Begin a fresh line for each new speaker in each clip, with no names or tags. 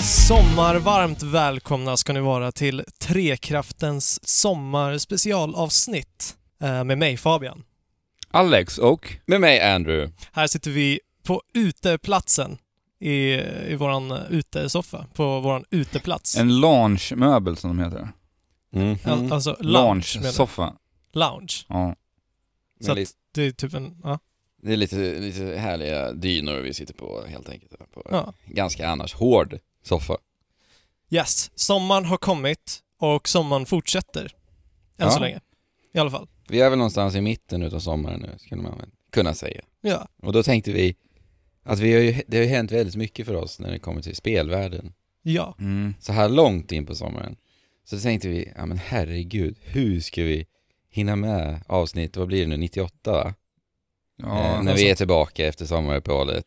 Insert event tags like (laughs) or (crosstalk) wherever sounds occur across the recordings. sommar. Varmt välkomna ska ni vara till Trekraftens sommarspecialavsnitt eh, med mig Fabian.
Alex och med mig Andrew.
Här sitter vi på uteplatsen i, i våran utesoffa, på våran uteplats.
En mm, lounge-möbel som de heter.
Mm-hmm.
Al- Alltså lounge menar jag.
Lounge-soffa.
Lounge.
Ja.
Så
Men
att
li-
det är typ en, ja.
Det är lite, lite härliga dynor vi sitter på helt enkelt. På en
ja.
Ganska annars hård soffa.
Yes, sommaren har kommit och sommaren fortsätter. Än så
Ja.
länge. I alla fall.
Vi är väl någonstans i mitten utav sommaren nu, skulle man väl kunna säga.
Ja.
Och då tänkte vi att vi har ju, det har ju hänt väldigt mycket för oss när det kommer till spelvärlden.
Ja.
Mm.
Så här långt in på sommaren. Så tänkte vi, ja men herregud, hur ska vi hinna med avsnitt, vad blir det nu, 98 va?
Ja,
eh, när
alltså-
vi är tillbaka efter sommaruppehållet.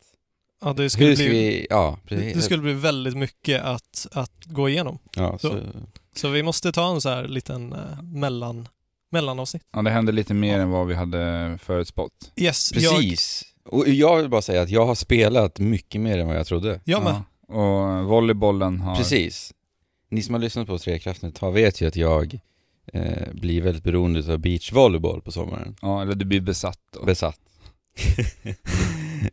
ja det, skulle
Hur ska
bli,
vi, ja
det,
precis.
det skulle bli väldigt mycket att, att gå igenom.
ja, så.
Så vi måste ta en så här liten eh, mellan, mellanavsnitt.
ja, det hände lite mer än vad vi hade förutspått.
Yes, Jag,
Precis. Och jag vill bara säga att jag har spelat mycket mer än vad jag trodde.
jag med.
Ja. Och volleybollen har...
Precis. Ni som har lyssnat på Trekraften ett tag vet ju att jag eh, blir väldigt beroende av beachvolleyboll på sommaren.
Ja, eller du blir besatt då.
(laughs)
Besatt.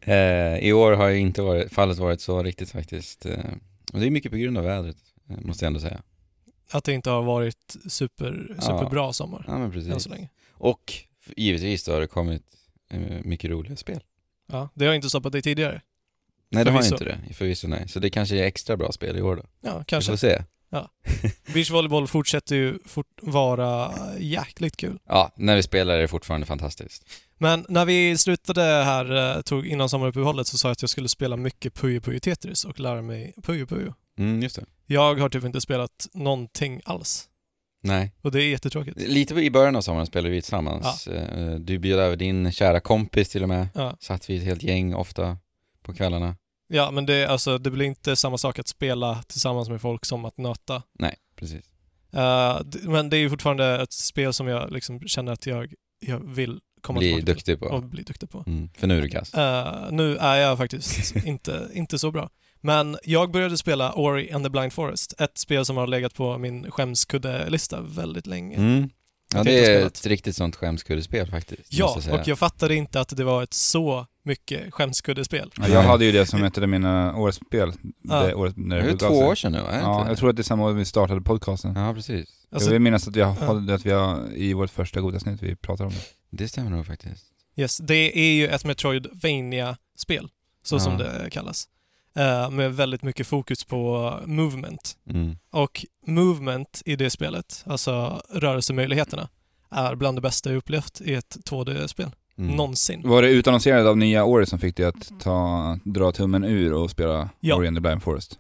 eh, I år har ju inte varit, fallet varit så riktigt faktiskt. Eh, och det är mycket på grund av vädret, eh, måste jag ändå säga.
Att det inte har varit super,
Ja.
superbra sommar
Ja, men
än så
precis.
länge.
Och f- givetvis då har det kommit eh, mycket roliga spel.
Ja, det har inte stoppat dig tidigare.
Nej, det har
Förvisso.
inte det. Förvisso nej. Så det kanske är extra bra spel i år då.
Ja,
Vi får
kanske.
se.
Beachvolleyboll fortsätter ju fort vara jäkligt kul.
Ja, när vi spelar är det fortfarande fantastiskt.
Men när vi slutade här eh, tog, innan sommaruppehållet så sa jag att jag skulle spela mycket Puyo Puyo Tetris och lära mig Puyo Puyo.
Mm, just det.
Jag har typ inte spelat någonting alls
Nej.
och det är jättetråkigt.
Lite i början av sommaren spelade vi tillsammans. Eh, Du bjöd över din kära kompis till och med.
Ja,
Satt vi ett helt gäng ofta på kvällarna.
ja men det, alltså, det blir inte samma sak att spela tillsammans med folk som att nöta.
Nej, precis.
Eh, d- men det är ju fortfarande ett spel som jag liksom känner att jag, jag vill komma
Bli
tillbaka
duktig
till och
på.
bli duktig på.
Mm, för nu är du kass.
Eh, nu är jag
(laughs)
faktiskt inte, inte så bra. Men jag började spela Ori and the Blind Forest, ett spel som har legat på min skämskuddelista väldigt länge.
Mm. Ja,
Jag
det
tänkte
är
spela
ett riktigt sånt skämskuddespel faktiskt.
Ja,
måste säga.
och jag fattade inte att det var ett så mycket skämskuddespel.
Ja, jag hade ju det som ett av mina årets spel.
Ja.
Det året när
Det
det
är ju
begav
två
sig.
år sedan nu, va? Är det
Ja,
inte?
jag tror att det är samma år vi startade podcasten.
Ja, precis.
Alltså,
jag vill minnas att, jag, hade- att vi har, i vårt första godasnitt vi pratade om det.
Det stämmer nog faktiskt.
yes, det är ju ett Metroidvania-spel, så som
Ja.
det kallas. Eh, med väldigt mycket fokus på movement.
Mm.
Och movement i det spelet, alltså rörelsemöjligheterna, är bland det bästa jag upplevt i ett 2D-spel
Mm.
någonsin.
Var det utannonserat av nya året som fick dig att ta, dra tummen ur och spela
Ja.
Ori and the Blind Forest?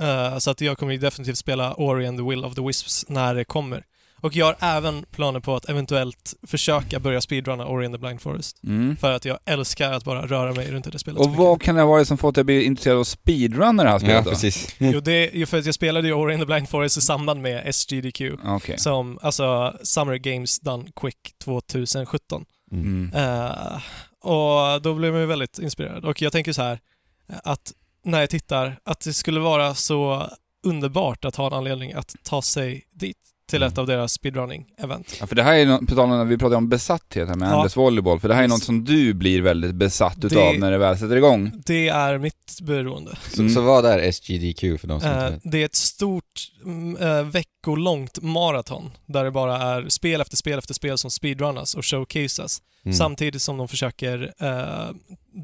Eh, så att jag kommer ju definitivt spela Ori and the Will of the Wisps när det kommer. Och jag har även planer på att eventuellt försöka börja speedrunna Ori and the Blind Forest.
Mm.
För att jag älskar att bara röra mig runt i det spelet. så
Och
mycket.
vad kan det ha varit som fått dig att bli intresserad av speedrunner det här spelet
Ja,
då?
precis.
Jo, det är ju för att jag spelade ju Ori and the Blind Forest i samband med SGDQ.
Ja, Okej.
Som, alltså, Summer Games Done Quick 2017.
(laughs) Mm.
Mm.
Eh, och då blev man ju väldigt inspirerad. Och jag tänker så här, eh, att när jag tittar, att det skulle vara så underbart att ha en anledning att ta sig dit till ett av deras speedrunning-event.
Ja, för det här är ju, nå- på tal om, när vi pratade om besatthet här med
Ja.
Anders Volleyboll, för det här är
Yes.
något som du blir väldigt besatt
Det- Mm.
utav när det väl sätter igång.
Det är mitt beroende.
Så, så vad är SGDQ för de som inte
Eh,
vet?
det är ett stort mm, eh, veckolångt maraton där det bara är spel efter spel efter spel som speedrunnas och showcasas
Mm.
samtidigt som de försöker eh,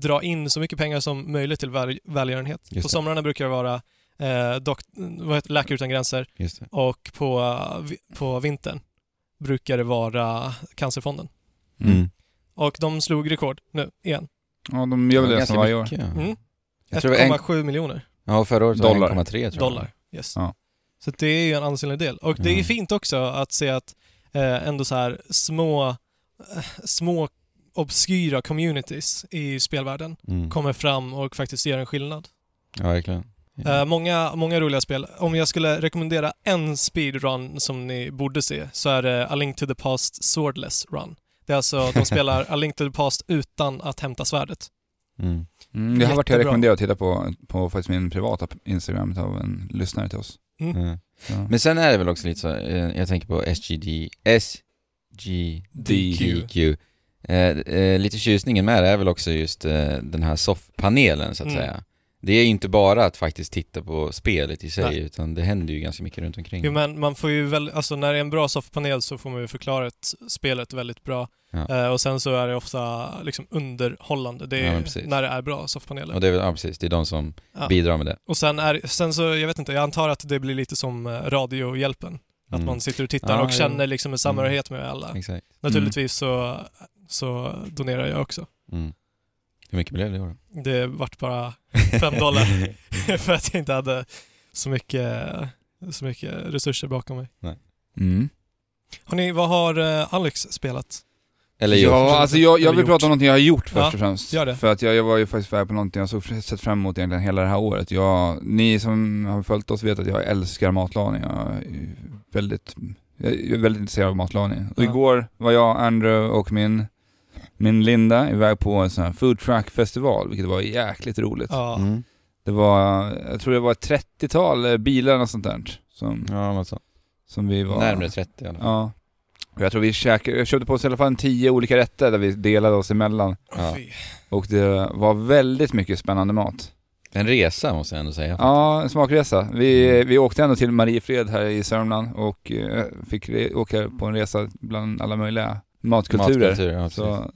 dra in så mycket pengar som möjligt till väl, välgörenhet.
Just
på
det.
somrarna brukar det vara eh, dokt- vad heter, Läkare Utan Gränser
Just det.
och på, eh, vi- på vintern brukar det vara Cancerfonden.
Mm.
Och de slog rekord nu igen.
Ja, de gör väl det
Ganska
nästan varje år.
mycket, ja.
Mm.
Jag tror det var en-
1,7 miljoner.
Ja, förra året var det
Dollar.
1,3 tror jag.
dollar. Yes.
Ja.
Så att det är ju en ansenlig del. Och det är ju
Mm.
fint också att se att eh, ändå så här små, eh, små obskyra communities i spelvärlden
Mm.
kommer fram och faktiskt gör en skillnad.
Ja, verkligen.
Eh, många, många roliga spel. Om jag skulle rekommendera en speedrun som ni borde se så är det A Link to the
(laughs)
Past Swordless Run. Det är alltså, de spelar A Link to the Past utan att hämta svärdet.
Mm.
Mm, det här vart jag
Jättebra.
rekommenderat att titta på, på faktiskt min privata Instagram av en lyssnare till oss.
Mm.
Ja.
Ja.
Men sen är det väl också lite så, eh, jag tänker på SGD, SGDQ. Eh, eh, lite tjusningen med det är väl också just eh, den här soffpanelen så att
Mm.
säga. Det är ju inte bara att faktiskt titta på spelet i sig,
Nej.
utan det händer ju ganska mycket runt omkring.
Jo, men man får ju väl, alltså när det är en bra soffpanel så får man ju förklara ett, spelet väldigt bra.
Ja.
Eh, och sen så är det ofta liksom underhållande. Det
Ja,
är
men precis.
när det är bra soffpaneler.
Och det är väl, ja precis, det är de som
Ja.
bidrar med det.
Och sen, är, sen så, jag vet inte, jag antar att det blir lite som eh, radiohjälpen. Att
Mm.
man sitter och tittar
Ja, Mm.
och
jo.
känner liksom en samhörighet med alla.
Exakt.
Naturligtvis så, så donerar jag också.
Mm. Hur mycket blev det i år?
Det vart bara fem dollar
(laughs)
(laughs) för att jag inte hade så mycket, så mycket resurser bakom mig.
Mm.
Hörrni, vad har eh, Alex spelat?
Eller gjort.
ja, alltså jag, jag
Eller
vill
gjort.
prata om någonting jag har gjort först
Ja,
och främst.
gör det.
För att jag, jag var ju faktiskt iväg på någonting jag såg sett fram emot egentligen hela det här året. Jag, ni som har följt oss vet att jag älskar matlagning. Jag är ju väldigt, jag är väldigt intresserad av matlagning. Och
Ja.
igår var jag, Andrew och min, min Linda iväg på en sån här food truck festival, vilket var jäkligt roligt.
Ja,
Mm.
Det var, jag tror det var ett 30-tal bilar och sånt där som,
Ja, något sånt.
som vi var...
Närmare 30 i alla fall.
Ja. Och Jag tror vi käkade, jag köpte på oss i alla fall en tio olika rätter där vi delade oss emellan.
Ja.
Fy.
Och det var väldigt mycket spännande mat.
En resa måste jag ändå säga.
Ja, en smakresa.
Mm.
Vi, vi åkte ändå till Mariefred här i Sörmland och eh, fick re- åka på en resa bland alla möjliga matkulturer.
Matkultur, ja, precis.
Så,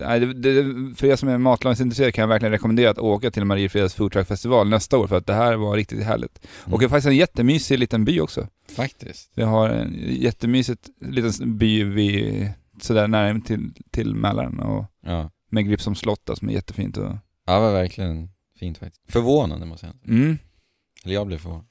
nej, det, det, för er som är matlagningsintresserade kan jag verkligen rekommendera att åka till Mariefreds Food Truck Festival nästa år för att det här var riktigt härligt.
Mm.
Och det är faktiskt en jättemysig liten by också.
Faktiskt.
Vi har en jättemysigt liten by vid, sådär nära till, till Mälaren och
Ja.
med Gripsholms slott där, som är jättefint och...
ja, det var verkligen fint faktiskt. Förvånande måste jag säga.
Mm.
Eller jag blev förvånad.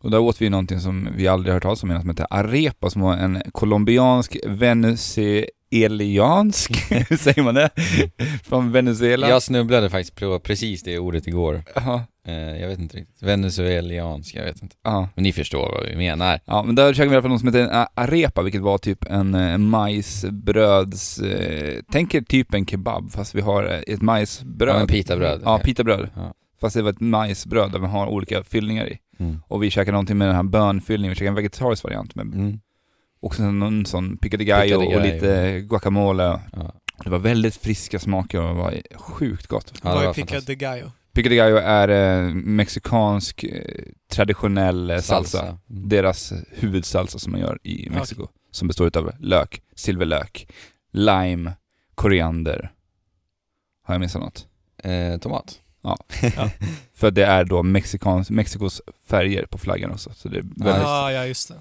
Och där åt vi någonting som vi aldrig hört talas om innan som heter arepa som var en colombiansk venezueliansk, (laughs) hur säger man det?
Mm.
Från Venezuela.
Jag snubblade faktiskt på precis det ordet igår.
Ja.
Eh, jag vet inte riktigt. Venezueliansk, jag vet inte.
Ja.
Men ni förstår vad vi menar.
Ja, men där käkade vi i alla fall något som heter en a- arepa, vilket var typ en eh, majsbröds... Eh, tänk er typ en kebab, fast vi har eh, ett majsbröd.
Ja, en pitabröd.
Ja, pitabröd.
Ja.
Fast det var ett majsbröd där man har olika fyllningar i.
Mm.
Och vi käkade någonting med den här bönfyllningen, vi käkade en vegetarisk variant med
Mm.
också någon sån piccadilly och, och
Piccadilly.
lite guacamole.
Ja.
Det var väldigt friska smaker och det var sjukt gott.
Ja,
Vad
det
är
var
Pica
fantastiskt.
de Gallo?
Piccadillo är eh, mexikansk eh, traditionell eh, salsa.
Mm.
Deras huvudsalsa som man gör i Mexiko. Som består av lök, silverlök, lime, koriander. Har jag missat något?
Eh, tomat.
För det är då Mexikans, Mexikos färger på flaggan också. Så det är väldigt,
just det.
Ah, ja, just det.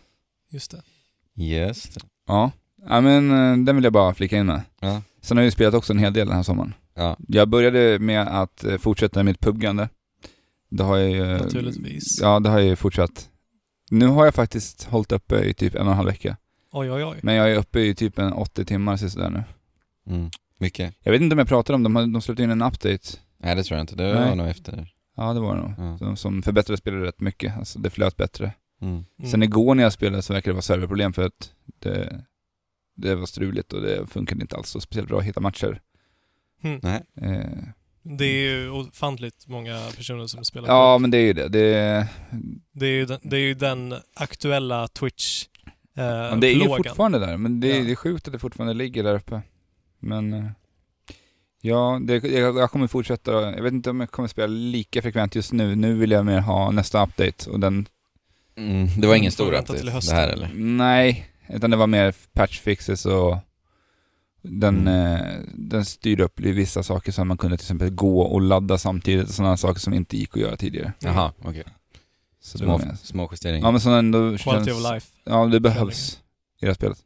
Just det.
Yes.
Ja, ja men eh, den vill jag bara flika in med.
Ja.
Sen har jag ju spelat också en hel del den här sommaren.
Ja.
Jag började med att eh, fortsätta mitt puggande. Det har jag ju... eh,
Naturligtvis.
Ja, det har jag ju fortsatt. Nu har jag faktiskt hållit uppe i typ en och en halv vecka.
Oj, oj, oj.
Men jag är uppe i typ en 80 timmar sådär nu.
Mm. Mycket.
Jag vet inte om jag pratade om, de, har- de släppte in en update.
Nej, det tror jag inte. Det
Nej.
var nog efter.
Ja, det var det nog.
Ja.
Som, som förbättrade spelet rätt mycket. Alltså det flöt bättre.
Mm.
Mm.
Sen igår när jag spelade så verkade det vara serverproblem för att det, det var struligt och det funkade inte alls så speciellt bra att hitta matcher.
Mm.
Nej.
Eh,
Det är ju ofantligt många personer som spelar.
ja, men det är ju det. det
Det är ju den, det är ju den aktuella twitch eh,
Ja, det är ju
plågan.
fortfarande där, men det är,
Ja.
det är sjukt att det fortfarande ligger där uppe. Men eh, ja, det, jag, jag kommer fortsätta. Jag vet inte om jag kommer spela lika frekvent just nu. Nu vill jag mer ha nästa update och den,
Mm. Det var ingen
Får
stor
vänta
update,
till
det
hösten. Mm.
här eller?
nej, utan det var mer patch fixes och den, eh, den styrde upp i vissa saker så att man kunde till exempel gå och ladda samtidigt, sådana saker som inte gick att göra tidigare.
Mm.
Jaha, okej.
Så det
Små,
var mer-
små justeringar.
ja men som ändå
Quality
känns,
of life.
Ja, det behövs i det här spelet.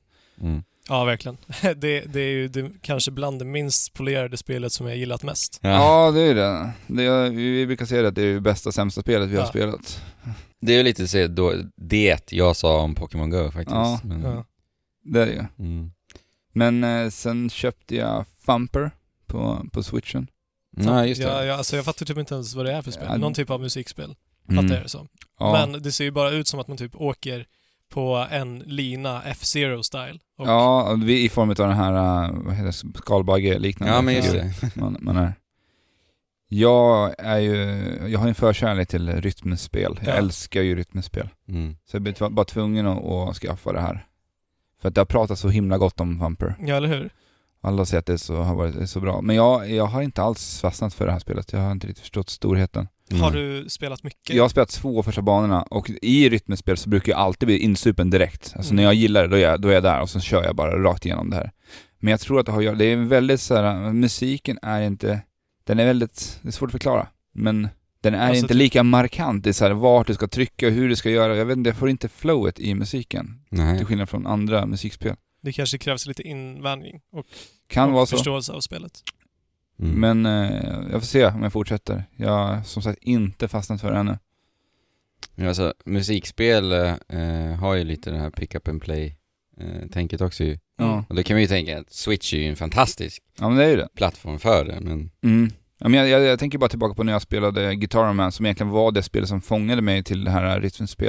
Mm.
Ja, verkligen. (laughs) Det, det är ju det, kanske bland det minst polerade spelet som jag gillat mest.
Ja.
Ja, det är ju det. det är, vi brukar säga det att det är det bästa sämsta spelet vi har
Ja.
spelat.
Det är ju lite så, då, det jag sa om Pokémon Go faktiskt.
Ja.
Men,
Ja.
Det är det ju.
Mm.
Men eh, sen köpte jag Thumper på, på switchen.
Ja, Mm. just det.
Jag, jag, alltså jag fattar typ inte ens vad det är för spel.
Ja,
Någon typ av musikspel,
Mm.
fattar jag det som.
Ja.
Men det ser ju bara ut som att man typ åker på en lina F-Zero style. Och,
Ja, vi, i form av den här, eh, vad heter det, skalbagge liknande.
Ja, men just
figur
det.
Man, man är. Jag är ju, jag har en förkärlek till rytmspel. Jag
Ja.
älskar ju rytmspel.
Mm.
Så jag blev tv- bara tvungen att, att skaffa det här. För att det har pratats så himla gott om Vamper.
Ja, eller hur?
Alla säger att det så, har varit det är så bra. Men jag, jag har inte alls fastnat för det här spelet. Jag har inte riktigt förstått storheten.
Har
Mm.
du spelat mycket?
Jag har spelat två första banorna och i rytmespel så brukar jag alltid bli insupen direkt. Alltså
Mm.
när jag gillar det, då är jag, då är jag där och så kör jag bara rakt igenom det här. Men jag tror att det har att göra- det är väldigt så här, musiken är inte, den är väldigt, det är svårt att förklara. Men den är
Alltså,
inte
typ-
lika markant i så här vart du ska trycka och hur du ska göra. Jag vet inte, jag får inte flowet i musiken. Till
Nej.
skillnad från andra musikspel.
Det kanske krävs lite invänjning och,
Kan vara
och
så.
förståelse av spelet.
Mm.
Men eh, jag får se om jag fortsätter. Jag har som sagt inte fastnat för det ännu. Mm.
Men alltså, musikspel eh, har ju lite det här pick up and play eh, tänket också ju.
Mm.
Ja,
Och då kan man ju tänka att Switch är ju en fantastisk
ja men det är ju det.
plattform för det, men
Mm. Ja, men jag, jag, jag tänker bara tillbaka på när jag spelade Guitar Man som egentligen var det spel som fångade mig till den här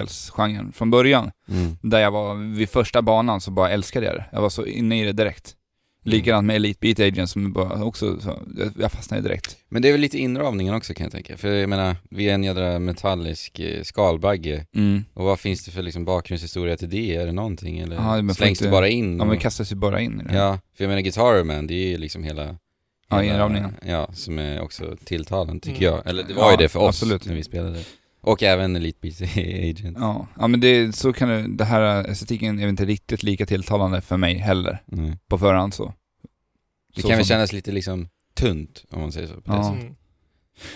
rytmspelsgenren från början.
mm.
Där jag var, vid första banan så bara älskade jag det. Jag var så inne i det direkt. Likadant med Elite Beat Agent som bara också, så, jag- jag fastnade direkt.
Men det är väl lite inramningen också kan jag tänka. För jag menar, vi är en jädra metallisk eh, skalbagge.
Mm.
Och vad finns det för liksom bakgrundshistoria till det? Är det någonting eller
Ja, men får
slängs
inte-
det bara in?
Ja, man
och-
kastas ju bara in i det.
Mm. ja, för jag menar Guitar Man, det är ju liksom hela...
Ja,
hela- eh,
inramningen.
Ja, som är också tilltalen tycker
Mm.
jag. Eller det var ju
Ja,
det för oss
absolut.
när vi spelade. Och även Elite Beats (laughs) Agent.
Ja, ja men det, så kan du, det här estetiken är väl inte riktigt lika tilltalande för mig heller,
Mm.
på förhand så.
Det
Så
kan väl
som-
kännas lite liksom tunt om man säger så. På det
Ja.
sättet.
Mm.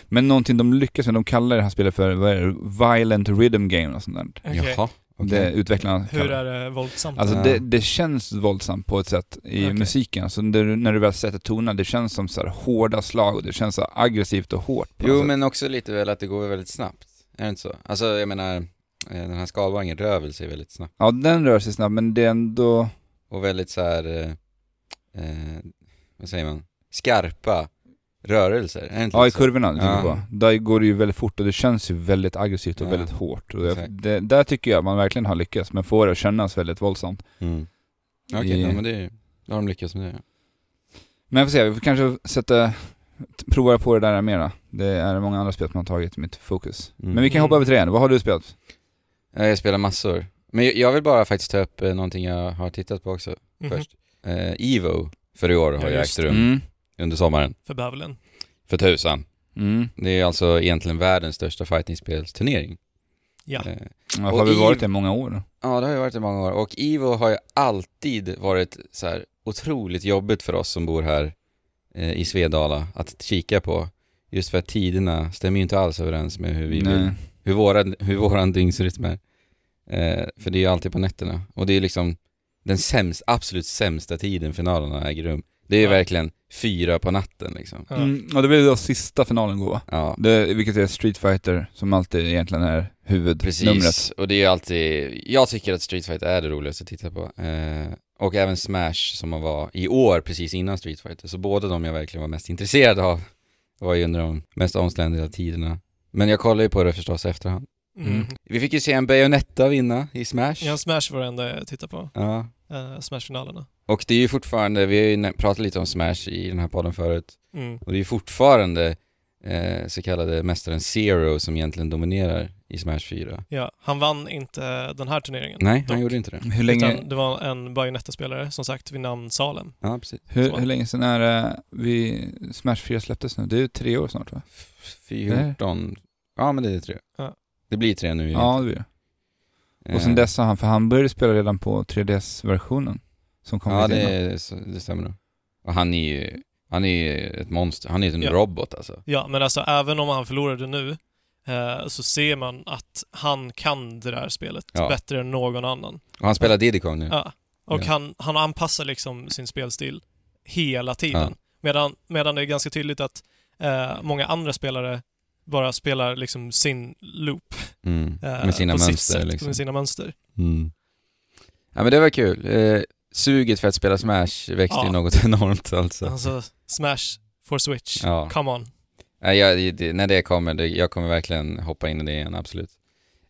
Men någonting de lyckas med, de kallar det här spelet för, vad är det, Violent Rhythm Game och sånt där.
Okej.
Jaha, okej.
Det utvecklarna
Hur
kallar
är det våldsamt?
Alltså
Ja.
det, det känns våldsamt på ett sätt i
Okej.
musiken. Alltså när, du, när du väl sätter tonerna, det känns som så här hårda slag och det känns så här aggressivt och hårt. på
Jo
något sätt.
men också lite väl att det går väldigt snabbt, är det inte så? Alltså jag menar, eh, den här skalbaggen rör väl sig väldigt snabbt
Ja, den rör sig snabbt men det är ändå...
och väldigt så här, eh, eh, vad säger man, skarpa rörelser, är det inte
Ja, i
lite så?
kurvorna du tänker
Ja.
på. Där går det ju väldigt fort och det känns ju väldigt aggressivt och
Ja.
väldigt hårt. Och jag,
Exakt.
det, där tycker jag man verkligen har lyckats, men får det att kännas väldigt våldsamt.
Mm. Okej,
I-
ja, men det är ju, då har de lyckats med det.
Men jag får se, vi får kanske sätta... t- Prova på det där mera. Det är många andra spel som har tagit mitt fokus.
Mm.
Men vi kan
Mm.
hoppa över till det igen. Vad har du spelat?
Ja. Eh, Jag spelar massor. Men jag- jag vill bara faktiskt ta upp eh, någonting jag har tittat på också
Mhm.
först. Eh, Evo för i år
Ja,
har ju
just
ägt rum
Mm.
under sommaren,
För bävelen.
för tusan.
Mm.
Det är alltså egentligen världens största fightingspelsturnering.
Ja.
Eh,
Ja,
Och
Har vi
i-
varit det i många år? då?
Ja, det har ju varit i många år. Och Ivo har ju alltid varit så här otroligt jobbigt för oss som bor här eh, i Svedala att kika på. Just för att tiderna stämmer ju inte alls överens med hur vi vill,
Nej.
hur, våra, hur våran dygnsrytm är. Eh, för det är ju alltid på nätterna. Och det är liksom den sämst, absolut sämsta tiden finalerna äger rum. Det är ju
Ja.
verkligen fyra på natten liksom.
Ja.
Mm, ja, det blir då sista finalen gå va?
Ja,
Det, vilket är Street Fighter som alltid egentligen är
precis.
huvudnumret.
Och det är ju alltid, jag tycker att Street Fighter är det roligaste att titta på. Eh, och även Smash som man var i år precis innan Street Fighter. Så båda de jag verkligen var mest intresserad av var ju under de mest omständiga tiderna. Men jag kollar ju på det förstås i efterhand.
Mm.
Vi fick ju se en Bayonetta vinna i Smash.
Ja, Smash var det enda jag tittade på.
Ja.
Eh, Smash-finalerna.
Och det är ju fortfarande, vi har ju nä- pratat lite om Smash i den här podden förut.
Mm.
Och det är ju fortfarande eh, så kallade mästaren Zero som egentligen dominerar i Smash 4.
Ja, han vann inte den här turneringen.
Nej, han
Dock.
gjorde inte det.
Hur länge,
Utan det var en Bayonetta-spelare, som sagt, vid namn Salem.
Ja, precis.
hur, hur länge sedan är det vi Smash 4 släpptes nu? Det är ju tre år snart va?
14. Ja men det är tre.
Ja.
Det blir tre nu Eh, ju.
Ja, Eh. det blir det. Och sen dess har han, för han började spela redan på 3DS-versionen som kom
Ja
lite
det,
innan.
är, så- det stämmer nog. Och han är ju, han är ju ett monster, han är ju en
Ja.
robot alltså.
Ja, men alltså även om han förlorade nu eh, så ser man att han kan det där spelet
Ja.
bättre än någon annan.
Och han spelar Diddy Kong nu.
Ja. Och
Ja.
Han, han anpassar liksom sin spelstil hela tiden.
Ja.
Medan, medan det är ganska tydligt att eh, många andra spelare bara spelar liksom sin loop.
Mm.
eh,
Med sina
på sitt
mönster
sätt,
liksom.
Med sina mönster.
Mm. Ja men det var kul. Eh, suget för att spela Smash växte
Ja.
ju något (laughs) enormt alltså.
Alltså, Smash for Switch.
Ja.
Come on.
Nej, jag, det- det, när det kommer, det, jag kommer verkligen hoppa in i det igen, absolut.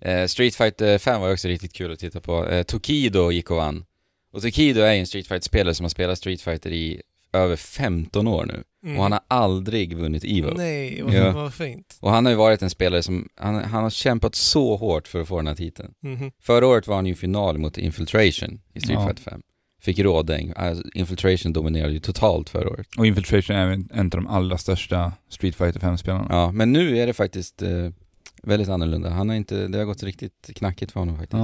Eh, Street Fighter 5 var ju också riktigt kul att titta på. Eh, Tokido gick och vann. Och Tokido är ju en Street Fighter-spelare som har spelat Street Fighter i över 15 år nu
Mm.
och han har aldrig vunnit Evo.
Nej, vad,
Ja.
vad fint.
Och han har ju varit en spelare som, han, han har kämpat så hårt för att få den här titeln.
Mhm.
Förra året var han ju i final mot Infiltration i Street
Ja.
Fighter 5. Fick rådäng. Alltså, Infiltration dominerade ju totalt förra året.
Och Infiltration är en en av de allra största Street Fighter 5-spelarna.
Ja, men nu är det faktiskt eh, väldigt annorlunda. Han har inte, det har gått riktigt knackigt för honom faktiskt.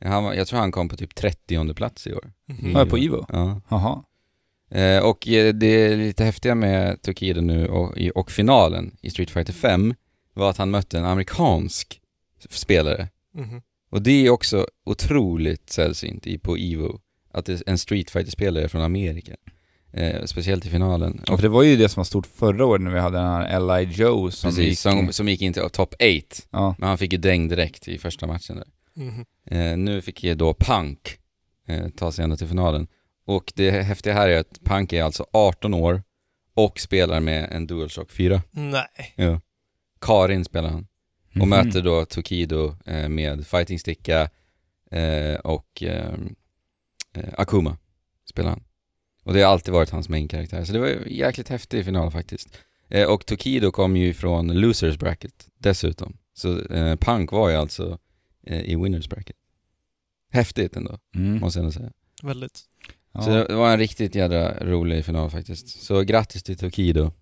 Ja.
Han, var- jag tror han kom på typ 30 plats i år.
Mhm.
Ja, på Evo?
Ja.
Jaha.
Eh, och eh, det lite häftiga med Tokido nu och, i- och finalen i Street Fighter 5 var att han mötte en amerikansk spelare.
Mhm.
Och det är också otroligt sällsynt i, på Evo, att det är en Street fighter spelare från Amerika. Eh, speciellt i finalen.
Och
Och
för det var ju det som var stort förra året när vi hade den här L.I. Joe som gick...
precis, som, som gick in till top 8,
Ja,
men han fick ju däng direkt i första matchen där.
Mhm.
Eh, nu fick ju då Punk eh, ta sig ända till finalen. Och det häftiga här är att Punk är alltså 18 år och spelar med en DualShock 4.
Nej.
Karin spelar han. Och
Mhm.
möter då Tokido eh, med Fighting Sticka eh, och ehm, eh, Akuma spelar han. Och det har alltid varit hans main karaktär. Så det var ju jäkligt häftig final faktiskt. Eh, och Tokido kom ju från Losers Bracket dessutom. Så eh, Punk var ju alltså eh, i Winners Bracket. Häftigt ändå,
Mm.
måste jag ändå säga.
Väldigt.
Ja.
Så det var en riktigt jädra rolig final faktiskt. Så grattis till Tokido.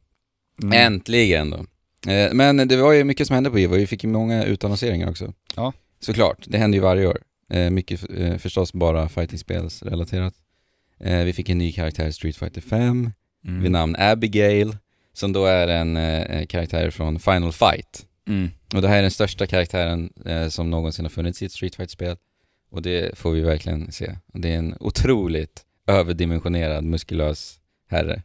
Mm.
Äntligen då. Eh, Men det var ju mycket som hände på Evo, vi fick ju många utannonseringar också.
Ja.
Såklart, det händer ju varje år. Eh, Mycket eh, förstås bara fightingspelsrelaterat. Eh, Vi fick en ny karaktär i Street Fighter 5
Mm.
vid namn Abigail, som då är en eh, karaktär från Final Fight.
Mm.
Och det här är den största karaktären eh, som någonsin har funnits i ett Street Fighter-spel. Och det får vi verkligen se. Det är en otroligt överdimensionerad, muskulös herre.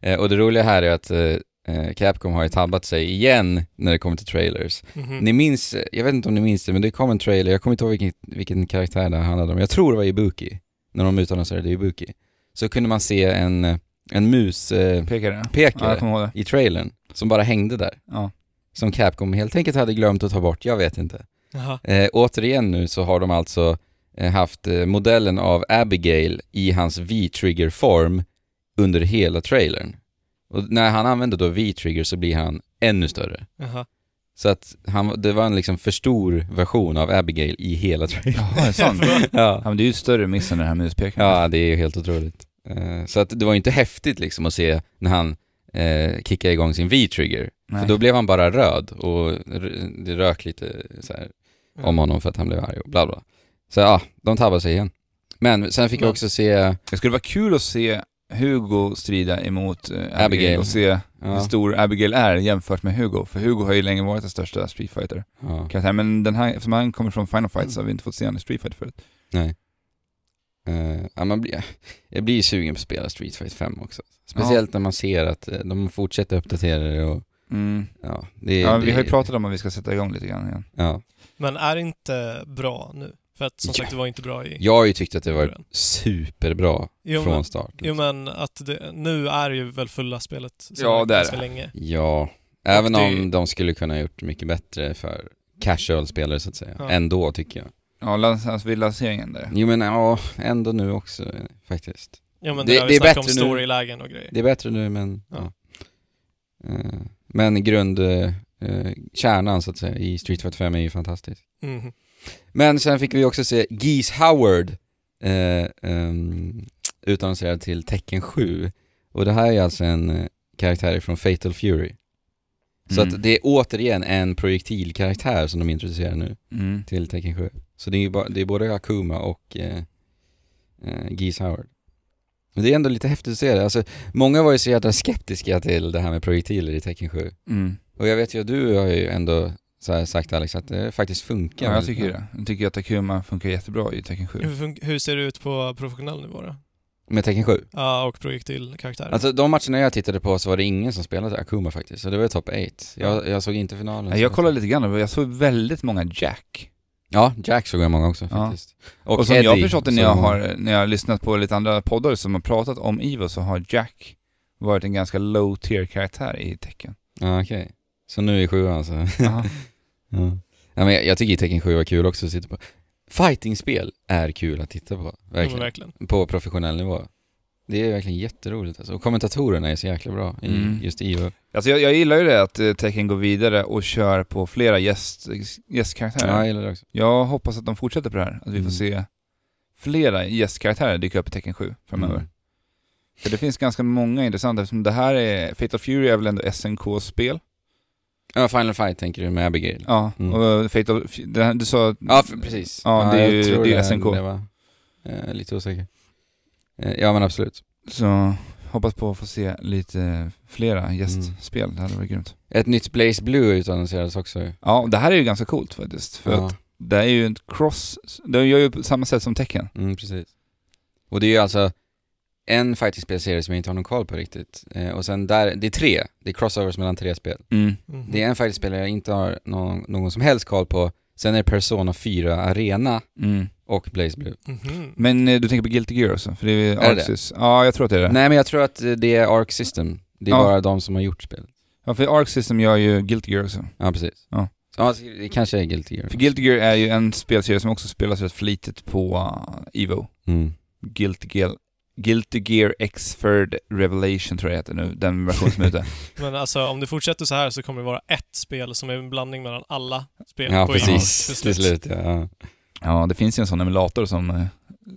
Eh, och det roliga här är att eh, eh, Capcom har ju tabbat sig igen när det kommer till trailers.
Mhm.
Ni minns, jag vet inte om ni minns det, men det kom en trailer, jag kommer inte ihåg vilken, vilken karaktär det handlade om. Jag tror det var Ibuki, när de utannonserade Ibuki. Så kunde man se en, en muspekare
Pekare. Ja,
pekare
jag kommer ihåg det.
i trailern som bara hängde där
Ja.
som Capcom helt enkelt hade glömt att ta bort, jag vet inte.
Jaha.
Eh, återigen nu så har de alltså eh, haft eh, modellen av Abigail i hans V-trigger-form under hela trailern. Och när han använder då V-trigger så blir han ännu större.
Jaha.
Så att han, det var en liksom för stor version av Abigail i hela trailern.
Jaha, är det (laughs) sant?
(laughs) Ja,
Ja, men det är ju större miss än den här muspekaren.
ja det är ju helt otroligt. Eh, så att det var ju inte häftigt liksom att se när han eh, kickar igång sin V-trigger. För
Nej.
då blev han bara röd och r- det rök lite så här om honom för att han blev arg och bla bla. Så ja, de tabbade sig igen. Men sen fick jag
Men-
också se,
Det skulle vara kul att se Hugo strida emot eh, Abigail.
Abigail.
och se hur
ja,
stor Abigail är jämfört med Hugo. För Hugo har ju länge varit den största Street Fighter.
ja,
Kan jag säga. Men den här, eftersom han kommer från Final Fight så har vi inte fått se honom i Street Fighter förut.
eh, ja man blir, (laughs) jag blir ju sugen på att spela Street Fighter 5 också. Speciellt när man ser att eh, de fortsätter uppdatera det och
Mm.
ja, det
Ja,
det,
vi har ju pratat om att vi ska sätta igång lite grann igen.
ja.
Men är det inte bra nu? För att som
Ja.
sagt, det var inte bra i...
Jag har ju tyckt att det var superbra
Jo, men-
från start. liksom.
Jo men att det, nu är det ju väl fulla spelet som
Ja,
varit
det är
ganska
det.
länge.
Ja, även
det-
om de skulle kunna ha gjort mycket bättre för casual-spelare så att säga.
Ja.
Ändå tycker jag.
Ja, lans- alltså vid lanseringen där.
Jo men ja, ändå nu också eh, faktiskt.
Ja men
Det-
det, där
det
vi
är
snackade om
bättre nu.
storylägen och grejer.
Det är bättre nu men... Ja.
Ja.
Eh, Men grund... eh, eh, kärnan så att säga i Street Fighter 5 är ju fantastisk.
Mhm.
Men sen fick vi också se Geese Howard eh, ehm, utannonserad till Tekken 7. Och det här är alltså en eh, karaktär från Fatal Fury. Så
Mm.
att det är återigen en projektilkaraktär som de introducerar nu
Mm.
till Tekken 7. Så det är, ju ba- det är både Akuma och eh, eh, Geese Howard. Men det är ändå lite häftigt att se det. Alltså, många var ju så jävla skeptiska till det här med projektiler i Tekken 7.
Mm.
Och jag vet ju att du har ju ändå så här sagt Alex att det faktiskt funkar.
Ja, jag
väldigt
tycker
bra.
det. Jag tycker att Akuma funkar jättebra i Tekken 7.
Hur, fun- hur ser det ut på professionell nivå då?
Med Tekken 7.
Ja, och projektilkaraktärer.
Alltså de matcherna jag tittade på så var det ingen som spelade Akuma faktiskt. Så det var ju top 8. Jag, jag såg inte finalen.
Nej, Jag kollade lite grann och jag såg väldigt många Jack.
Ja, Jack såg jag många också
Ja.
faktiskt.
Och, som jag har förstått det när jag,
som-
har, när jag har lyssnat på lite andra poddar som har pratat om Ivo så har Jack varit en ganska low tier karaktär i tecken.
Ja, okej. Så nu är sjuan alltså.
Jaha.
(laughs) Ja. ja men jag, jag tycker Tekken 7 var kul också att titta på. Fightingspel är kul att titta på,
verkligen.
verkligen.
verkligen.
På professionell nivå. Det är verkligen jätteroligt alltså. Och kommentatorerna är så jäkla bra i
Mm.
just Ivo.
Alltså jag, jag gillar ju det att eh, Tekken går vidare och kör på flera gäst,
Ja,
gästkaraktärer.
jag gillar det också.
Jag hoppas att de fortsätter på det här. Att vi
Mm.
får se flera gästkaraktärer dyka upp i Tekken 7 framöver.
Mm.
För det finns ganska många intressanta eftersom det här är... Fatal Fury är väl ändå SNK-spel?
Ja, Final Fight tänker du med Abigail?
Ja,
Mm.
och Fatal... Fu- Det här, du sa...
Ja, för, precis.
Ja, det är
jag
ju-
tror
det är SNK.
Det var, eh, lite osäker. Eh, ja, men absolut.
Så hoppas på att få se lite flera gästspel.
Mm.
Det hade varit grymt.
Ett nytt Blaze Blue utannonserades också. ju.
Ja, och det här är ju ganska coolt faktiskt. För
ja,
att det är ju en cross... De gör ju på samma sätt som Tekken.
mm, precis. Och det är ju alltså en fighting-spelserie som jag inte har någon koll på riktigt. Eh, och sen där, det är tre. Det är crossovers mellan tre spel.
Mm.
Mhm.
Det är en fighting-spelare jag inte har någon, någon som helst koll på. Sen är det Persona 4 Arena
Mm.
och Blaze Blue.
Mhm.
Men eh, du tänker på Guilty Gear också? För det är,
Är
är
det
Arxis. Ja, jag tror att det är det.
Nej men jag tror att eh, det är Arc System. Det är
Ja.
bara de som har gjort spelet.
Ja, för Arc System gör ju Guilty Gear också.
Ja precis.
Ja.
Ja, så det kanske är Guilty Gear.
För Guilty Gear är ju en spelserie som också spelas rätt flitigt på uh, Evo.
Mm.
Guilty Gear, Guilty Gear X-Third Revelation tror jag heter nu, den version som är
(laughs)
ute.
Men alltså om det fortsätter så här så kommer det vara ett spel som är en blandning mellan alla spel
Ja
på
precis,
Evo.
till slut. Ja, ja.
Ja, det finns ju en sån emulator som eh,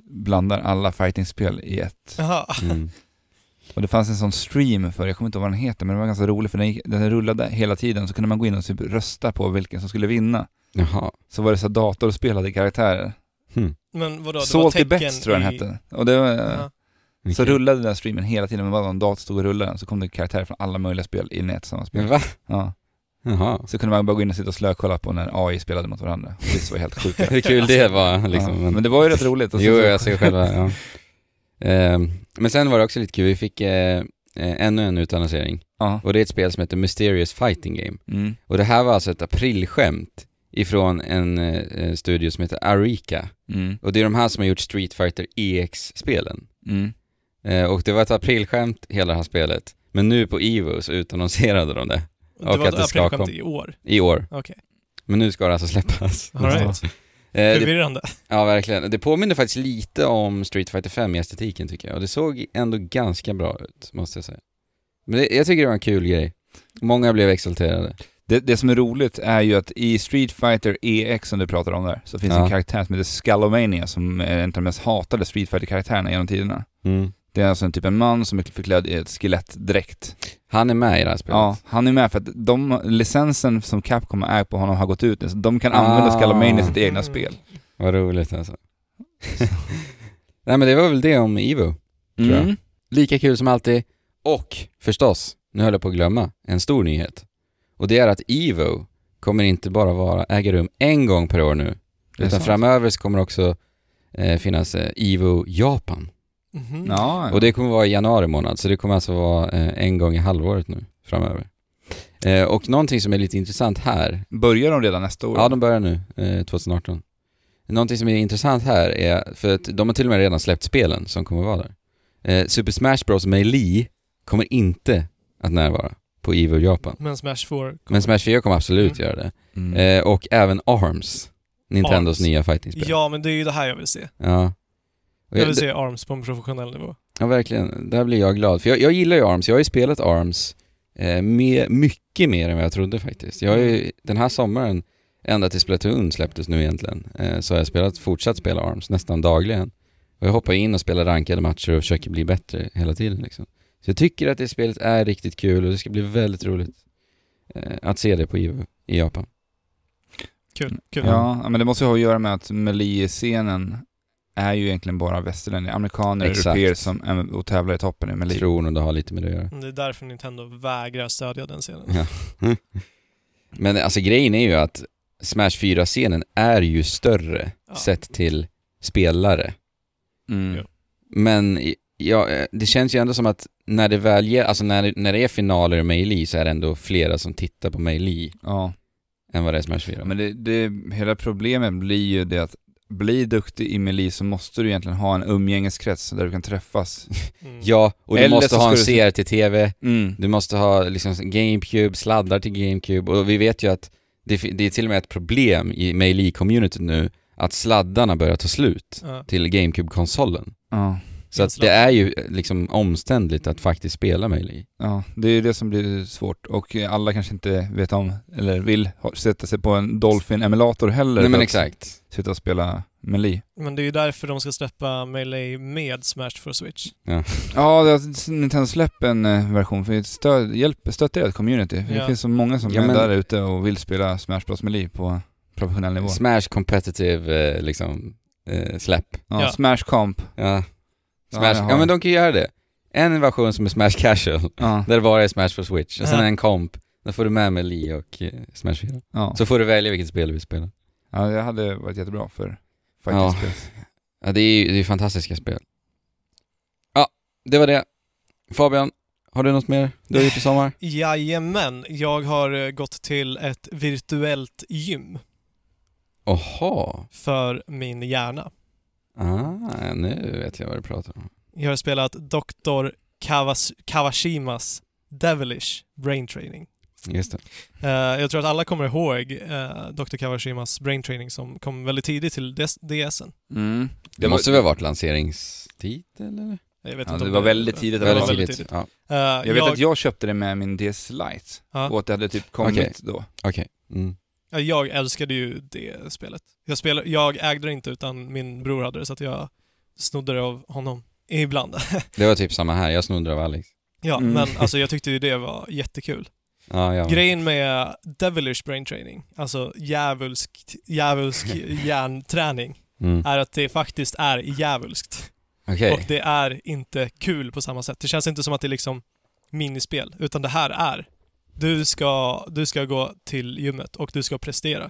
blandar alla fighting-spel i ett.
Jaha.
Mm.
Och det fanns en sån stream för, jag kommer inte ihåg vad den heter, men den var ganska rolig för den, gick, den rullade hela tiden så kunde man gå in och typ rösta på vilken som skulle vinna.
Jaha.
Så var det så här datorspelade karaktärer.
Hm.
Men vadå, det var
Salty
tecken
Bets tror jag den
i-
hette. Och det var,
Ja.
Så
Vilken-
rullade den här streamen hela tiden, men bara en dator stod och rullade den, så kom det karaktärer från alla möjliga spel in i ett samma spel.
Men va?
Ja.
Jaha.
Så kunde man bara gå in och sitta och slökolla på när AI spelade mot varandra. Det var helt
(laughs)
sjukt.
Hur kul det var liksom.
ja.
Men-
Men det var ju rätt roligt. Och så- typ.
Jo, jag ser själva. Ja. Ehm, men sen var det också lite kul, vi fick eh, eh, ännu en utannonsering.
Ja.
Och det är ett spel som heter Mysterious Fighting Game.
Mm.
Och det här var alltså ett aprilskämt ifrån en eh, eh, studio som heter Arika.
Mm.
Och det är de här som har gjort Street Fighter EX-spelen.
Mm.
Eh, och det var ett aprilskämt hela det här spelet. Men nu på Evo så utannonserade de det
Det
Och
var
att det
ett
ska
aprilskämt
komma. Mm.
i år.
i år.
Okej.
Men nu ska det alltså släppas.
All right.
Eh, det,
Förvirrande.
ja, verkligen. Det påminner faktiskt lite om Street Fighter 5 i estetiken tycker jag. Och det såg ändå ganska bra ut, måste jag säga. Men det, jag tycker det var en kul grej. Många blev exalterade.
Det, det som är roligt är ju att i Street Fighter EX som du pratar om där, så finns
Ja.
en karaktär som heter Scalomania som är en av de mest hatade Street Fighter-karaktärerna genom tiderna. Det är alltså en typ en man som är förklädd i ett skelettdräkt.
Han är med i det här spelet.
Ja, han är med för att de, licensen som Capcom har ägt på honom har gått ut nu, så de kan använda
Ah.
Scalomania i sitt egna
Mm.
spel.
Vad roligt alltså. (laughs) Nej men det var väl det om Evo. Tror jag.
Mm.
Lika kul som alltid. Och förstås, nu höll jag på att glömma, en stor nyhet. Och det är att Evo kommer inte bara vara, äga rum en gång per år nu,
Det är
utan
sant.
framöver så kommer det också eh, finnas eh, Evo Japan.
Mhm.
Ja,
Och det kommer vara i januari månad, så det kommer alltså vara eh, en gång i halvåret nu framöver. Eh, och någonting som är lite intressant här,
Börjar de redan nästa år?
ja de börjar nu, eh, 2018. Någonting som är intressant här är, för att de har till och med redan släppt spelen som kommer vara där. Eh, Super Smash Bros Melee kommer inte att närvara på Evo Japan.
Men Smash 4
Men Smash 4 kommer absolut
Mm.
göra det.
Mm.
Eh, och även ARMS, Nintendos
ARMS.
nya fightingspel.
Ja, men det är ju det här jag vill se.
Ja. Och
Jag vill
jag,
se ARMS på en professionell nivå.
ja, verkligen. Där blir jag glad. För jag, jag gillar ju ARMS. Jag har ju spelat ARMS eh, med, mycket mer än vad jag trodde faktiskt. Jag har ju, den här sommaren, ända tills Splatoon släpptes nu egentligen, eh, så har jag spelat, fortsatt spela ARMS nästan dagligen. Och jag hoppar in och spelar rankade matcher och försöker bli bättre hela tiden liksom. Så jag tycker att det spelet är riktigt kul och det ska bli väldigt roligt eh, att se det på Evo i Japan. Mm.
Kul. Kul.
Ja, ja, men det måste ju ha att göra med att Melee-scenen är ju egentligen bara västerlänningar, amerikaner och
Exakt.
europeer som är och tävlar i toppen i
Jag
Melee.
tror nog det har lite med det att göra.
Mm, Det är därför Nintendo vägrar stödja den scenen.
Ja. Men alltså grejen är ju att Smash 4-scenen är ju större
Ja.
sett till spelare.
Mm.
Ja.
Men i- ja, eh, det känns ju ändå som att när det väl ger, alltså när, det- när det är finaler i Melee så är det ändå flera som tittar på Melee
Ja.
än vad det är Smash 4.
Men det, det, hela problemet blir ju det att bli duktig i Melee så måste du egentligen ha en umgängeskrets där du kan träffas.
Mm.
Ja, och du
Eller
måste
så
ha en
ska du-
CR till TV,
Mm.
du måste ha liksom GameCube, sladdar till GameCube och vi vet ju att det, fi- det är till och med ett problem i Melee-communityt nu att sladdarna börjar ta slut
Ja.
till GameCube-konsolen.
Ja.
Så att det är ju eh, liksom omständligt att faktiskt spela Melee.
Ja, det är ju det som blir svårt och alla kanske inte vet om eller vill ha, sätta sig på en Dolphin-emulator heller.
Nej men
för att
exakt.
Sitta och spela Melee.
Men det är ju därför de ska släppa Melee med Smash för Switch.
Ja, det har- Nintendo släpp en eh, version för att stöd, hjälp, stötta ert community. För Det
Ja.
finns så många som
Ja,
är
men-
där ute och vill spela Smash Bros Melee på professionell nivå.
Smash competitive eh, liksom eh, släpp.
Ja,
Ja.
Smash Comp.
Ja.
Ja,
Smash,
jag
ja,
har-
men de kan ju göra det. En version som är Smash casual, (laughs)
Ja,
där det bara är Smash för Switch. Och sen
Ja.
en komp, där får du med Melee och eh, Smash 4.
ja.
Så får du välja vilket spel du vill spela.
ja, det hade varit jättebra för
Ja.
faktiskt. spels.
Ja, det är ju det är fantastiska spel. Ja, det var det. Fabian, har du något mer du har gjort
(laughs)
i sommar?
Jajamän, jag har eh, gått till ett virtuellt gym
Oha.
för min hjärna.
Ah, nu vet jag vad du pratar om.
Jag har spelat Dr. Kawas- Kawashimas Devilish Brain Training.
Just det.
Eh, jag tror att alla kommer ihåg eh, Dr. Kawashimas Brain Training som kom väldigt tidigt till DS- DSen.
Mm.
Det måste väl ha varit lanseringstid eller?
Jag vet
Ja,
inte
det
om
var väldigt tidigt.
det
Det
var
var
väldigt tidigt.
Ja,
Eh,
Jag vet att jag köpte det med min DS Lite
Ja.
och att det hade typ kommit
Okej.
då.
okej. Mm.
Ja, eh, jag älskade ju det spelet. Jag, spel, jag ägde det inte utan min bror hade det så att jag snodde det av honom ibland.
Det var typ samma här, jag snodde av Alex.
ja,
Mm.
men alltså jag tyckte ju det var jättekul.
Ja, ja.
Grejen med Devilish Brain Training, alltså djävulsk, djävulsk hjärnträning,
Mm.
är att det faktiskt är djävulskt.
Okej.
Och det är inte kul på samma sätt. Det känns inte som att det är liksom minispel, utan det här är du ska, du ska gå till gymmet och du ska prestera.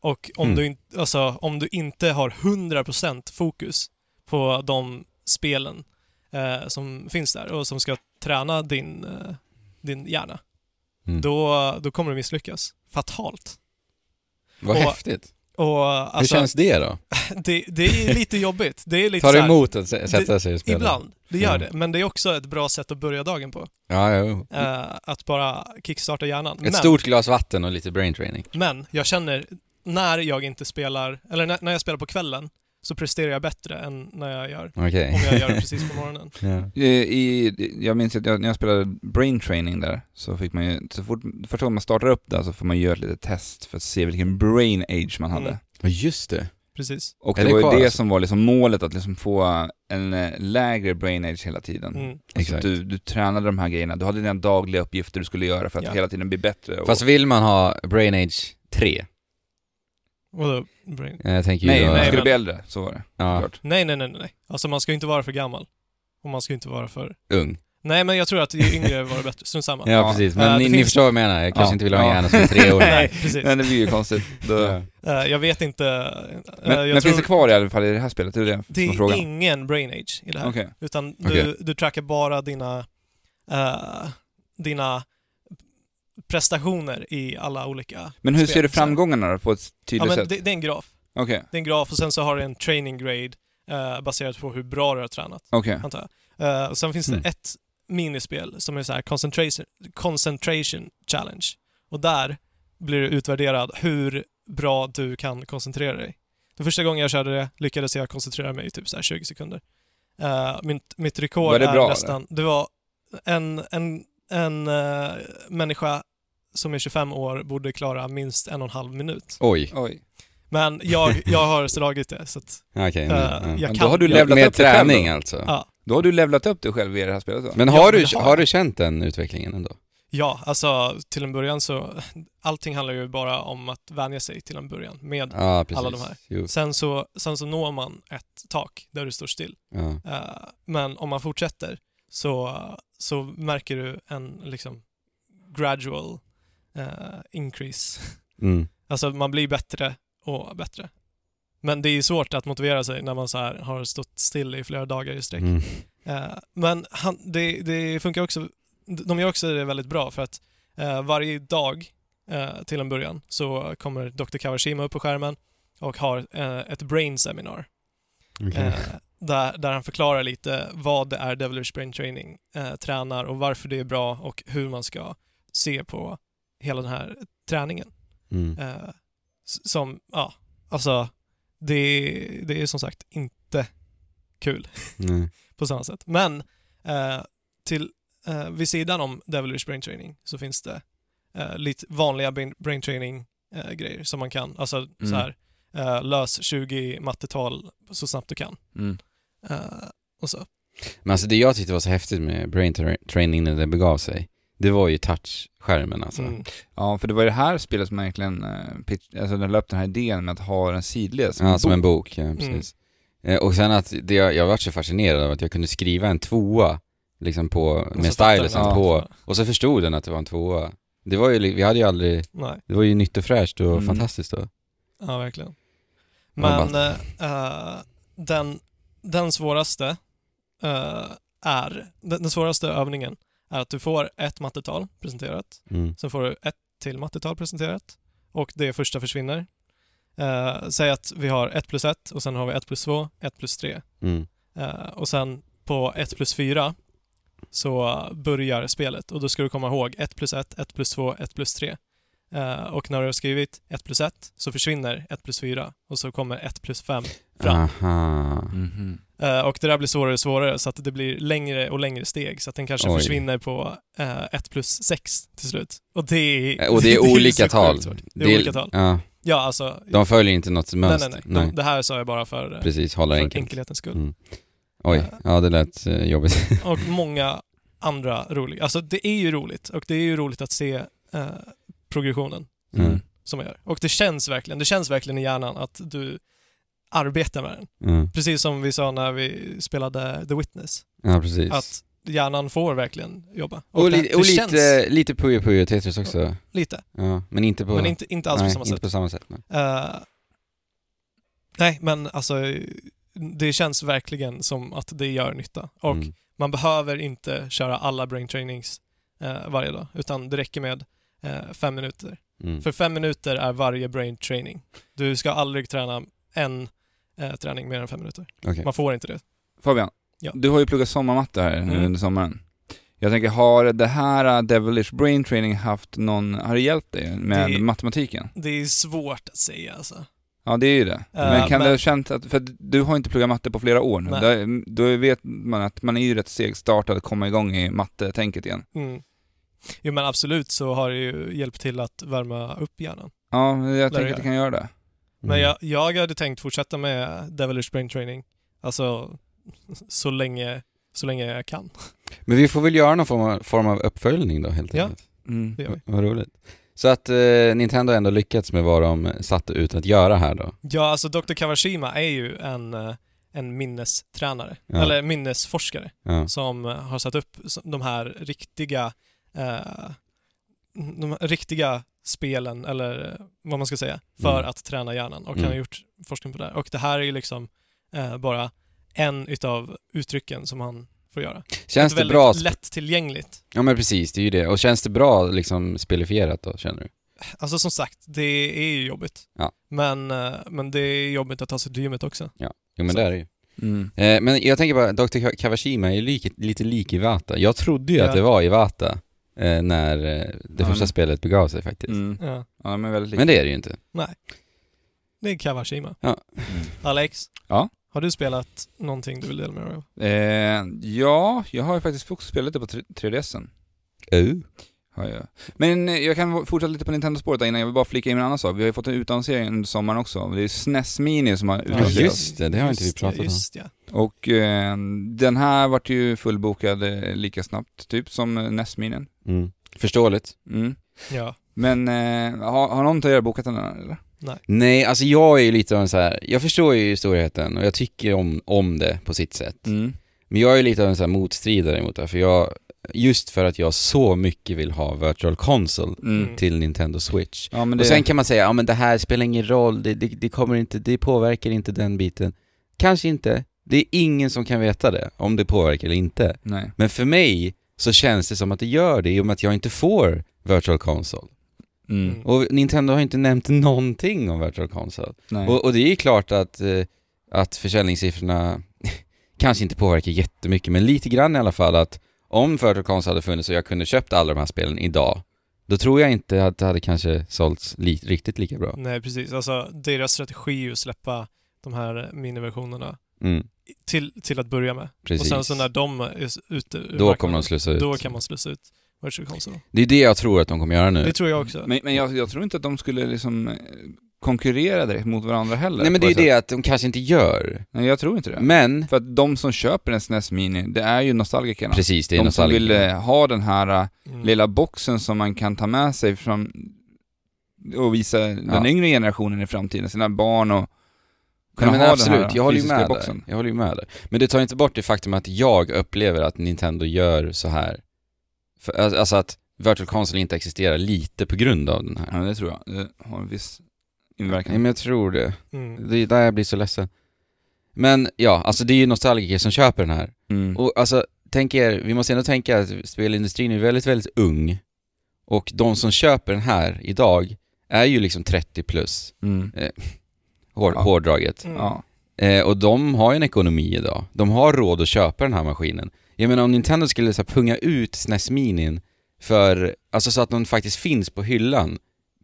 Och om,
Mm.
du, in, alltså, om du inte har 100% fokus på de spelen eh, som finns där och som ska träna din, eh, din hjärna,
Mm.
då, då kommer du misslyckas. Fatalt.
Vad
och-
häftigt.
Och
Hur
alltså,
känns det då?
(laughs) det, det är lite jobbigt. Det är lite
Tar
så
det
här,
emot Mm. att sä- sätta sig och spela?
Ibland, det gör
Ja.
det. Men det är också ett bra sätt att börja dagen på.
Ja, jo.
Mm.
Eh, att bara kickstarta hjärnan.
Ett
Men,
stort glas vatten och lite brain training.
men jag känner, när jag inte spelar, eller när, när jag spelar på kvällen, så presterar jag bättre än när jag gör,
Okej.
om jag gör det precis på
(laughs)
morgonen.
(laughs) ja.
I, i, jag minns att jag, när jag spelade brain training där så fick man ju, så fort, första gången man startar upp där så får man göra ett litet test för att se vilken brain age man hade.
Mm.
Ja, just det.
Precis.
Och
Är
det
det
var ju
kvar
det
alltså?
som var liksom målet, att liksom få en eh, lägre brain age hela tiden.
Mm.
Alltså
Exakt.
du, du tränade de här grejerna, du hade dina dagliga uppgifter du skulle göra för att
Ja.
hela tiden bli bättre. Och,
Fast vill man ha brain age 3?
Vadå, brain?
Eh, Jag tänker ju
nej,
då,
du skulle
men-
bli äldre, så var det.
ja,
Klart.
Nej, nej, nej, nej. Alltså man ska ju inte vara för gammal. Och man ska ju inte vara för...
ung.
Nej, men jag tror att ju yngre var det bättre. Strunt samma.
Ja,
Ja.
precis.
Eh,
Men
det
ni, ni
finns-
förstår vad jag menar. Jag kanske
Ja.
inte vill ha en
Ja.
hjärna som är tre år.
(laughs) Nej, precis.
Men det blir ju konstigt. Då,
Ja.
Eh, jag vet inte. eh,
Men,
jag
men
tror
finns det kvar i alla fall i det här spelet? Det är det,
det
som var frågan.
är ingen brain age i det här.
Okej.
Utan du,
Okej.
du trackar bara dina, eh, dina prestationer i alla olika...
Men hur ser
Spel,
du
så.
framgångarna då, på ett
Ja,
tydligt
men
sätt?
det, det, är en graf.
Okej,
det är en graf och sen så har du en training grade eh, baserat på hur bra du har tränat,
okej.
antar jag. Eh, och sen finns
Mm.
det ett minispel som är så här concentration, concentration challenge. Och där blir du utvärderad hur bra du kan koncentrera dig. Den första gången jag körde det lyckades jag koncentrera mig i typ så här 20 sekunder. Eh, mitt, mitt rekord
Var det bra,
är nästan... Det var en, en, en eh, människa som är 25 år borde klara minst en och en halv minut.
Oj.
Oj.
Men jag, jag har slagit det, så att,
Okej.
eh,
nu, ja.
jag
Men
kan...
då har du
jag-
levlat
Med
upp dig själv
träning
då?
alltså.
Ja.
Då har du levlat upp dig själv i det här spelet då?
Men
Ja,
har,
men det
du,
har
har
jag.
du känt den utvecklingen ändå?
Ja, alltså till en början så... (laughs) Allting handlar ju bara om att vänja sig till en början. Med.
Ja, precis.
Alla de här.
Jo.
Sen, så, sen så når man ett tak där du står still.
Ja.
Eh, men om man fortsätter så, så märker du en liksom gradual eh, increase. (laughs)
Mm.
Alltså man blir bättre och bättre. Men det är ju svårt att motivera sig när man så här har stått still i flera dagar i sträck.
Mm.
Eh, men han, det, det funkar också, de gör också det väldigt bra för att eh, varje dag eh, till en början så kommer Dr. Kawashima upp på skärmen och har eh, ett brain seminar.
Okej.
Eh, där, där han förklarar lite vad det är Devilish Brain Training eh, tränar och varför det är bra och hur man ska se på hela den här träningen.
Mm.
Eh, s- som, ja, alltså det, det är som sagt inte kul
Nej.
på samma sätt. Men eh, till, eh, vid sidan om Devilish Brain Training så finns det eh, lite vanliga brain, brain training eh, grejer som man kan, alltså
Mm.
så här, eh, lös 20 mattetal så snabbt du kan.
Mm.
Eh, och så.
Men alltså det jag tyckte var så häftigt med brain tra- training när det begav sig, det var ju touchskärmen alltså.
Mm.
Ja, för det var ju det här spelet som verkligen eh, pitch, alltså den la upp den här idén med att ha den sidled som,
Ja, som en
bok.
bok,
Mm.
ja, precis. Eh, Och sen att det, jag, jag var så fascinerad av att jag kunde skriva en tvåa liksom på,
Och så
med
fattar
stylesen
den.
liksom på,
Ja.
och så förstod den att det var en tvåa. Det var ju, li- vi hade ju aldrig,
Nej,
det var ju nytt och fräscht och
Mm.
fantastiskt då.
ja verkligen.
Man
Men eh, eh, den, den svåraste eh, är, den, den svåraste övningen är att du får ett mattetal presenterat
Mm.
Sen får du ett till mattetal presenterat och det första försvinner. Eh, säg att vi har 1 plus 1 och sen har vi 1 plus 2, 1 plus 3.
Mm.
Eh, och sen på 1 plus 4 så börjar spelet och då ska du komma ihåg 1 plus 1, 1 plus 2, 1 plus 3. Eh, och när du har skrivit 1 plus 1 så försvinner 1 plus 4 och så kommer 1 plus 5. Fram.
Aha.
Eh, och det där blir svårare och svårare så att det blir längre och längre steg så att den kanske
Oj.
försvinner på eh, 1 plus 6 till slut. Och (laughs) det är...
Eh, Och det
så
är olika
sjukt
tal.
svårt. Det är olika tal.
Ja,
Ja, alltså.
de följer inte något
nej,
mönster.
nej, nej. De, det här sa jag bara för, eh,
Precis, håller
för
enkelt.
enkelhetens
(laughs)
skull.
Mm. Oj, ja det lät eh, jobbigt.
Och många andra roliga. Alltså det är ju roligt och det är ju roligt att se eh, progressionen
Mm.
som jag gör. Och det känns verkligen, det känns verkligen i hjärnan att du arbetar med den.
Mm.
Precis som vi sa när vi spelade The Witness.
Ja, precis.
Att hjärnan får verkligen jobba.
och
det,
li-
det
och
känns
lite, lite Puyo Puyo Tetris också.
lite,
Ja, men inte på...
men inte, inte alls
nej,
på samma
inte
sätt.
på samma sätt. Nej.
Eh, nej, men alltså det känns verkligen som att det gör nytta. Och
Mm.
Man behöver inte köra alla brain trainings eh, varje dag, utan det räcker med eh, fem minuter.
Mm.
För fem minuter är varje brain training. Du ska aldrig träna en eh, träning mer än fem minuter.
Okej.
Man får inte det.
Fabian,
Ja.
du har ju pluggat sommarmatte här nu
Mm.
under sommaren. Jag tänker, har det här eh, Devilish Brain Training haft någon, har det hjälpt dig med
Det-
matematiken?
Det är svårt att säga alltså. Eh,
Ja, det är ju det. men kan
men-
du ha känt att, för att du har inte pluggat matte på flera år nu.
Nej.
Där, då vet man att man är ju rätt segstartad att komma igång i mattetänket igen.
Mm. Jo men absolut så har det ju hjälpt till att värma upp hjärnan.
Ja, jag tänker
göra.
att du kan göra det.
Men
Mm.
jag, jag hade tänkt fortsätta med Devilish brain training, alltså så länge, så länge jag kan.
Mm. Men vi får väl göra någon form av, form av uppföljning då helt
Ja.
enkelt.
Mm.
Det gör
(laughs)
vi.
Vad roligt. Så att eh, Nintendo ändå lyckats med vad de satte ut att göra här då.
Ja, alltså Dr. Kawashima är ju en, eh, en minnestränare,
Ja.
eller minnesforskare,
Ja.
som eh, har satt upp s- de här riktiga eh, de här riktiga spelen, eller eh, vad man ska säga, för
Mm.
att träna hjärnan. Och
Mm.
han har gjort forskning på det här. Och det här är ju liksom eh, bara en utav uttrycken som han får göra.
Känns
Ett
det
väldigt
bra?
lättillgängligt.
Ja men precis, det är ju det. Och känns det bra liksom spelifierat då, känner du?
Alltså som sagt, det är ju jobbigt.
Ja.
Men, eh, men det är jobbigt att ta sig till gymmet också.
Jo men
Så.
det är det ju.
Mm.
Eh, men jag tänker bara, Dr. Ka- Kawashima är ju lik, lite lik Iwata. Jag trodde ju
Ja.
att det var Iwata eh, när eh, det
Ja,
första
men-
spelet begav sig faktiskt.
Mm.
Ja.
Ja, men väldigt likt.
Men det är det ju inte.
Det är Kawashima.
Mm.
Alex?
Ja?
Har du spelat någonting du vill dela med dig av?
Eh, ja, jag har ju faktiskt också spelat det på 3- 3DSen.
Oh.
Har jag. Men eh, jag kan fortsätta lite på Nintendo-spåret där innan, jag vill bara flika in en annan sak. Vi har ju fått en utannonsering under sommaren också. Det är SNES Mini som har
Ja,
Ja,
utannonserats.
just det, det har
Just
inte vi pratat om.
Just ja.
Och eh, den här vart ju fullbokad eh, lika snabbt, typ som eh, NES Minin.
Mm. Förståeligt.
Mm.
ja.
Men eh, har, har någon av er bokat den här eller?
Nej, alltså jag är ju lite av en så här. jag förstår ju storheten och jag tycker om, om det på sitt sätt.
Mm.
Men jag är ju lite av en så här motstridare emot det, här, för jag, just för att jag så mycket vill ha virtual console
Mm.
Mm.
till Nintendo Switch.
Ja men det...
Och sen kan man säga, ja men det här spelar ingen roll, det, det, det kommer inte, det påverkar inte den biten. Kanske inte. Det är ingen som kan veta det, om det påverkar eller inte.
Nej.
Men för mig så känns det som att det gör det i och med att jag inte får virtual console.
Mm.
Mm.
Och Nintendo har inte nämnt någonting om virtual console.
Nej.
Och, och det är klart att, eh, att försäljningssiffrorna (laughs) kanske inte påverkar jättemycket, men lite grann i alla fall att om virtual console hade funnits och jag kunde köpt alla de här spelen idag, då tror jag inte att det hade kanske sålts li- riktigt lika bra.
Nej, precis. Alltså, deras strategi är ju att släppa de här miniversionerna
Mm.
till, till att börja med.
Precis.
Och sen så när de är ute ur
Då kommer
marknaden,
de slussa ut.
Då kan man slussa ut virtual console.
Det är det jag tror att de kommer göra nu.
Det tror jag också.
Men, men jag, jag tror inte att de skulle liksom eh, konkurrera direkt mot varandra heller.
Nej men
på
det är ju
sätt.
det att de kanske inte gör.
Nej, jag tror inte det.
Men,
För att de som köper en SNES Mini, det är ju nostalgikerna.
precis, det är
de som
nostalgi.
vill eh, ha den här eh,
Mm.
lilla boxen som man kan ta med sig fram och visa den
Ja.
yngre generationen i framtiden, sina barn och kunna
Nej, men
ha
absolut,
den här
jag håller ju
fysiska
med
boxen.
där. Jag håller ju med där. Men det tar inte bort det faktum att jag upplever att Nintendo gör så här. För, alltså att Virtual Console inte existerar lite på grund av den här.
Ja, det tror jag. Det har en viss
Nej
inverkan.
men jag tror det.
Mm.
Det är där jag blir så ledsen. Men ja, alltså det är ju nostalgiker som köper den här.
Mm.
Och alltså, tänk er, vi måste ändå tänka att spelindustrin är väldigt, väldigt ung. Och de som köper den här idag är ju liksom 30 plus,
Mm.
hår,
Ja.
hårdraget.
Mm.
Ja.
Eh, och de har ju en ekonomi idag. De har råd att köpa den här maskinen. Jag menar om Nintendo skulle så här, punga ut SNES Minin för, alltså så att den faktiskt finns på hyllan,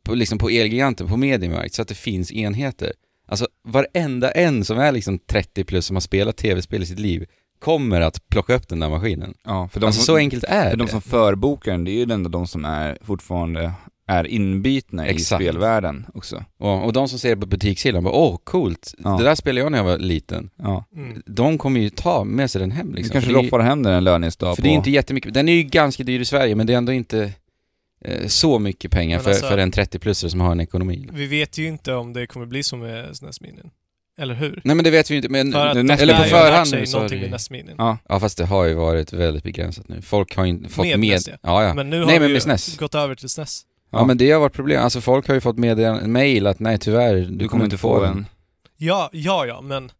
på, liksom på Elgiganten, på Mediamarkt, så att det finns enheter. Alltså varenda en som är liksom 30 plus som har spelat tv-spel i sitt liv kommer att plocka upp den där maskinen.
ja, för de
alltså
som,
så enkelt är
för
det.
de som förbokar den, det är ju den de som är fortfarande är inbitna
Exakt.
i spelvärlden också.
Och, och de som ser det på butikshyllan bara åh coolt,
Ja.
det där spelade jag när jag var liten.
Ja.
Mm.
De kommer ju ta med sig den hem
du
liksom.
kanske
För det är ju-
roffar hem den en löningsdag
För
på...
det är inte jättemycket, den är ju ganska dyr i Sverige men det är ändå inte eh, så mycket pengar
Men
för,
alltså-
för en 30-plussare som har en ekonomi.
Vi vet ju inte om det kommer bli som med SNES Minin. Eller hur?
Nej men det vet vi ju inte, men...
För att
det
de
nästa-
lär
eller på
E ju ha lärt
förhand
sig
så har
någonting
det ju-
med SNES Minin.
Ja.
Ja fast det har ju varit väldigt begränsat nu. Folk har ju inte fått
Med
med...
SNES, ja.
ja, ja.
Men nu har
Nej,
vi
men
ju
med E SNES.
gått över till E SNES.
ja men det har varit problem. Alltså folk har ju fått med mail att nej tyvärr, du,
Du kommer inte få den.
Ja, ja, ja, men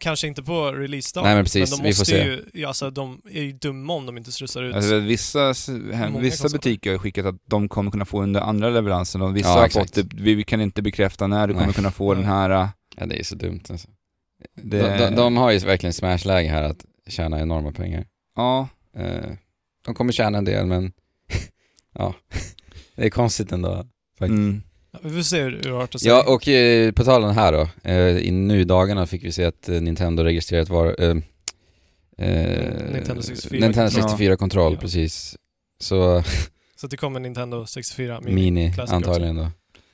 kanske inte på release-dagen.
Nej, men precis.
de
Vi får
måste
se.
ju, ja, alltså de är ju dumma om de inte slussar ut.
Alltså, vissa s- hem,
Många
vissa
konsoler.
butiker har ju skickat att de kommer kunna få under andra leveransen och vissa
Ja,
har
exakt.
fått det, vi vi kan inte bekräfta när du
Nej.
kommer kunna få den här. äh,
Ja det är så dumt alltså.
Det,
De, de, de har ju verkligen smash-läge här att tjäna enorma pengar.
Ja,
Eh, de kommer tjäna en del men... (laughs) ja. det är konstigt ändå. Faktiskt.
mm.
Ja, vi får se hur hur det artar sig.
Ja, och eh, på tal om det här då. Eh, i nu i dagarna fick vi se att eh, Nintendo registrerat var... Eh, eh,
Nintendo 64.
Nintendo 64 kontroll,
Ja.
precis. Så
Så att det kommer Nintendo 64 Mini.
Mini
Classic
antagligen då.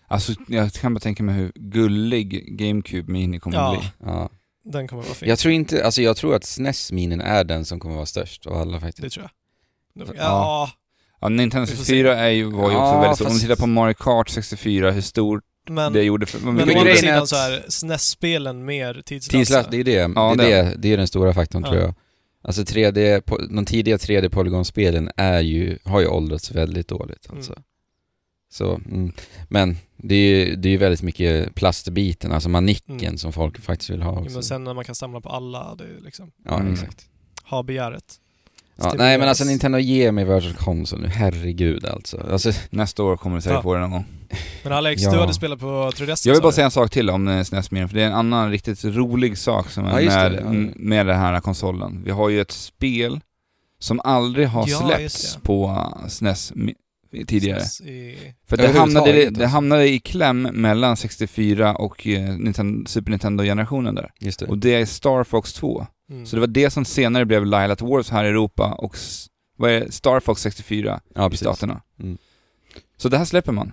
Alltså jag kan bara tänka mig hur gullig GameCube Mini kommer att
Ja,
bli.
Ja.
den kommer vara fin.
Jag tror inte, alltså jag tror att SNES Minin är den som kommer vara störst av alla faktiskt.
Det tror jag. Nog-
Ja.
Ja,
Ja, Nintendo
Vi får se.
64 är ju, var ju också
Ja,
väldigt stor. Om du
fast-
tittar på Mario Kart 64, hur stort
men...
det gjorde för...
Men å
vilken-
grejen
andra
är
sidan
att-
så är SNES-spelen mer tidslösa.
Tidslöst, det är det.
Ja,
det, är det. det är den stora faktorn
alltså. Ja.
tror jag. Alltså 3D, po- de tidiga 3D-polygonspelen är ju, har ju åldrats väldigt dåligt alltså.
Mm.
Så, mm. Men det är ju det är ju väldigt mycket plastbiten, alltså manicken
Mm.
som folk faktiskt vill ha
Jo,
också.
Men sen när man kan samla på alla, det är liksom,
Ja,
Mm.
exakt.
ha begäret.
Ja, nej men alltså Nintendo ger mig Virtual Console nu, herregud alltså. alltså
Nästa år kommer du säkert
Ja.
få det någon gång.
Men Alex,
Ja.
du hade spelat på 3DS alltså,
Jag vill
sa
bara
Alltså-
du?
säga en sak till om eh, SNES Mini, för det är en annan riktigt rolig sak som
Ja,
är
just det.
med,
Ja.
m- med den här konsolen. Vi har ju ett spel som aldrig har
Ja, just
släppts
det.
på eh, SNES mi- tidigare.
Precis I...
För det hamnade,
Överhuvudtaget,
det
alltså.
hamnade i kläm mellan 64 och eh, Nintendo, Super Nintendo-generationen där.
just det.
Och det är Star Fox 2.
Mm.
Så det var det som senare blev Lilac at Wars här i Europa och s- vad är det? Star Fox 64
Ja,
i
precis.
staterna.
Mm.
Så det här släpper man.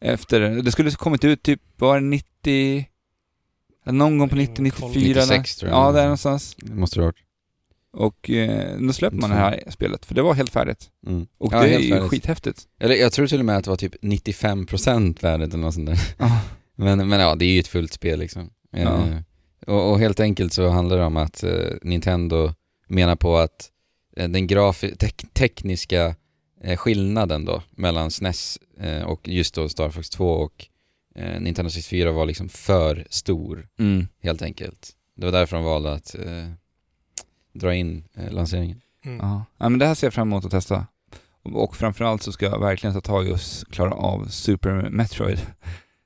Efter, det skulle kommit ut typ, var det 90... Någon gång på
Ingen
90, 94 där.
96 tror jag.
Ja, där någonstans.
Det måste det ha varit.
Och eh, då släppte man det här spelet, för det var helt färdigt.
Mm.
Och
Ja,
det är
helt
ju
färdigt.
skithäftigt.
Eller jag tror till och med att det var typ 95% värdet eller något sånt där.
Ja.
(laughs) Men, men ja, det är ju ett fullt spel liksom. Eh,
Ja.
och, och helt enkelt så handlar det om att eh, Nintendo menar på att eh, den grafi- tek- tekniska eh, skillnaden då mellan SNES eh, och just då Star Fox 2 och eh, Nintendo 64 var liksom för stor helt enkelt. Det var därför de valde att eh, dra in eh, lanseringen.
Mm.
Ja. ja, men det här ser jag fram emot att testa. Och, och framförallt så ska jag verkligen ta tag i och s- klara av Super Metroid. (laughs)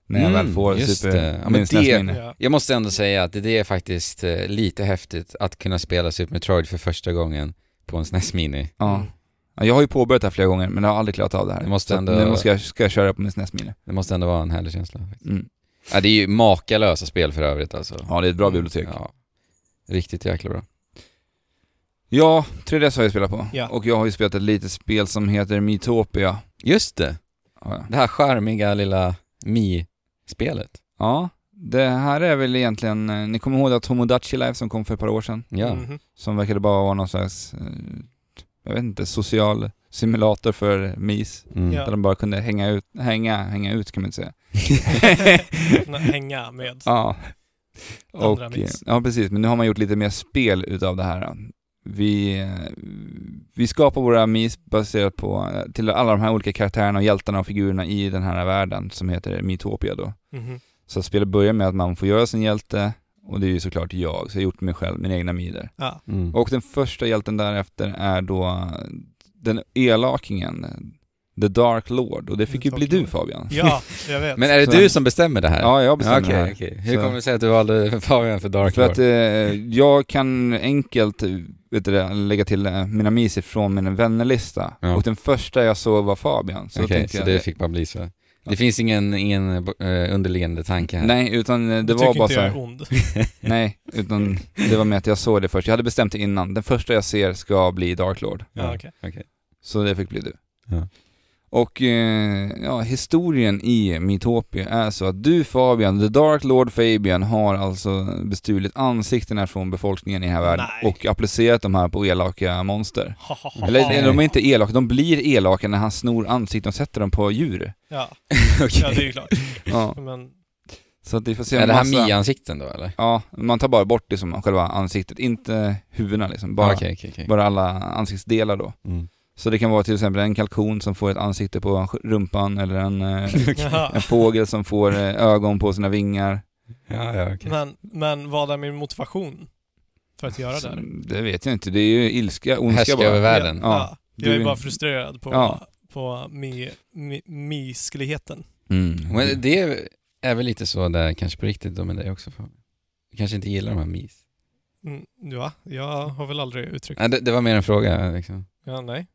När jag
Mm,
väl får
just det.
Super...
Ja,
min
men det-
SNES-minne.
Ja.
Jag måste ändå säga att det är faktiskt eh, lite häftigt att kunna spela Super Metroid för första gången på en SNES Mini.
Ja. Ja, jag har ju påbörjat det här flera gånger, men jag har aldrig klarat av det här.
Det måste
Så att
ändå-
Nu ska jag, ska jag köra på min SNES-minne.
Det måste ändå vara en härlig känsla.
Mm.
Ja, det är ju makalösa spel för övrigt alltså.
Ja, det är ett bra bibliotek.
Ja.
Riktigt jäkla bra.
Ja, 3DS har jag spelat på.
Ja.
Och jag har ju spelat ett litet spel som heter Miitopia.
Just det!
Ja, ja.
Det här charmiga lilla Mi-spelet.
Ja, det här är väl egentligen, eh, ni kommer ihåg att Tomodachi Life som kom för ett par år sedan,
Ja.
Mhm.
som verkade bara vara någon slags, eh, jag vet inte, social simulator för MIS.
Mm.
Ja.
Där de bara kunde hänga ut, hänga, hänga ut kan man inte säga. (laughs)
Kunna Hänga med.
Ja. Och,
Andra mix.
eh, ja, precis. Men nu har man gjort lite mer spel utav det här. då. Vi, eh, vi skapar våra mis baserat på, eh, till alla de här olika karaktärerna och hjältarna och figurerna i den här världen som heter Mitopia då.
Mhm.
Så att spelet börjar med att man får göra sin hjälte och det är ju såklart jag, så jag har gjort mig själv, mina egna mider.
Ja.
Mm.
Och den första hjälten därefter är då eh, den elakingen, The Dark Lord, och det fick
The
ju bli
Mm, Dark
du
Lord.
Fabian.
ja, jag vet.
Men är det
Så-
du som bestämmer det här?
Ja, jag bestämmer det
Okej,
här.
okej. Hur
Så-
kommer det sig att du valde Fabian för Dark
För
Lord?
att eh, jag kan enkelt eh, vet du, det, lägga till eh, mina miser från min vännerlista.
Ja.
Och den första jag såg var Fabian. Så
Okej,
tänkte
så
jag,
det fick bara bli så. Det
Ja.
finns ingen, ingen eh, underliggande tanke här?
Nej, utan eh, det
Du
var
tycker
bara
inte
så
jag
här,
är
(laughs)
ond.
Nej, utan det var med att jag såg det först. Jag hade bestämt det innan. Den första jag ser ska bli Dark Lord.
Ja, okej.
okej.
Så det fick bli du.
Ja.
Och eh, ja, historien i Mitopia är så att du Fabian, The Dark Lord Fabian, har alltså bestulit ansiktena från befolkningen i den här världen
Nej.
och applicerat de här på elaka monster.
Ha, ha, ha,
Eller
ha.
nej, de är inte elaka, de blir elaka när han snor ansikten och sätter dem på djur. (laughs)
Ja.
Okej.
ja, det är ju klart.
Ja,
Men
så att vi får se
Är
en
det här
massa-
Mi-ansikten då eller?
Ja, man tar bara bort liksom själva ansiktet, inte huvudena liksom. Bara,
Ah, Okej, okej, okej.
bara alla ansiktsdelar då.
Mm.
Så det kan vara till exempel en kalkon som får ett ansikte på rumpan eller en, eh,
Jaha.
en fågel som får eh, ögon på sina vingar.
Ja, ja, okej.
Men, men vad är min motivation för att göra det?
Så,
här?
det vet jag inte, det är ju ilska, ondska
Härska över
bara.
världen.
Ja.
Ja.
Jag är
Du-
bara frustrerad på,
Ja.
på mi, mi, miskligheten.
Mm.
Men det är väl lite så där kanske på riktigt då med dig också Fabian? Du kanske inte gillar de här Mis?
Mm, ja, jag har väl aldrig uttryckt...
Nej, det, det var mer en fråga liksom.
Ja, nej.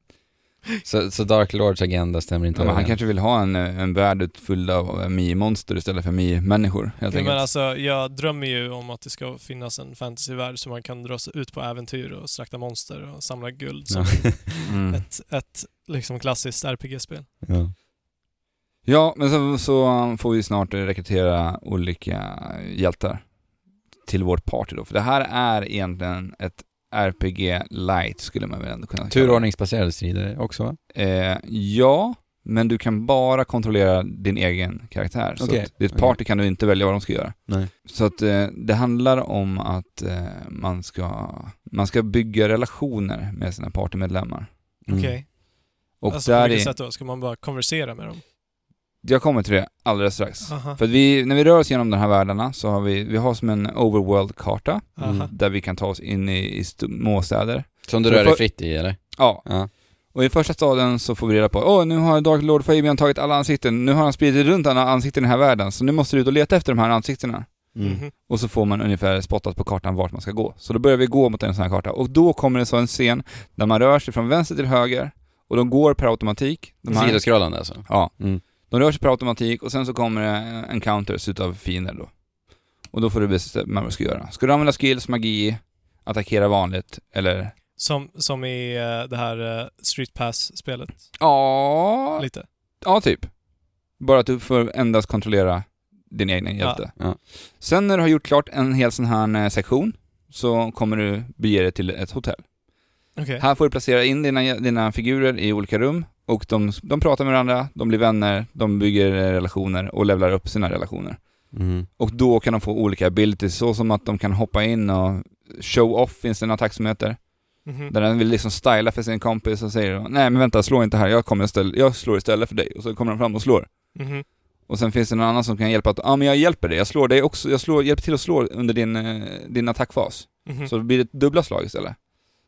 Så, så Dark Lords agenda stämmer inte
Ja, men han
överens?
kanske vill ha en, eh, en värld fylld av eh, mi-monster istället för mi-människor helt
Ja,
enkelt.
men alltså, jag drömmer ju om att det ska finnas en fantasyvärld som man kan dra sig ut på äventyr och slakta monster och samla guld som
Mm.
ett, ett liksom klassiskt RPG-spel.
Ja.
Ja, men så, så får vi snart rekrytera olika hjältar till vårt party då. För det här är egentligen ett RPG light skulle man väl ändå kunna kalla det.
Turordningsbaserade strider också va?
Eh, ja, men du kan bara kontrollera din egen karaktär. Så
Okej.
att ditt party kan du inte välja vad de ska göra.
Nej.
Så att eh, det handlar om att eh, man, ska, man ska bygga relationer med sina partymedlemmar.
Okej.
Mm. Och
alltså, på
där
vilket
är,
sätt då? Ska man bara konversera med dem?
jag kommer till det alldeles strax.
Aha.
För att vi, när vi rör oss genom de här världarna så har vi, vi har som en overworld-karta
Aha.
där vi kan ta oss in i, i st- småstäder.
Som du
Så
rör dig
för-
fritt i eller?
Ja,
Ja.
och i första staden så får vi reda på åh nu har Dark Lord Fabian tagit alla ansikten, nu har han spridit runt alla ansikten i den här världen, så nu måste du ut och leta efter de här ansiktena.
Mhm.
Och så får man ungefär spottat på kartan vart man ska gå. Så då börjar vi gå mot en sån här karta och då kommer det så en scen där man rör sig från vänster till höger och de går per automatik. De, här-
Sidoskrollande alltså?
ja,
Mm.
de rör sig per automatik och sen så kommer det encounters utav fiender då. Och då får du bestämma vad du ska göra. Ska du använda skills, magi, attackera vanligt eller?
Som, som i eh, det här eh, Street Pass-spelet,
Ja,
lite.
Ja, typ. Bara att du får endast kontrollera din egna hjälte.
Ja.
Sen när du har gjort klart en hel sån här eh, sektion så kommer du bege dig till ett hotell.
Okej.
Här får du placera in dina, dina figurer i olika rum och de, de pratar med varandra, de blir vänner, de bygger eh, relationer och levlar upp sina relationer.
Mm.
Och då kan de få olika abilities, så som att de kan hoppa in och show off finns det en attack som heter.
Mhm.
Där den vill liksom styla för sin kompis och säger nej men vänta slå inte här, jag, kommer ställa, jag slår istället för dig. Och så kommer de fram och slår.
Mhm.
Och sen finns det någon annan som kan hjälpa att, ja ah, men jag hjälper dig, jag slår dig också, jag slår, hjälper till att slå under din, eh, din attackfas.
Mhm.
Så det blir det dubbla slag istället.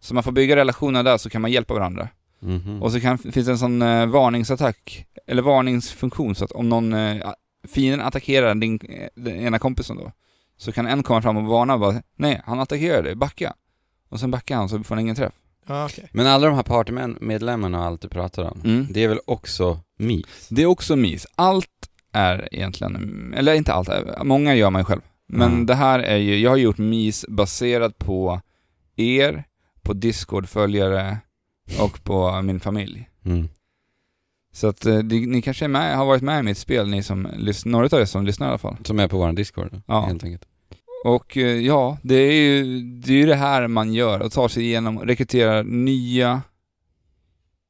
Så man får bygga relationer där så kan man hjälpa varandra.
Mm.
Mhm.
Och så kan, finns det en sån eh, varningsattack, eller varningsfunktion så att om någon eh, a- fienden attackerar din, eh, den ena kompisen då, så kan en komma fram och varna och bara, nej han attackerar dig, backa. Och sen backar han så får han ingen träff.
Ja, okej.
Men alla de här partymedlemmarna och allt du pratar om,
Mm.
det är väl också mis?
Det är också mys. Allt är egentligen, eller inte allt, eh, många gör man ju själv. Men
Mm.
det här är ju, jag har gjort MIS baserat på er, på Discord-följare och på min familj.
Mm.
Så att eh, det, ni kanske är med, har varit med i mitt spel, ni som lyssnar, några av er som lyssnar i alla fall.
Som är på vår Discord då,
Ja.
helt enkelt.
Och eh, ja, det är ju det, är ju det här man gör och tar sig igenom, rekryterar nya,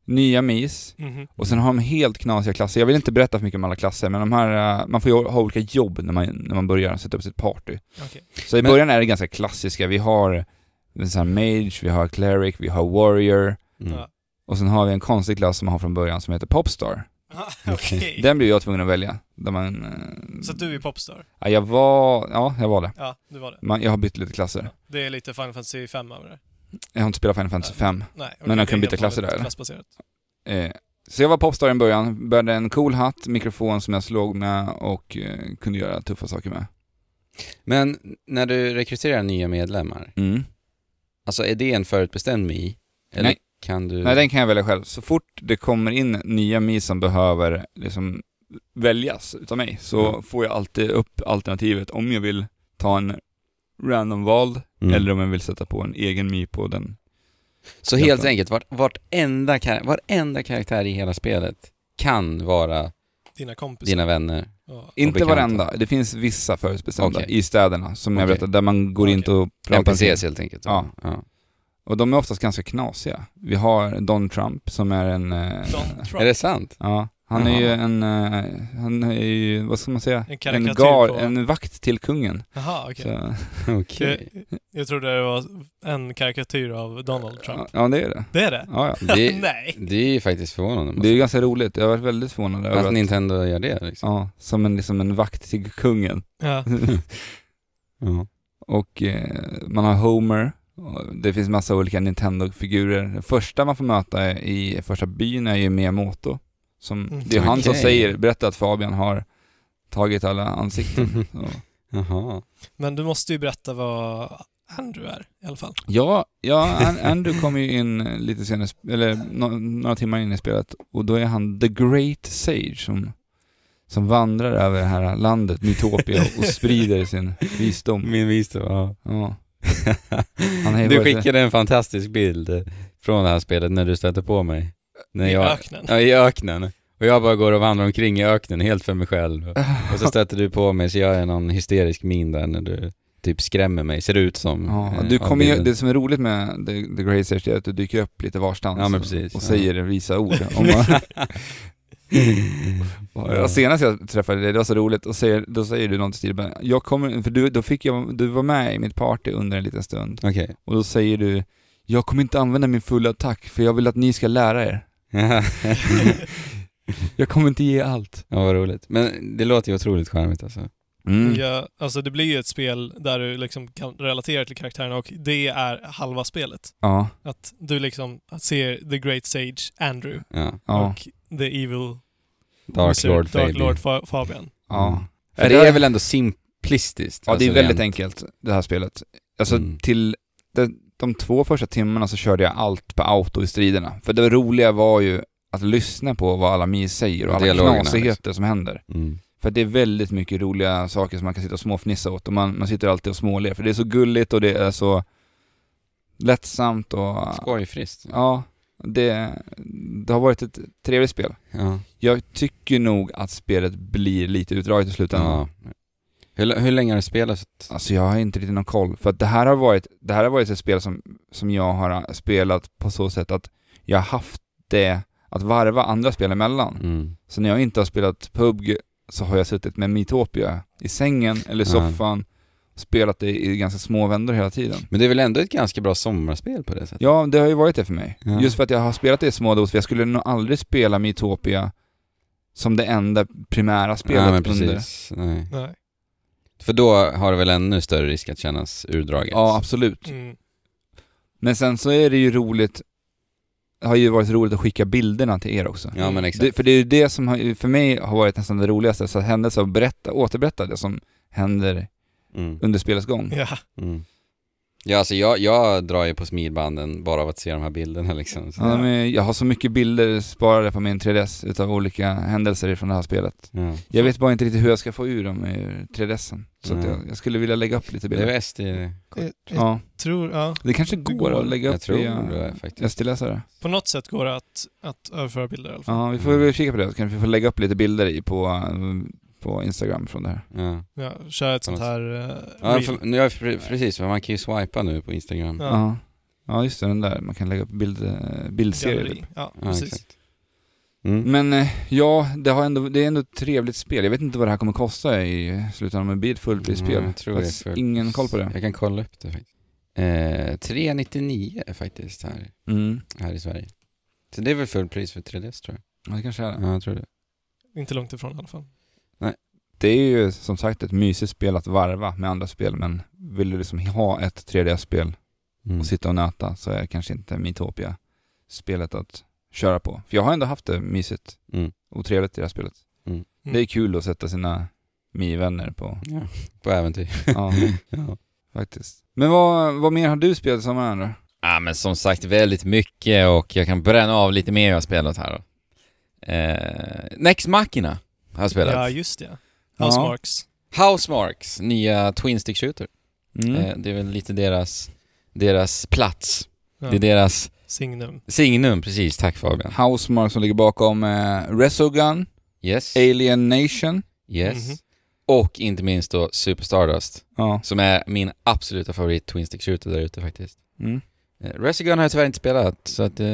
nya MIS.
Mhm.
Och sen har de helt knasiga klasser. Jag vill inte berätta för mycket om alla klasser, men de här, eh, man får ju ha olika jobb när man, när man börjar sätta upp sitt party.
Okej.
Så i
Men-
början är det ganska klassiska. Vi har en sån här mage, vi har cleric, vi har warrior
Mm.
Ja.
och sen har vi en konstig klass som man har från början som heter popstar. (laughs)
Ah, Okej.
Den blev jag tvungen att välja. Där man, eh,
Så att du är popstar?
ja, jag var, ja, jag var det.
Ja, du var det.
Man, jag har bytt lite klasser.
Ja. Det är lite Final Fantasy 5 över det.
Jag har inte spelat Final Fantasy 5.
Nej,
Men de
okej,
kan
det är
byta
helt
klasser
vanligt
där, eller?
Klassbaserat.
Eh, så jag var popstar i början, bärde en cool hatt, mikrofon som jag slog med och eh, kunde göra tuffa saker med.
Men när du rekryterar nya medlemmar,
Mm.
alltså är det en förutbestämd mi? Eller
Nej.
kan du...
Nej, den kan jag välja själv. Så fort det kommer in nya mi som behöver liksom väljas utav mig så
Mm.
får jag alltid upp alternativet om jag vill ta en random vald
Mm.
eller om jag vill sätta på en egen mi på den.
Så helt
Hjälpa.
enkelt, vart, vartenda, kar- vartenda karaktär i hela spelet kan vara
Dina kompisar.
dina vänner.
Ja.
Inte
bekanta.
varenda, det finns vissa förutbestämda
Okej.
i städerna som jag
Okej.
berättade, där man går in
Okej.
och pratar.
NPCs helt enkelt.
Ja. Och de är oftast ganska knasiga. Vi har Don Trump som är en... eh,
Don Trump.
Är det sant?
Ja, han är
Jaha.
ju en, eh, han är ju, vad ska man säga?
En karikatyr på-
en vakt till kungen.
Jaha, okej.
Så,
Okej.
Jag, jag trodde det var en karikatyr av Donald Trump.
Ja, det är det.
Det är det?
Ja, ja.
Det,
(laughs) Nej.
det är ju faktiskt förvånande.
Det är
måste-
ju ganska roligt, jag har varit väldigt förvånad över
Att
att,
Nintendo gör det liksom.
ja, som en, liksom en vakt till kungen.
Ja.
Ja. (laughs)
och eh, man har Homer, och det finns massa olika Nintendo-figurer. Den första man får möta är- i första byn är ju Miyamoto. Som,
Mm.
Det är ju han som
Okej.
säger, berättar att Fabian har tagit alla ansikten.
(laughs)
Så.
Jaha.
Men du måste ju berätta vad Andrew är i alla fall.
Ja, ja An- Andrew kom ju in lite senare, sp- eller nå- några timmar in i spelet och då är han the great sage som, som vandrar över det här landet, Mytopia, och sprider sin visdom.
Min visdom, ja.
Ja. Han är ju
Du
varit-
skickade en fantastisk bild eh, från det här spelet när du stötte på mig. När
I
jag,
öknen.
ja, I öknen. Och jag bara går och vandrar omkring i öknen helt för mig själv.
(laughs)
Och så stöter du på mig så jag är någon hysterisk min där när du typ skrämmer mig, ser ut som.
Mm. Ja,
eh,
du
av
kommer ju,
bilden.
det som är roligt med The, the Great Sage är att du dyker upp lite varstans
Ja, men precis.
och
Ja.
säger visa (laughs) ord. Om man,
Ja.
ja. Senast jag träffade dig, det var så roligt, och säger, då säger du något i stil med, jag kommer, för du, då fick jag, du var med i mitt party under en liten stund.
(laughs) Okej. (laughs)
Och då säger du Jag kommer inte använda min fulla attack för jag vill att ni ska lära er.
ja,
Jag kommer inte ge allt.
vad roligt. Men det låter ju otroligt charmigt alltså.
Mm.
Ja, alltså det blir ju ett spel där du liksom kan relatera till karaktärerna och det är halva spelet.
Ja,
Att du liksom ser The Great Sage Andrew
Ja.
ja,
och The Evil
Dark
Wizard,
Lord
Dark
Fabian.
Lord Fa- Fabian.
ja.
För det är väl ändå simplistiskt?
Ja, det är
alltså,
väldigt
rent.
enkelt det här spelet. Alltså
Mm.
till de, de två första timmarna så körde jag allt på auto i striderna. För det roliga var ju att lyssna på vad alla mis säger och alla
Dialogerna, liksom.
knasigheter som händer.
Mm.
För det är väldigt mycket roliga saker som man kan sitta och småfnissa åt och man, man sitter alltid och småler för det är så gulligt och det är så lättsamt och...
Skojfriskt.
Ja, det, det har varit ett trevligt spel.
Ja.
Jag tycker nog att spelet blir lite utdraget i slutändan.
ja. Hur, hur länge har du spelat?
Alltså jag har inte riktigt någon koll, för att det här har varit, det här har varit ett spel som, som jag har äh, spelat på så sätt att jag har haft det att varva andra spel emellan.
Mm.
Så när jag inte har spelat PUBG så har jag suttit med Mitopia i sängen eller i
Ja.
soffan, spelat det i ganska små vändor hela tiden.
Men det är väl ändå ett ganska bra sommarspel på det sättet?
Ja, det har ju varit det för mig.
Ja.
Just för att jag har spelat det i små doser. Jag skulle nog aldrig spela Mytopia som det enda primära spelet
ja, men
under.
precis. Nej.
Nej.
För då har du väl ännu större risk att kännas urdraget?
Ja, absolut.
Mm.
Men sen så är det ju roligt, det har ju varit roligt att skicka bilderna till er också.
Ja, men exakt.
Det, för det är ju det som har, för mig har varit nästan det roligaste, så att händelser och berätta, återberätta det som händer
Mm.
under spelets gång.
Ja.
Mm. Ja, alltså jag, jag drar ju på smilbanden bara av att se de här bilderna liksom. Så,
Ja, men jag har så mycket bilder sparade på min 3DS utav olika händelser från det här spelet.
ja.
Jag vet bara inte riktigt hur jag ska få ur dem ur 3DSen. Så att
Nej.
jag, jag skulle vilja lägga upp lite
Det
bilder.
var SD,
Jag, jag
Ja,
tror, ja.
det kanske går,
går.
att lägga
jag
upp
tror
via
det faktiskt.
SD-läsare.
På något sätt går det att, att överföra bilder i alla fall.
Ja, vi får
Mm.
väl kika på det. Så kanske vi får lägga upp lite bilder i på, eh, på Instagram från det här.
Ja.
Ja, köra ett
På något
sånt här... eh,
Ja,
reel.
för, nu är pre- precis, för man kan ju swipa nu på Instagram.
Mm.
Ja.
Ja,
Ja, ja just det, den där. Man kan lägga upp bild, eh, bildserier.
galleri.
typ.
Ja, precis.
exakt. Mm.
Men eh, ja, det, har ändå, det är ändå ett trevligt spel. Jag vet inte vad det här kommer kosta i slutändan, men det blir ett fullprisspel.
Ja, Mm, jag tror det är
Faktiskt
full-
Ingen koll på det.
Jag kan kolla upp det faktiskt. Eh, 399 faktiskt här,
Mm.
här i Sverige. Så det är väl fullpris för 3DS tror jag.
Ja, det kanske är det.
Ja, jag tror det.
Inte långt ifrån i alla fall.
Det är ju som sagt ett mysigt spel att varva med andra spel, men vill du liksom ha ett 3D-spel
Mm.
och sitta och nöta så är kanske inte Mitopia spelet att köra på. För jag har ändå haft det mysigt
Mm.
och trevligt i det här spelet.
Mm.
Det är kul att sätta sina Mi-vänner på.
(laughs) Ja, på äventyr. (laughs)
Ja,
ja.
faktiskt. Men vad, vad mer har du spelat i sommaren då?
Ja men som sagt väldigt mycket och jag kan bränna av lite mer jag har spelat här då. Eh, Next Machina har jag spelat.
Ja, just det. Housemarks.
Housemarks, nya Twin Stick Shooter.
Mm.
Eh, det är väl lite deras, deras plats.
Ja.
Det är deras
Signum.
signum, precis. Tack Fabian.
Housemark som ligger bakom eh, Resogun,
Yes,
Alien Nation.
yes.
Mhm.
Och inte minst då Super Stardust,
Ja.
som är min absoluta favorit Twin Stick Shooter där ute faktiskt.
Mm.
Eh, Resogun har jag tyvärr inte spelat, så att, eh,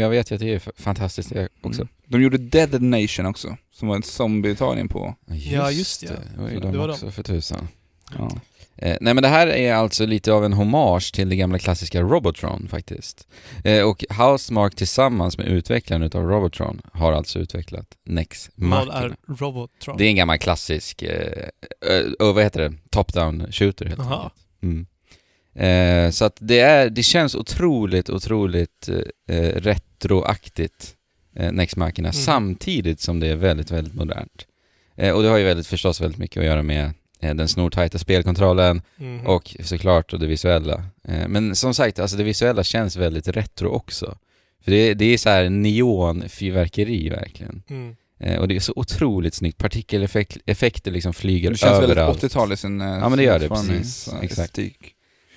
jag vet ju att det är f- fantastiskt det också.
Mm. De gjorde Dead Nation också, som var en zombieuttagning på.
Ja, just det.
Det var ju
Så
de
det var
också för tusan.
Ja.
Eh, nej men det här är alltså lite av en hommage till det gamla klassiska Robotron faktiskt. Eh, och Housemark tillsammans med utvecklaren utav Robotron har alltså utvecklat Nex
Vad
Machina.
är Robotron?
Det är en gammal klassisk, eh, eh, eh, vad heter det, top-down shooter helt
Aha.
enkelt. Mm. Eh, så att det, är, det känns otroligt, otroligt eh, eh, retroaktigt, eh, Nex Machina,
Mm.
samtidigt som det är väldigt, väldigt modernt. Eh, och det har ju väldigt, förstås väldigt mycket att göra med eh, den snortajta spelkontrollen,
Mhm.
Mm.
och såklart och det visuella. Eh, Men som sagt, alltså det visuella känns väldigt retro också. För det, det är så här neonfyrverkeri verkligen.
Mm.
Eh, Och det är så otroligt snyggt. Partikeleffekter liksom flyger
Det känns
överallt.
väldigt 80-tal i sin eh,
Ja, men det gör det,
utformning,
precis.
så här,
Exakt.
estetik.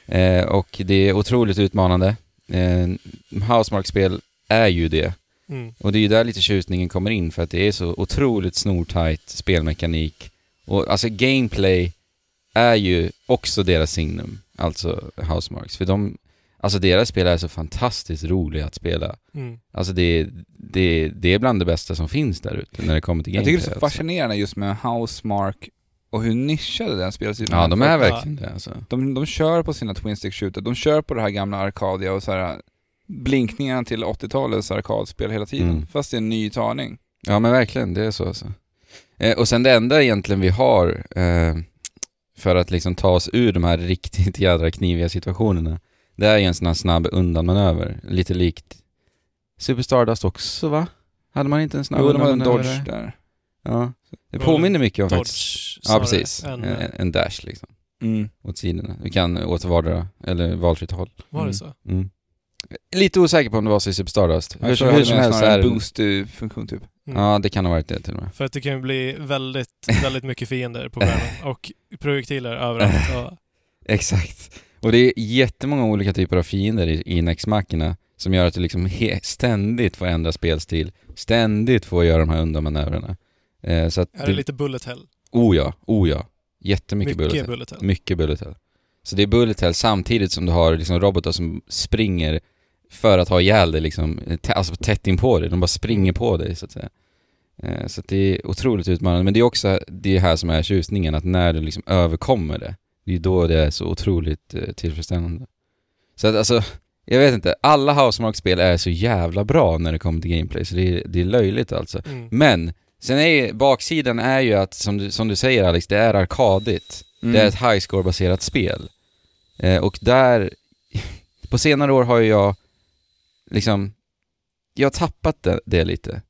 Eh, Och det är otroligt utmanande. Eh, Housemark-spel är ju det.
Mm.
Och det är ju där lite tjusningen kommer in för att det är så otroligt snortajt spelmekanik. Och alltså gameplay är ju också deras signum, alltså Housemarks. För de, alltså deras spel är så fantastiskt roliga att spela.
Mm.
Alltså det, det, det är bland det bästa som finns där ute när det kommer till
Jag
gameplay. alltså.
tycker det är så fascinerande just med Housemark och hur nischade den spelas ut.
alltså. Ja, de är verkligen det alltså.
de, de kör på sina Twin Stick Shooter, de kör på det här gamla Arcadia och så här eh, blinkningarna till 80-talets arkadspel hela tiden.
Mm.
Fast det är en ny tagning.
Ja men verkligen, det är så alltså. Eh, och sen det enda egentligen vi har eh, för att liksom ta oss ur de här (laughs) riktigt jädra kniviga situationerna, det är ju en sån här snabb undanmanöver. Lite likt Super Stardust också va? Hade man inte en snabb
Jo, de har en
undanmanöver?
Dodge
där?
där.
Ja. Det
Var
påminner mycket om faktiskt.
Dodge
Ja
snarare
precis,
än-
en, en,
eh,
dash liksom.
Mm.
Åt sidorna. Vi kan åt vardera, eller valfritt håll.
Var
Mm.
det så?
Mm. Lite osäker på om det var så i Super Stardust. Hur,
Jag
som-
tror
hur
jag
som
hade
helst är
snarare en
det...
boost-funktion typ.
Mm.
Ja, det kan ha varit det till och med.
För att det kan ju bli väldigt,
(laughs)
väldigt mycket fiender på skärmen och projektiler
(laughs)
överallt. Och,
Exakt. Och det är jättemånga olika typer av fiender i, i Nex-mackorna som gör att du liksom he- ständigt får ändra spelstil, ständigt får göra de här undanmanövrerna. Eh, så att...
är det lite bullet hell?
Oh ja, oh ja. Jättemycket bullet hell.
bullet hell.
Mycket bullet hell. Så det är bullet hell samtidigt som du har liksom robotar som springer för att ha ihjäl dig liksom, eh, tä- alltså tätt in på dig. De bara springer på dig så att säga. Eh, Så att det är otroligt utmanande. Men det är också det här som är tjusningen, att när du liksom överkommer det, det är då det är så otroligt eh, tillfredsställande. Så att alltså, jag vet inte. Alla Housemark-spel är så jävla bra när det kommer till gameplay, så det är, det är löjligt alltså.
Mm.
Men, sen är ju, baksidan är ju att, som du, som du säger Alex, det är arkadigt.
Mm.
Det är ett highscore-baserat spel. Eh, och där, (laughs) på senare år har ju jag liksom, jag har tappat det, det lite.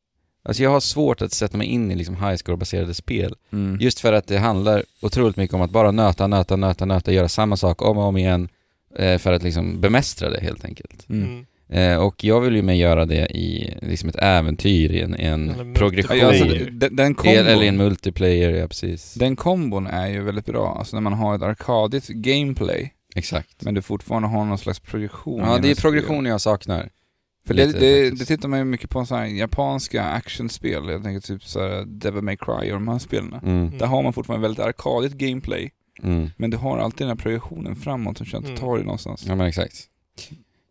Alltså jag har svårt att sätta mig in i liksom highscore-baserade spel.
Mm.
Just för att det handlar otroligt mycket om att bara nöta, nöta, nöta, nöta, göra samma sak om och om igen eh, för att liksom bemästra det helt enkelt.
Mm.
Mm.
Eh, och jag vill ju mer göra det i liksom ett äventyr, i en, i en
Eller
progression.
Ja, alltså,
multiplayer.
den, den
I- Eller i
kombon,
en multiplayer, ja precis.
den kombon är ju väldigt bra, alltså när man har ett arkadigt gameplay,
Exakt.
men du fortfarande har någon slags progression.
Ja, det
genom
är
spelet.
progression jag saknar.
För det,
lite
det,
faktiskt.
det tittar man ju mycket på sådana här japanska actionspel, jag tänker typ såhär Devil May Cry och de här spelen.
Mm.
Där har man fortfarande väldigt arkadigt gameplay,
Mm.
men du har alltid den här progressionen framåt som känns att du
Mm.
tar dig någonstans.
Ja men exakt.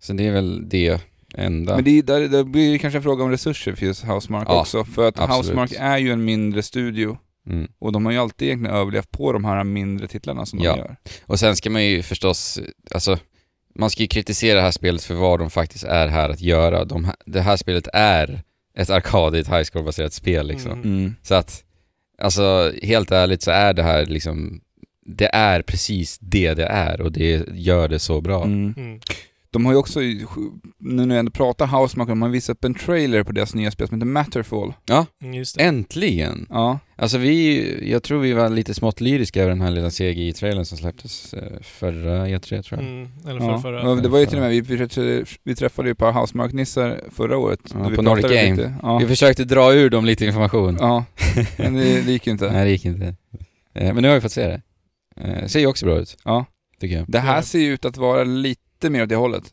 Så det är väl det enda.
Men det, är- där, där blir det kanske en fråga om resurser för just Housemark
Ja,
också, för att
absolut.
Housemark är ju en mindre studio
mm.
och de har ju alltid egentligen överlevt på de här mindre titlarna som
Ja.
de gör.
Och sen ska man ju förstås, alltså man ska ju kritisera det här spelet för vad de faktiskt är här att göra. De, här- det här spelet är ett arkadigt highscore-baserat spel liksom.
Mm.
Mm.
Så att, alltså helt ärligt så är det här liksom, det är precis det det är och det gör det så bra.
Mm.
Mm.
De har ju också, nu när jag ändå pratar Housemark, de har visat upp en trailer på deras nya spel som heter Matterfall.
Mm, Just det.
Äntligen!
Ja.
Alltså vi, jag tror vi var lite smått lyriska över den här lilla CGI-trailern som släpptes eh, förra E3 tror jag.
Mm. Eller
Ja.
för förra.
Ja, det var ju till och med, vi, vi, träffade- vi träffade ju ett par Housemark-nissar förra året.
Ja,
Då vi
på Nordic
pratade
Game.
Lite. Ja.
Vi försökte dra ur dem lite information. (laughs)
ja, men det, det gick ju inte.
Nej, det gick inte. Eh, Men nu har vi fått se det. Eh, Ser ju också bra ut.
Ja.
Tycker jag.
Det här ser ju ut att vara lite mer åt det hållet. Att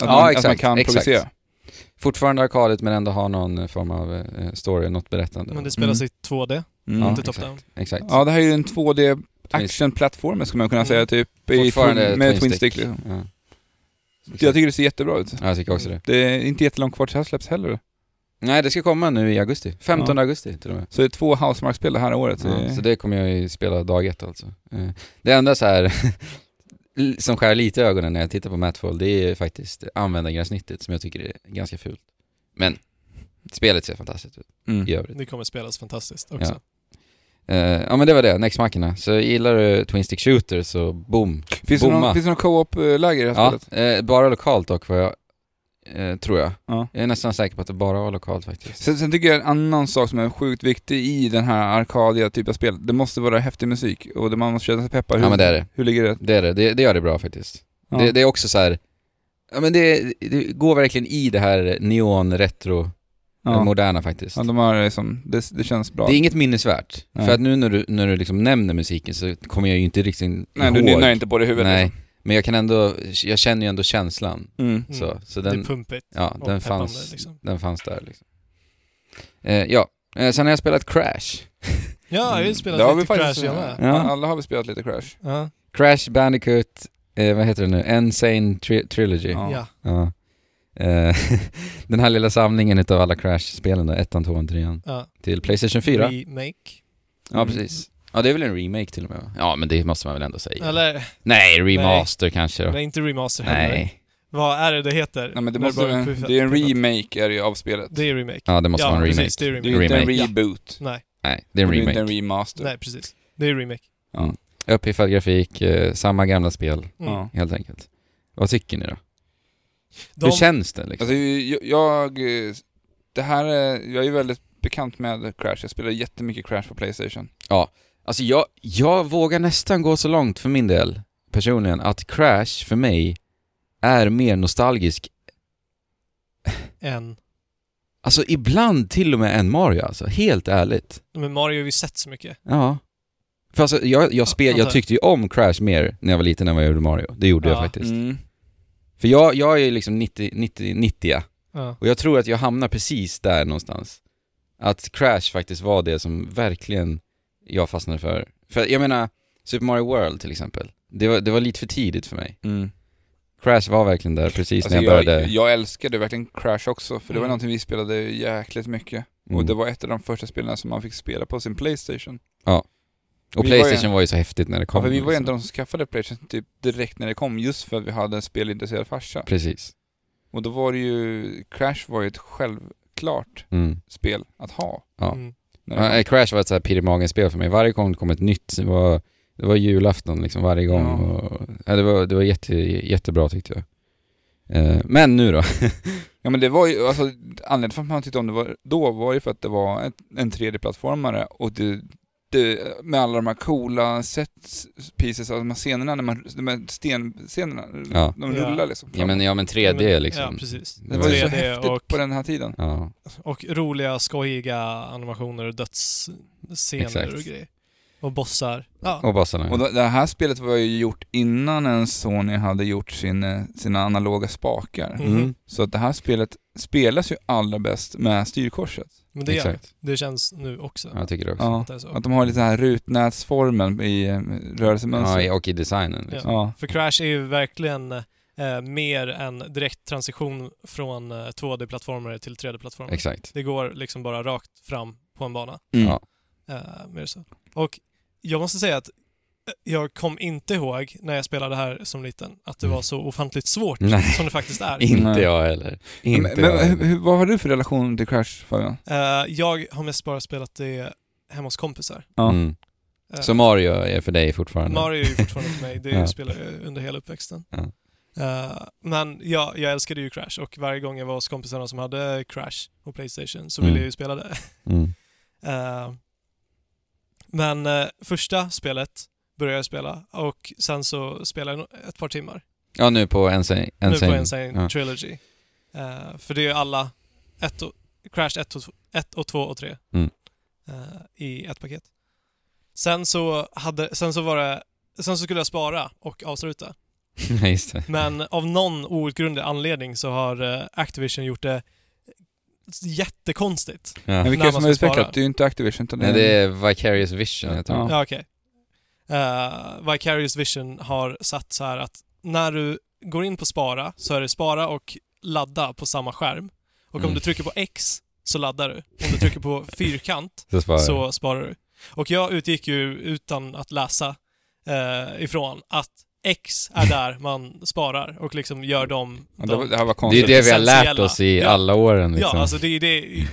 Ja,
man,
exakt,
Att man kan
exakt.
progressera.
Fortfarande arkadigt men ändå har någon eh, form av eh, story, något berättande.
Men det spelas i 2D,
Mm.
Ja,
inte
exakt.
top-down.
Exakt.
Ja, det här är ju en 2D action-plattform skulle man kunna säga
Mm.
typ. I,
Fortfarande
med
twin
twin
stick.
stick. liksom.
Ja.
Jag tycker det ser jättebra ut.
ja, jag tycker också det.
Det är inte jättelångt kvar till det här släpps heller.
Nej, det ska komma nu i augusti. 15
Ja.
augusti till och med.
Så det är två Housemark-spel det här året.
Ja, så det kommer jag ju spela dag ett alltså. Eh, Det enda så här (laughs) som skär lite i ögonen när jag tittar på Matfall, det är faktiskt användargränssnittet som jag tycker är ganska fult. Men spelet ser fantastiskt ut
mm.
i övrigt.
Det kommer spelas fantastiskt också.
Eh, ja men det var det, Next-mackorna. Så gillar du Twin Stick Shooter så boom.
Finns, det
Bomma.
någon, finns det någon co-op-läger i det här
Ja,
spelet?
eh, bara lokalt dock vad jag, eh, tror jag.
Ja.
Jag är nästan säker på att det bara var lokalt faktiskt.
Sen, sen tycker jag en annan sak som är sjukt viktig i den här arkadiga typen av spel, det måste vara häftig musik och det man måste känna sig peppad. Hur,
Ja, men det är det.
Hur ligger det?
Det, är det. det, det gör det bra faktiskt.
Ja.
Det, det är också så här, ja men det, det går verkligen i det här neon-retro, eh,
ja.
moderna faktiskt.
ja, de har liksom, det, det känns bra.
Det är inget minnesvärt.
Nej.
För att nu när du, när du liksom nämner musiken så kommer jag ju inte riktigt ihåg.
Nej, du nynnar inte på det i huvudet.
Nej,
Liksom.
men jag kan ändå, jag känner ju ändå känslan.
Mm.
Mm.
Så, så
Det
den,
är pumpigt.
Ja,
och peppande,
den fanns,
liksom.
den fanns där liksom. Eh, ja, eh, sen har jag spelat Crash.
Ja, vi har ju
Det
spelat
har vi
lite
faktiskt-
Crash jag med.
Ja.
Alla har vi spelat lite Crash.
Ja.
Crash Bandicoot, eh, vad heter det nu? Insane tri- Trilogy.
Ja.
Ja.
Ja. Eh, (laughs) den här lilla samlingen utav alla Crash-spelen då, ettan, tvåan, trean.
ja.
Till Playstation 4.
Remake.
Ja, precis. Ja, det är väl en remake till och med va? Ja, men det måste man väl ändå säga.
Eller,
Nej, remaster kanske då.
nej, inte remaster heller.
Nej.
Vad är det det heter?
Nej, men det,
När
måste,
bara
det,
puffa-
är en
puffa-
remake är det ju av spelet.
Det är remake.
Ja, det måste vara en remake.
Precis, det är
Det
remake.
är ju inte en
Remake.
reboot.
Nej,
Nej, det är en
Det är ju
remake.
inte en remaster.
nej precis. Det är remake.
Upphiffad grafik, eh, samma gamla spel,
Mm.
Ja.
helt enkelt. Vad tycker ni då?
De,
Hur känns det liksom?
Alltså, jag, jag... eh, Det här är... Jag är ju väldigt bekant med Crash. Jag spelar jättemycket Crash på Playstation.
Alltså jag, jag vågar nästan gå så långt för min del, personligen, att Crash för mig är mer nostalgisk,
en.
alltså ibland till och med än Mario alltså, helt ärligt.
Men Mario har vi sett så mycket.
Ja. För alltså jag, jag, spel,
antar
jag
jag.
tyckte ju om Crash mer när jag var liten än vad jag gjorde Mario. Det gjorde jag
Ja.
faktiskt.
Mm.
För jag, jag är ju liksom 90, 90, 90
Ja.
och jag tror att jag hamnar precis där någonstans. Att Crash faktiskt var det som verkligen jag fastnade för. För jag menar, Super Mario World till exempel. Det var, det var lite för tidigt för mig. Crash var verkligen där precis
Alltså,
Mm. när jag
jag,
började.
jag älskade verkligen Crash också, för det var
Mm.
någonting vi spelade jäkligt mycket.
Mm.
Och det var ett av de första spelen som man fick spela på sin Playstation.
Mm. och
vi var ju-
Playstation var ju, så häftigt när det
Ja,
kom.
för vi var ju en av
liksom.
de som skaffade Playstation typ direkt när det kom, just för att vi hade en spelintresserad farsa.
Precis.
Och då var det ju... Crash var ju ett självklart
Mm.
spel att ha.
Ja.
Mm.
När det kom.
Ja, Crash var ett så här pirr i magen-spel för mig. Varje gång det kom ett nytt, det var, det var julafton liksom varje gång.
Ja.
Och, ja, det var, det var jätte, jättebra tyckte jag. Eh, men nu då?
Ja men det var ju, alltså anledningen för att man tyckte om det var, då var ju för att det var ett, en 3D-plattformare och det, jätte... Med alla de här coola set pieces, alltså de här scenerna, när man, de här stenscenerna,
Ja.
de
Ja.
rullar liksom.
Ja men, ja, men
Ja,
3D
men-
liksom.
Ja, precis.
det var ju så
3D
häftigt
och-
på den här tiden.
Ja.
Och roliga, skojiga animationer och dödsscener
Exakt.
och grejer. Och bossar. Ja,
Och bossarna.
Och det det här spelet var ju gjort innan ens Sony hade gjort sin, eh, sina analoga spakar.
Mm.
Mm.
Så att det här spelet spelas ju allra bäst med styrkorset.
men det, gör,
Exakt.
det känns nu också.
Ja, jag tycker det också.
Ja.
Att det är så.
Att de har lite den här rutnätsformen i eh,
Ja,
rörelsemönstret.
i- och i designen. Liksom.
Ja.
För Crash är ju verkligen eh, mer en direkt transition från eh, 2D-plattformar till 3D-plattformar. (laughs)
Exakt.
Det går liksom bara rakt fram på en bana.
Mm.
Ja.
Eh, mer så. Och jag måste säga att eh, jag kom inte ihåg när jag spelade här som liten att det var så ofantligt svårt
Nej.
som det faktiskt
(laughs)
är.
Inte
Nej.
jag heller.
Men,
Inte jag
men,
heller.
hur, vad har du för relation till Crash Fabian?
Eh, jag har mest bara spelat det hemma hos kompisar.
Ja.
Mm.
Eh,
Så Mario är för dig fortfarande?
Mario är ju fortfarande för mig, det
(laughs) Ja.
spelar jag under hela uppväxten.
Ja.
Eh, men ja, jag älskade ju Crash och varje gång jag var hos kompisarna som hade Crash och Playstation så ville
Mm.
jag ju spela det. (laughs)
Mm.
Eh, men eh, första spelet började jag spela och sen så spelade jag ett par timmar.
Ja, nu på Insane.
Nu på
Insane.
Insane
Ja. (laughs)
Trilogy. Eh, för det är ju alla ett och, Crash 1 och 2 ett och, två och 3
Mm.
eh, i ett paket. Sen så, hade, sen så var det Sen så skulle jag spara och avsluta.
Nej, just det.
Men av någon outgrundlig anledning så har eh, Activision gjort det jättekonstigt.
Ja.
Men vilka är det
när man
som har
ska spara.
utvecklat? Det är ju inte Activision utan
Nej, det är Vicarious Vision heter
Ja.
det.
Ja, okej. Eh, Vicarious Vision har satt så här att när du går in på spara så är det spara och ladda på samma skärm. Och om
Mm.
du trycker på X så laddar du. Om du trycker på fyrkant
Så sparar jag.
så sparar du. Och jag utgick ju utan att läsa eh, ifrån att X
(laughs)
är där man sparar och liksom gör dem...
Ja, det, var-
dem.
det här var
Det är
konstigt.
det vi har lärt
Essentiella.
oss i
Ja.
alla åren liksom.
Ja, alltså det är det... Ja,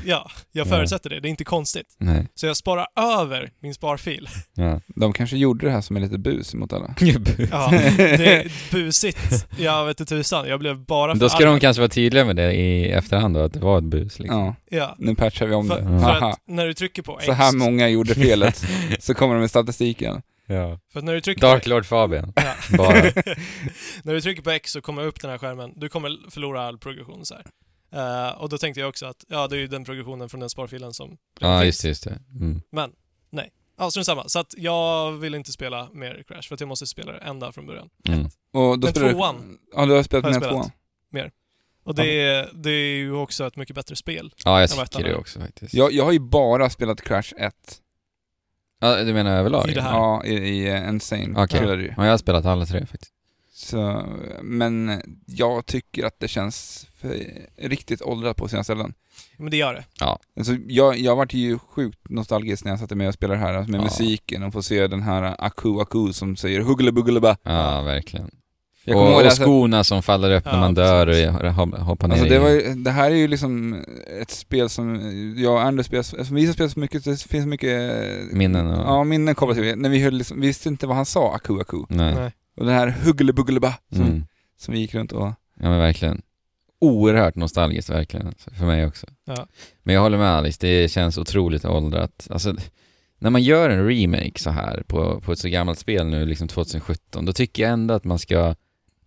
jag
Ja.
förutsätter det. Det är inte konstigt.
Nej.
Så jag sparar över min sparfil. (laughs)
Ja.
De kanske gjorde det här som en liten bus mot alla. (laughs)
Ja, det är busigt. Jag vet inte tusan. Jag blev bara
Men Då ska de
förargad.
kanske vara tydliga med det i efterhand då, att det var ett bus liksom.
Ja,
Ja,
nu patchar vi om
för,
det.
för
Haha.
att när du trycker på X...
Så här många gjorde
(laughs)
felet, så kommer de med statistiken.
Ja.
för att när du trycker
Dark
på,
Lord Fabian.
Ja.
Bara.
(laughs) när du trycker på X så kommer upp den här skärmen. Du kommer förlora all progression så här. Eh, och då tänkte jag också att ja, det är ju den progressionen från den sparfilen som...
Ja, just det, just det. Mm.
Men, nej. Ja, strunt samma. Så att jag vill inte spela mer Crash för att jag måste spela det ända från början.
Mm.
Och då
Men
spelar
tvåan?
Du, ja, du har spelat
Har jag
med
spelat?
tvåan.
Och det är, det är ju också ett mycket bättre spel.
Ja, jag
Jag vet
tycker det
inte.
också faktiskt.
Jag, jag har ju bara spelat Crash 1.
Ja, du menar överlag?
I det här.
Ja, i, i eh, Insane
Okej.
Trilogy.
Ja, jag har spelat alla tre faktiskt.
Så, men jag tycker att det känns för, riktigt åldrat på sina ställen.
Men det gör det.
Alltså, jag, jag vart ju sjukt nostalgisk när jag satte mig och spelade det här alltså med
Ja.
musiken och får se den här Aku Aku som säger hugglebuggleба.
Ja, verkligen.
Jag kommer
och,
ihåg
och
det, alltså,
skorna som faller upp när
Ja,
man dör och hop- hoppar ner
alltså,
i-
det, var ju, det här är ju liksom ett spel som jag och Anders spelar, eftersom vi har spelat så mycket, det finns så mycket eh,
Minnen och-
Ja, minnen kopplat till det. När vi hörde liksom, vi visste inte vad han sa, Aku Aku.
Nej.
Nej.
Och den här hugglebuggleба som,
Mm.
som vi gick runt och...
Ja men verkligen. Oerhört nostalgiskt verkligen, alltså, för mig också.
Ja.
Men jag håller med Alice, det känns otroligt åldrat. Alltså, när man gör en remake så här på, på ett så gammalt spel nu, liksom 2017, då tycker jag ändå att man ska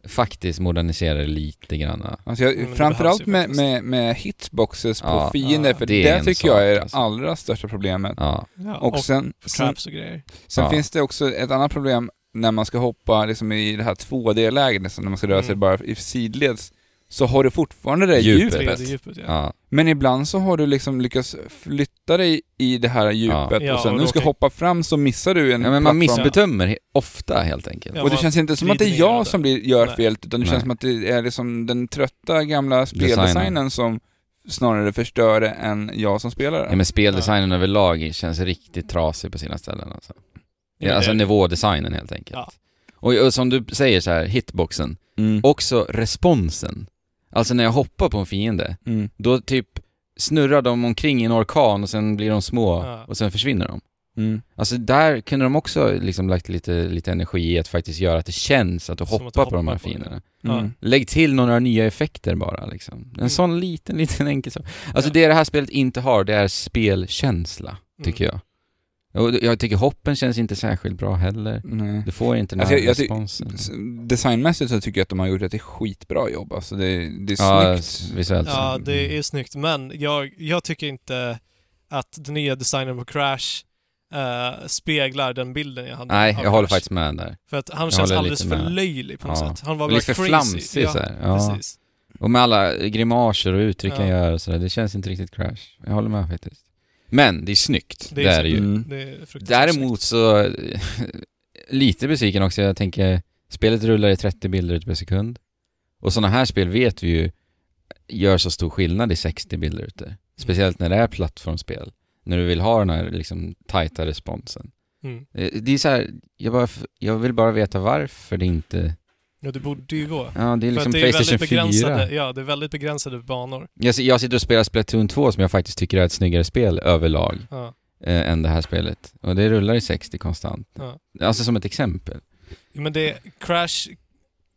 faktiskt modernisera det lite grann.
Alltså jag,
Mm, men det
framförallt
behövs ju
med,
faktiskt.
med, med hitboxes på
Ja,
fiender,
ja,
för
det
det,
är en
tycker
sak,
jag är det
alltså.
allra största problemet.
Ja,
Ja,
Och,
och
sen, sen,
traps och grejer.
sen
Ja.
finns det också ett annat problem när man ska hoppa liksom, i det här 2D-läget, liksom, när man ska röra sig
Mm.
bara i sidleds, så har du fortfarande det
Djupet.
djupet.
Tredje djupet, ja.
ja,
Men ibland så har du liksom lyckats flytta dig i det här djupet
Ja,
och sen
och
när du ska
råkar-
hoppa fram så missar du en
ja men
plattform.
man missbedömer he- ofta helt enkelt.
Ja.
Och det
man
känns inte som att det är
glider ner
jag
där.
som blir, gör
Nej.
fel, utan det
Nej.
känns som att det är liksom den trötta gamla speldesignen som snarare förstör det än jag som spelare.
Ja, men speldesignen överlag känns riktigt trasig på sina ställen alltså. Ja, alltså
det-
nivådesignen helt enkelt.
Ja.
Och, och som du säger så här, hitboxen,
Mm.
också responsen. Alltså när jag hoppar på en fiende,
Mm.
då typ snurrar de omkring i en orkan och sen blir de små
Ja.
och sen försvinner de.
Mm.
Alltså där kunde de också liksom lagt lite, lite energi i att faktiskt göra att det känns att du
Som att
hoppar,
du
på de
hoppar
här
på det.
fienderna.
Mm.
Lägg till några nya effekter bara liksom. En
Mm.
sån liten, (laughs) liten enkel sak. Alltså
Ja. Mm.
det det här spelet inte har, det är spelkänsla, tycker jag. Och jag tycker hoppen känns inte särskilt bra heller.
Nej.
Du får inte den
Alltså,
här
jag- jag ty-
responsen.
S- Designmässigt så tycker jag att de har gjort ett skitbra jobb. Alltså det, det är
Ja,
snyggt.
visuellt.
Ja,
så.
det är snyggt. Men jag, jag tycker inte att den nya designen på Crash eh, speglar den bilden jag hade.
Nej,
av
jag håller
Crash.
faktiskt med där.
För att han
jag
känns
håller
alldeles
lite
för
med.
löjlig på något
Ja.
sätt. Han var bara
Lite för
crazy.
flamsig
ja,
så här. Ja.
precis.
Och med alla grimaser och uttryck han
Ja.
gör och sådär, det känns inte riktigt crash. Jag håller med faktiskt. Men det är snyggt,
Det
det
är
är, det ju.
Mm.
Det är fruktansvärt
Däremot så, (laughs) lite besviken också, jag tänker, spelet rullar i 30 bilder ut per sekund. Och sådana här spel vet vi ju gör så stor skillnad i 60 bilder ute. Speciellt när det är plattformsspel. När du vill ha den här liksom tajta responsen.
snyggt. Mm.
Eh, Det är så här, jag, bara, jag vill bara veta varför det inte...
Ja, det borde ju gå.
Ja, det
För
är liksom
att det är väldigt
Playstation 4.
begränsade, ja, det är väldigt begränsade banor.
Jag, si- jag sitter och spelar Splatoon 2 som jag faktiskt tycker är ett snyggare spel överlag
Ja.
eh, än det här spelet. Och det rullar i 60 konstant.
Ja.
Alltså som ett exempel.
Men det, Crash,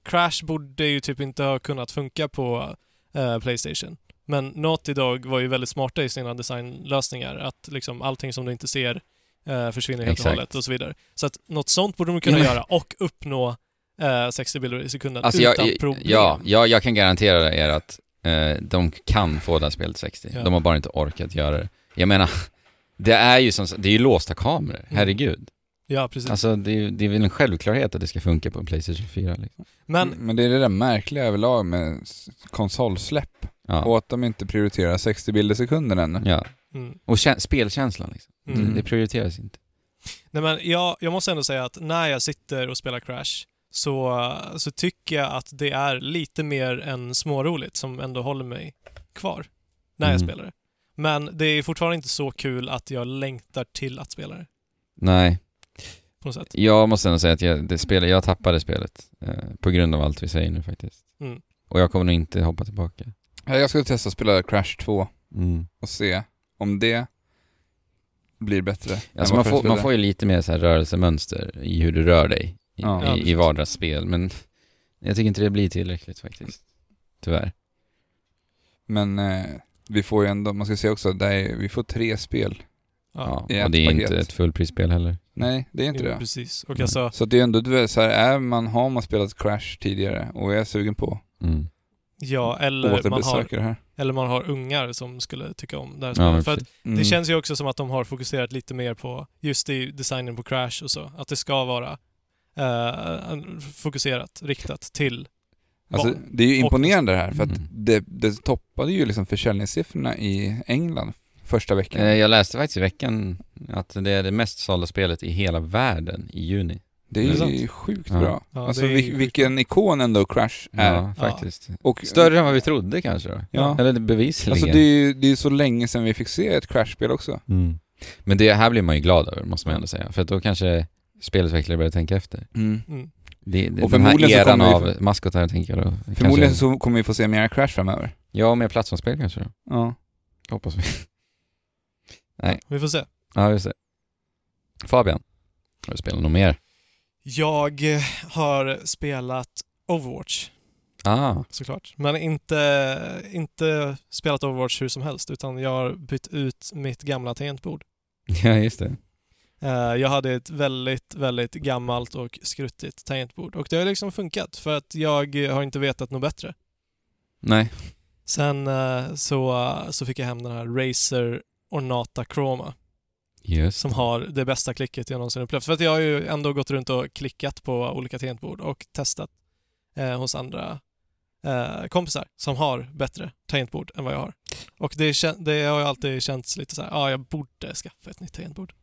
Crash borde ju typ inte ha kunnat funka på eh, Playstation. Men Naughty Dog var ju väldigt smarta i sina designlösningar. Att liksom allting som du inte ser eh, försvinner helt och
Exakt.
hållet och så vidare. Så att något sånt borde de kunna
Ja, men-
göra och uppnå eh, 60 bilder i sekunden
Alltså jag,
utan
jag,
problem.
ja, jag, jag kan garantera er att eh, de kan få det här spelet 60.
Ja.
De har bara inte orkat göra det. Jag menar, (laughs) det är ju som det är ju låsta kameror,
Mm.
herregud.
Ja, precis.
Alltså det är, det är väl en självklarhet att det ska funka på en Playstation 4 liksom.
Men
Men det är det där märkliga överlag med s- konsolsläpp.
Ja.
Och att de inte prioriterar 60 bilder i sekunden ännu.
ja.
mm,
Och kä- spelkänslan liksom.
mm.
Mm.
Det prioriteras inte.
Nej, men jag, jag måste ändå säga att när jag sitter och spelar Crash så, så tycker jag att det är lite mer än småroligt som ändå håller mig kvar när jag
Mm.
spelar det. Men det är fortfarande inte så kul att jag längtar till att spela det
Nej.
på något sätt.
Jag måste ändå säga att jag, det spel, jag tappade spelet eh, på grund av allt vi säger nu faktiskt.
Mm.
Och jag kommer nog inte hoppa tillbaka.
Ja, Jag ska testa att spela Crash 2
Mm.
och se om det blir bättre.
Alltså
än
man,
vad
får,
första
man
spelet.
får ju lite mer så här rörelsemönster i hur du rör dig i,
Ja.
Ja,
i, i
precis.
vardagsspel, men (laughs) jag tycker inte det blir tillräckligt faktiskt. Tyvärr.
Men eh, vi får ju ändå, man ska se också, det är, vi får tre spel.
Ja,
Ja.
I ett
Och det är inte
paket.
ett fullprisspel heller.
Nej, det är inte
jo,
det.
precis. Och
Mm.
alltså,
Så att det är ändå, du vet, så här, är man, har man spelat Crash tidigare och är sugen på
Mm.
ja, eller man, har,
återbesöker det här.
eller man har ungar som skulle tycka om det här
Ja,
spelet.
men
För att
precis.
Mm.
Det känns ju också som att de har fokuserat lite mer på just i designen på Crash och så. Att det ska vara eh, fokuserat, riktat till
alltså,
barn.
det är ju imponerande det här för att
Mm.
det, det toppade ju liksom försäljningssiffrorna i England första veckan.
Eh, Jag läste faktiskt i veckan att det är det mest sålda spelet i hela världen i juni.
det
är det
är ju
sant?
sjukt
Ja.
bra.
Ja,
alltså
det är
vil-
sjukt
vilken ikon ändå Crash är.
Ja, faktiskt.
Och,
Större än vad vi trodde kanske då.
Ja.
Eller bevisligen.
Alltså det är ju det är ju så länge sedan vi fick se ett Crash-spel också.
Mm. Men det här blir man ju glad över, måste man ändå säga. För att då kanske spelutvecklare börjar tänka efter.
Mm.
Det, det,
Och
den här
förmodligen så
eran
kommer
av
vi-
maskotar tänker jag då.
Förmodligen
kanske,
så kommer vi få se mer Crash framöver.
Ja, mer plattformsspel kanske då.
Ja.
Hoppas vi.
Vi får se.
(laughs) Ja, just det. Fabian, har du spelat något mer?
Jag eh, har spelat Overwatch
Ah, (laughs)
såklart. Men inte, inte spelat Overwatch hur som helst utan jag har bytt ut mitt gamla tangentbord.
ja just det.
Eh, Jag hade ett väldigt, väldigt gammalt och skruttigt tangentbord och det har liksom funkat för att jag eh, har inte vetat något bättre.
Nej.
Sen eh, så, eh, så fick jag hem den här Razer Ornata Chroma
Just
som har det bästa klicket jag någonsin upplevt. För att jag har ju ändå gått runt och klickat på olika tangentbord och testat eh, hos andra eh, kompisar som har bättre tangentbord än vad jag har. Och det, kän- det har ju alltid känts lite så här, ja ah, jag borde skaffa ett nytt tangentbord.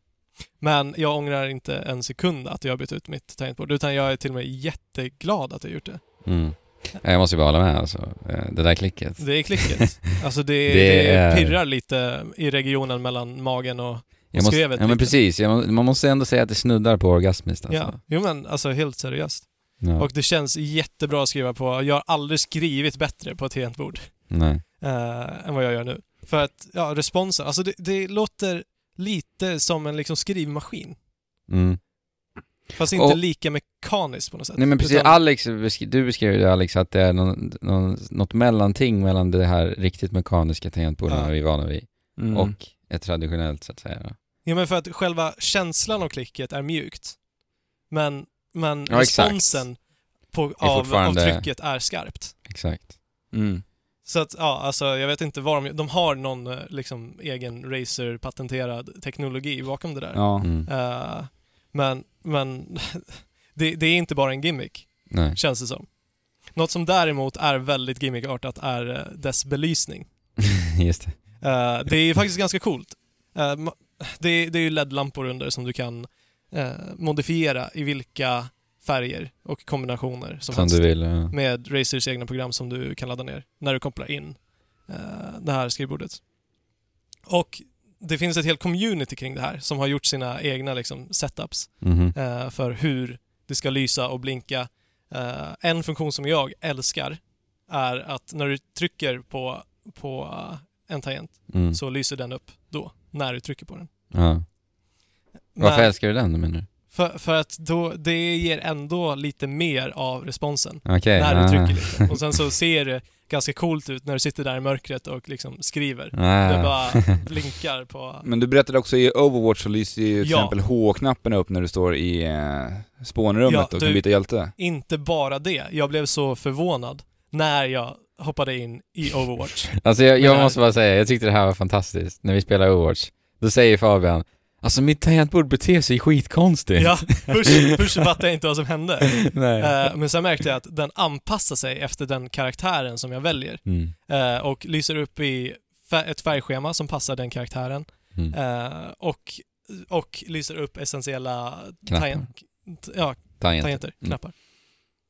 Men jag ångrar inte en sekund att jag har bytt ut mitt tangentbord utan jag är till och med jätteglad att jag gjort det.
Mm. Ja, Jag måste ju bara hålla med alltså. Eh, Det där klicket.
Det är
(laughs)
klicket. Alltså det, det,
Det är-
pirrar lite i regionen mellan magen och...
Jag måste,
skrevet
ja men
lite.
precis, Jag må- man måste ändå säga att det snuddar på orgasmiskt
Ja.
alltså.
Jo men alltså helt seriöst.
Ja.
Och det känns jättebra att skriva på. Jag har aldrig skrivit bättre på ett tangentbord
Nej.
eh, än vad jag gör nu. För att, ja, responsen. Alltså det, det låter lite som en liksom skrivmaskin.
Mm.
Fast inte
Och-
lika mekaniskt på något sätt.
Nej men precis,
Utan-
Alex, besk- du beskrev ju det, Alex att det är någon, någon, något mellanting mellan det här riktigt mekaniska tangentbordet
Ja.
vi är vana vid
Mm.
och ett traditionellt så att säga. då.
Ja, men för att själva känslan av klicket är mjukt. Men, men
Ja, exakt.
responsen på,
Är
av, av
fortfarande-
trycket är skarpt.
Exakt.
Mm.
Så att, ja, alltså jag vet inte vad de... De har någon eh, liksom egen Razer-patenterad teknologi bakom det där.
Ja.
Mm.
Eh, men, men (laughs) det, det är inte bara en gimmick,
Nej. (laughs)
känns det som. Något som däremot är väldigt gimmickartat är eh, dess belysning.
Just det.
Eh, det är ju faktiskt ganska coolt. Eh, ma- det, är- det är ju LED-lampor under som du kan eh, modifiera i vilka färger och kombinationer som,
Som
helst
du vill. Ja.
med Razers egna program som du kan ladda ner när du kopplar in eh, det här skrivbordet. Och det finns ett helt community kring det här som har gjort sina egna liksom, setups
Mhm.
eh, för hur det ska lysa och blinka. Eh, en funktion som jag älskar är att när du trycker på, på eh, en tangent
Mm.
så lyser den upp då, när du trycker på den.
Ja. Varför
Men
älskar du den då, menar du?
för, för att då, det ger ändå lite mer av responsen
Okej.
när du
ah.
trycker
(laughs)
lite. Och sen så ser det ganska coolt ut när du sitter där i mörkret och liksom skriver.
Ah.
Det
(laughs)
bara blinkar på...
Men du berättade också i Overwatch så lyser ju till
Ja.
exempel H-knappen upp när du står i eh, spånrummet
Ja,
och
du-
kan byta hjälte.
Inte bara det, jag blev så förvånad när jag hoppade in i Overwatch.
Alltså jag,
Men-
jag måste bara säga, jag tyckte det här var fantastiskt när vi spelade Overwatch. Då säger Fabian, alltså mitt tangentbord beter sig skitkonstigt.
Ja, (laughs) först, först fattade jag inte vad som hände.
(laughs) Nej.
Eh, men sen märkte jag att den anpassar sig efter den karaktären som jag väljer
Mm.
eh, och lyser upp i fär- ett färgschema som passar den karaktären
Mm.
eh, och, och lyser upp essentiella
Knappar.
tagen- ja,
Tangent.
tangenter, knappar.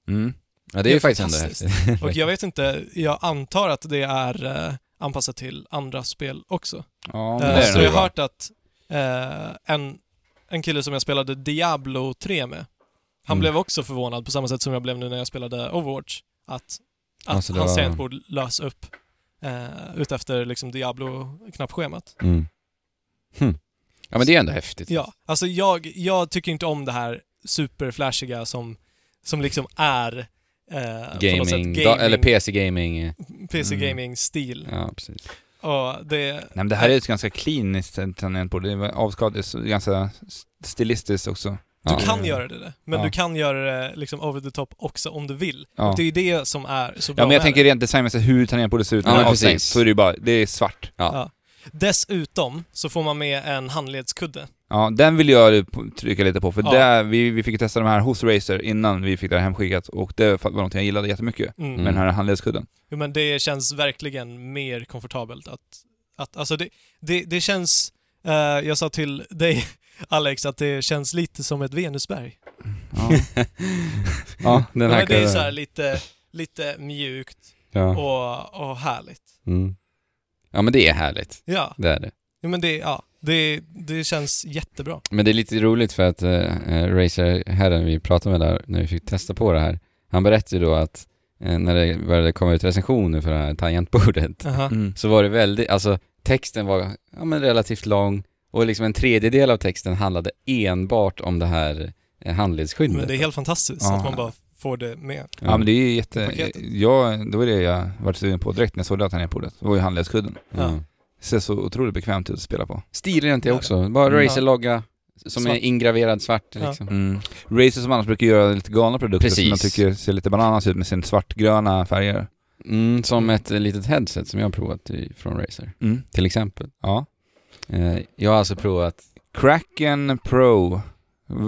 Mm.
Ja,
Det
det
är
är ju faktiskt ändå
fantastiskt.
häftigt.
Och jag
(laughs)
vet inte, jag antar att det är eh, anpassat till andra spel också.
Ja, men
Eh,
det är
så jag
det ju,
har
va?
hört att eh, en, en kille som jag spelade Diablo 3 med, han
Mm.
blev också förvånad på samma sätt som jag blev nu när jag spelade Overwatch, att, att
Alltså, det
hans
var-
tangentbord lös upp eh, utefter liksom Diablo-knappschemat.
Mm. Hm. Ja men det är ändå häftigt.
Ja, alltså jag, jag tycker inte om det här superflashiga som, som liksom är eh, på något sätt
Gaming, da- eller PC-gaming. eh,
Mm.
PC-gaming-stil.
Ja, precis.
Och det...
Nej men det här är ju ett ganska kliniskt tangentbord. Det är avskadat, ganska stilistiskt också.
Du
Ja.
kan göra det, men
Ja.
du kan göra det liksom over the top också om du vill.
Ja.
Och det är ju det som är så bra
Ja men jag
med
tänker
det.
rent designmässigt hur tangentbordet ser ut
Ja,
när det är
men
avstängt.
precis.
Så är det ju bara, det är svart.
Dessutom så får man med en handledskudde.
Ja, den vill jag på- trycka lite på för
Ja.
där, vi, vi fick ju testa de här hos Razer innan vi fick det här hemskickat och det var någonting jag gillade jättemycket.
Mm.
Med den här handledskudden.
Jo, men det känns verkligen mer komfortabelt att... att alltså det, det, det känns... eh, jag sa till dig (laughs) Alex att det känns lite som ett Venusberg. (laughs)
Mm.
Ja. ja.
Den
Ja,
här
men det är
kan-
så här lite, lite mjukt
ja.
och, och härligt.
Mm. ja men det är härligt.
Ja,
Det är det.
jo, men det, ja det, det känns jättebra.
Men det är lite roligt för att eh, eh, Razer-herren vi pratade med där, när vi fick testa på det här, han berättade ju då att eh, när det började komma ut recensioner för det här tangentbordet,
Aha.
Mm.
så var det väldigt, alltså texten var ja, men relativt lång och liksom en tredjedel av texten handlade enbart om det här eh, handledsskyddet.
Men det är helt fantastiskt
Ja.
att man bara får det med.
Ja men det är ju jätte...
Paketet.
Jag, det var det jag var sugen på direkt när jag såg det här tangentbordet. Det var ju handledskudden.
Ja.
Det ser så otroligt bekvämt ut att spela på.
Stilrent är
Ja.
också, bara
Mm.
Razer-logga som
Svart.
är ingraverad svart
Ja.
liksom.
Mm. Razer som annars brukar göra lite galna produkter som
Precis.
jag tycker ser lite bananas ut med sin svartgröna färger.
Mm, som ett eh, litet headset som jag har provat i, från Razer,
Mm.
till exempel.
Ja.
Eh, jag har alltså provat
Kraken Pro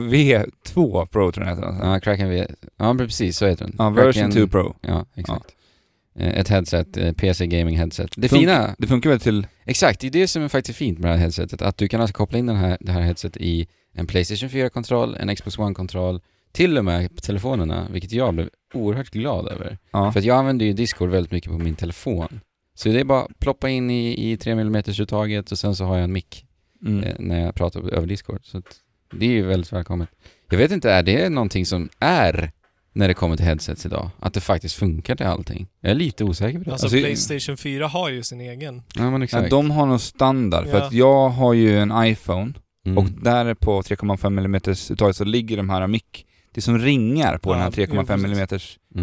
V2 Pro tror jag den heter.
Ja, Kraken V... Ja, precis, så heter den.
Ja, version
Mm. Kraken-
2 Pro.
Ja, exakt. Eh, Ett headset, eh, PC Gaming Headset. Det
Funkar-
fina,
Det funkar väl till...
exakt, det är det som är faktiskt fint med det här headsetet, att du kan alltså koppla in den här, det här headsetet i en Playstation 4-kontroll, en Xbox One-kontroll, till och med på telefonerna, vilket jag blev oerhört glad över.
Ja.
För att jag använder ju Discord väldigt mycket på min telefon. Så det är bara att ploppa in i, i 3 mm uttaget och sen så har jag en mick
Mm.
eh, när jag pratar över Discord. Så att det är ju väldigt välkommet. Jag vet inte, är det någonting som är när det kommer till headsets idag? Att det faktiskt funkar till allting? Jag är lite osäker på det.
Alltså,
Alltså,
Playstation 4 har ju sin egen.
ja, men
Ja,
exakt.
de har nog standard, för
Ja.
att jag har ju en iPhone
mm.
och där på 3,5 mm uttaget så ligger de här mick, det som ringar på
Ja,
den här
jo, precis.
3,5 mm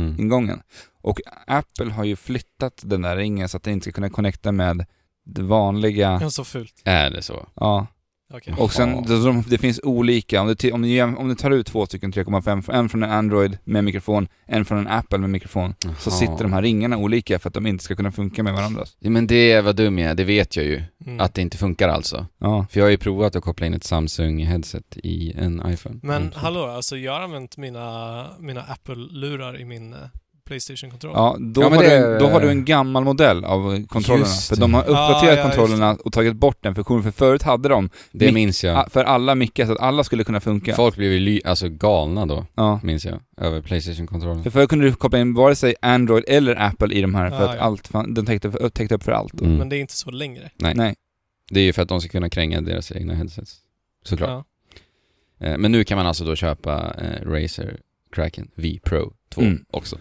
mm.
ingången. Och Apple har ju flyttat den där ringen så att den inte ska kunna connecta med det vanliga,
Ja, så fult.
Är det så?
ja.
Okej.
Och sen, det, de- det finns olika. Om du, ti- om, du, jäm- om du tar ut två stycken 3,5, från- en från en Android med mikrofon, en från en Apple med mikrofon, så
Jaha.
sitter de här ringarna olika för att de inte ska kunna funka med varandra.
Ja, Men det är vad dum jag är, det vet jag ju.
Mm.
Att det inte funkar alltså.
Ja.
För jag har ju provat att koppla in ett Samsung-headset i en iPhone.
Men
Mm.
hallå, alltså jag har använt mina, mina Apple-lurar i min eh, Playstation-kontroll.
Ja, då,
Ja, men
har du,
det-
då har du en gammal modell av kontrollerna.
Just
För de har
det.
Ah, ja,
uppdaterat
just
kontrollerna och tagit bort den funktionen, för förut hade de
Det
Mitt-
minns jag.
a- för alla mickar så att alla skulle kunna funka.
Folk blev ju ly- alltså galna då,
Ja.
minns jag. Över Playstation-kontrollen.
För förut kunde du koppla in vare sig Android eller Apple i de här för
Ah,
att
ja.
allt fan, den täckte, för- täckte upp för allt.
Mm.
Men det är inte så längre.
Nej.
Det är ju för att de ska kunna kränga deras egna headsets. Såklart.
Ja.
Eh, Men nu kan man alltså då köpa eh, Razer Kraken V Pro 2
Mm.
också.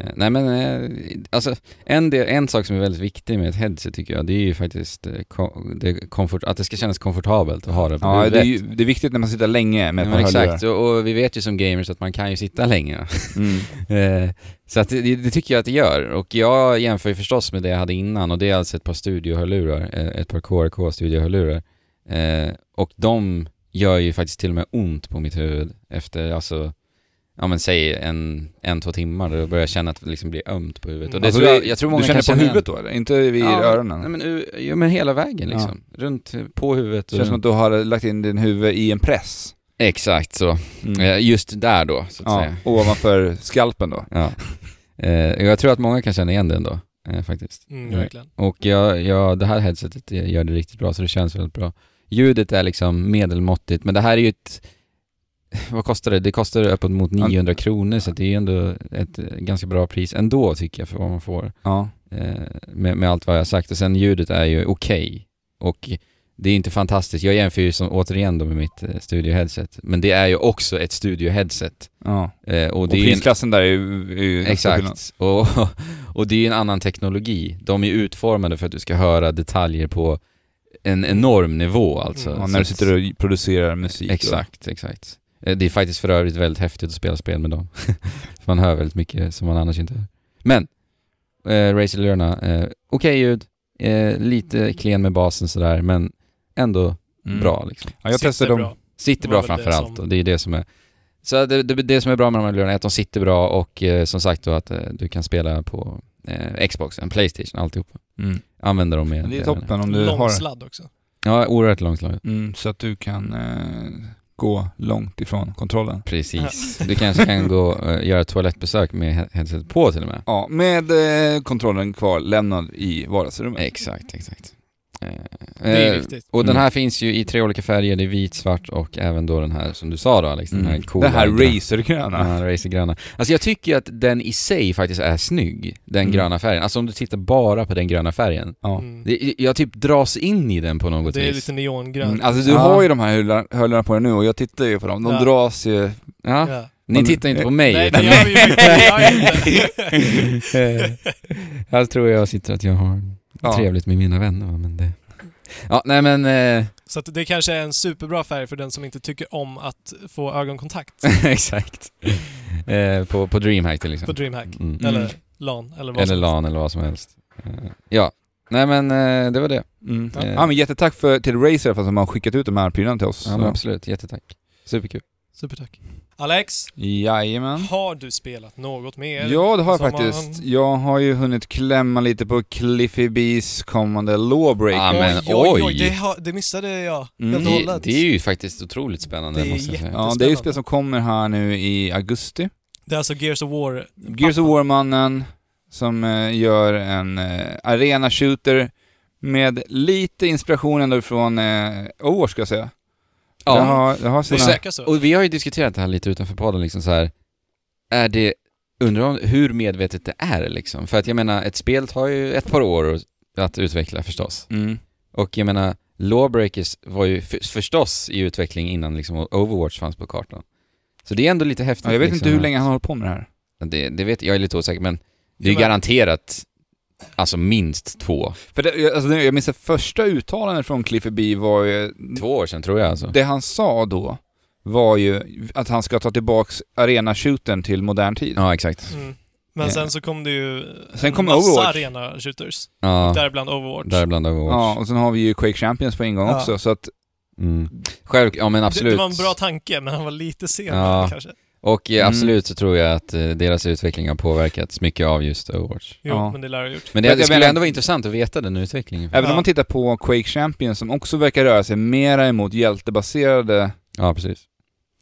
Eh, nej men, eh, alltså en, del, en sak som är väldigt viktig med ett headset tycker jag, det är ju faktiskt eh, ko- det komfort, att det ska kännas komfortabelt att ha det på
Ja,
huvudet.
det är, ju, det är viktigt när man sitter länge med
Ja,
ett
men
par hörlurar.
exakt, och, och vi vet ju som gamers att man kan ju sitta länge.
Mm.
Eh, Så att det, det tycker jag att det gör. Och jag jämför ju förstås med det jag hade innan och det är alltså ett par studiohörlurar, eh, ett par KRK studiohörlurar. Eh, Och de gör ju faktiskt till och med ont på mitt huvud efter, alltså, ja men säg en, en två timmar då börjar jag känna att det liksom blir ömt på huvudet. Och det
Alltså,
tror jag,
det-
jag tror många
du känner
kan
på
känna igen.
huvudet då eller? Inte vid
Ja, Mm.
öronen?
Nej men, u- ja, men hela vägen
Ja.
liksom. Runt eh, på huvudet.
det känns som att du har lagt in din huvud i en press.
Exakt så.
Mm.
Eh, Just där då, så att
Ja,
säga.
ovanför skalpen då.
Ja. Eh, Jag tror att många kan känna igen den då, eh, faktiskt.
Mm,
Nej.
verkligen.
Och jag, jag, det här headsetet det gör det riktigt bra, så det känns väldigt bra. Ljudet är liksom medelmåttigt, men det här är ju ett... (laughs) Vad kostar det? Det kostar uppåt mot 900 kronor, så att det är ju ändå ett eh, ganska bra pris ändå, tycker jag, för vad man får.
Ja.
Eh, med, med allt vad jag har sagt. Och sen ljudet är ju okej. Och det är inte fantastiskt. Jag jämför ju som, återigen då med mitt eh, studioheadset. Men det är ju också ett studioheadset.
ja.
Eh, och
Och,
det är ju en
prisklassen där är ju... Är ju
Exakt. Och, (laughs) och det är ju en annan teknologi. De är ju utformade för att du ska höra detaljer på en enorm nivå alltså.
Mm.
Ja,
Så
när du
att-
sitter och producerar musik. då.
Exakt, exakt. Eh, Det är faktiskt för övrigt väldigt häftigt att spela spel med dem. (laughs) För man hör väldigt mycket som man annars inte hör. Men, eh, Razer Lurna, eh, okej ljud, eh, lite klen med basen sådär, men ändå
Mm.
bra liksom.
Ja, jag
Sitter
testade dem.
bra. Det
Sitter
var
bra
väl
framför
det
allt
som-
och det är det som är så det, det, det som är bra med de här lurarna är att de sitter bra och eh, som sagt då att eh, du kan spela på eh, Xboxen, Playstation, alltihopa.
Mm.
Använder dem med
Det är
jag menar.
toppen om du
Lång
har...
sladd också.
Ja, oerhört långslaget.
Mm, så att du kan eh, gå långt ifrån kontrollen.
Precis. Du kanske kan gå
(laughs)
eh, göra ett toalettbesök med he- headset på till och med.
Ja, med eh, kontrollen kvar lämnad i vardagsrummet.
Exakt, exakt. Eh,
Det är
eh,
viktigt.
och den
Mm.
här finns ju i tre olika färger, det är vit, svart och även då den här som du sa då Alex, den här
Mm.
coola
Det här
gröna.
racergröna.
Ja, racergröna. Alltså jag tycker att den i sig faktiskt är snygg, den
Mm.
gröna färgen. Alltså om du tittar bara på den gröna färgen.
Ja.
Mm.
Det, jag typ dras in i den på något
Det är
vis.
lite neongrönt.
Mm, alltså du
Ja.
har ju de här hörlurar- hörlurarna på dig nu och jag tittar ju på dem. De
Ja.
dras ju...
Ja.
Ja.
Ni tittar inte på mig.
Nej,
utan-
det gör vi ju inte. Det gör vi
Eh, Här tror (laughs) jag sitter att jag har
Ja.
trevligt med mina vänner va, men det... Ja, nej men... Eh, (laughs)
Så att det kanske är en superbra färg för den som inte tycker om att få ögonkontakt
exakt. Eh, på, på DreamHack till
på
exempel.
DreamHack.
Mm.
Eller LAN, eller vad
Eller
som helst.
LAN eller vad som helst. Eh, ja. Nej men eh, det var det. Eh,
Mm.
Ja.
Ja men jättetack för, till Razer för att de har skickat ut de här prylarna till oss.
Ja, men absolut, jättetack. Superkul.
Supertack. Alex,
Jajamän.
har du spelat något mer?
Ja det har jag
som
faktiskt.
man-
Jag har ju hunnit klämma lite på Cliffy B's kommande Lawbreaker.
Ja, men
oj, oj, oj
oj.
det, har, det missade jag
Mm.
helt och
Det,
hållet.
det är ju faktiskt otroligt spännande
Det är
måste jag säga.
ja det är ju
jättespännande.
spel som kommer här nu i augusti.
Det är alltså Gears of War.
Gears of War-mannen som eh, gör en eh, arena-shooter med lite inspiration ändå från eh, Overwatch ska jag säga.
Ja.
Det har, det har
Det
sina...
verkar så.
Och vi har ju diskuterat det här lite utanför podden liksom så här. Är det, undrar om hur medvetet det är liksom? För att jag menar, ett spel tar ju ett par år att utveckla förstås.
Mm.
Och jag menar, Lawbreakers var ju för, förstås i utveckling innan liksom Overwatch fanns på kartan. Så det är ändå lite häftigt.
Ja, jag vet
liksom,
inte hur
att-
länge han har hållit på med det här.
Det, det vet jag, är lite osäker men det är ju
Ja, men-
garanterat Alltså minst två.
För det, jag- alltså, det- jag minns det första uttalandet från Cliffy B var ju...
Två år sedan tror jag alltså.
Det han sa då var ju att han ska ta tillbaks arena-shooten till modern tid.
Ja, exakt.
Mm. Men sen så kom det ju
Sen kom
en massa
Overwatch.
arena shooters,
Ja,
däribland Overwatch.
däribland Overwatch.
Ja, och sen har vi ju Quake Champions på ingång
Ja.
också, så att
Mm.
Själv, ja men
Det,
absolut.
det var en bra tanke, men han var lite sen
Ja.
kanske.
Och eh,
Mm.
absolut så tror jag att eh, deras utveckling har påverkats mycket av just Overwatch.
Jo,
Ja.
men det lär jag ha gjort.
Men det,
Jag-
det
jag
skulle
menar-
ändå vara intressant att veta den utvecklingen.
Även
Ja.
om man tittar på Quake Champions som också verkar röra sig mera emot hjältebaserade,
Ja, precis.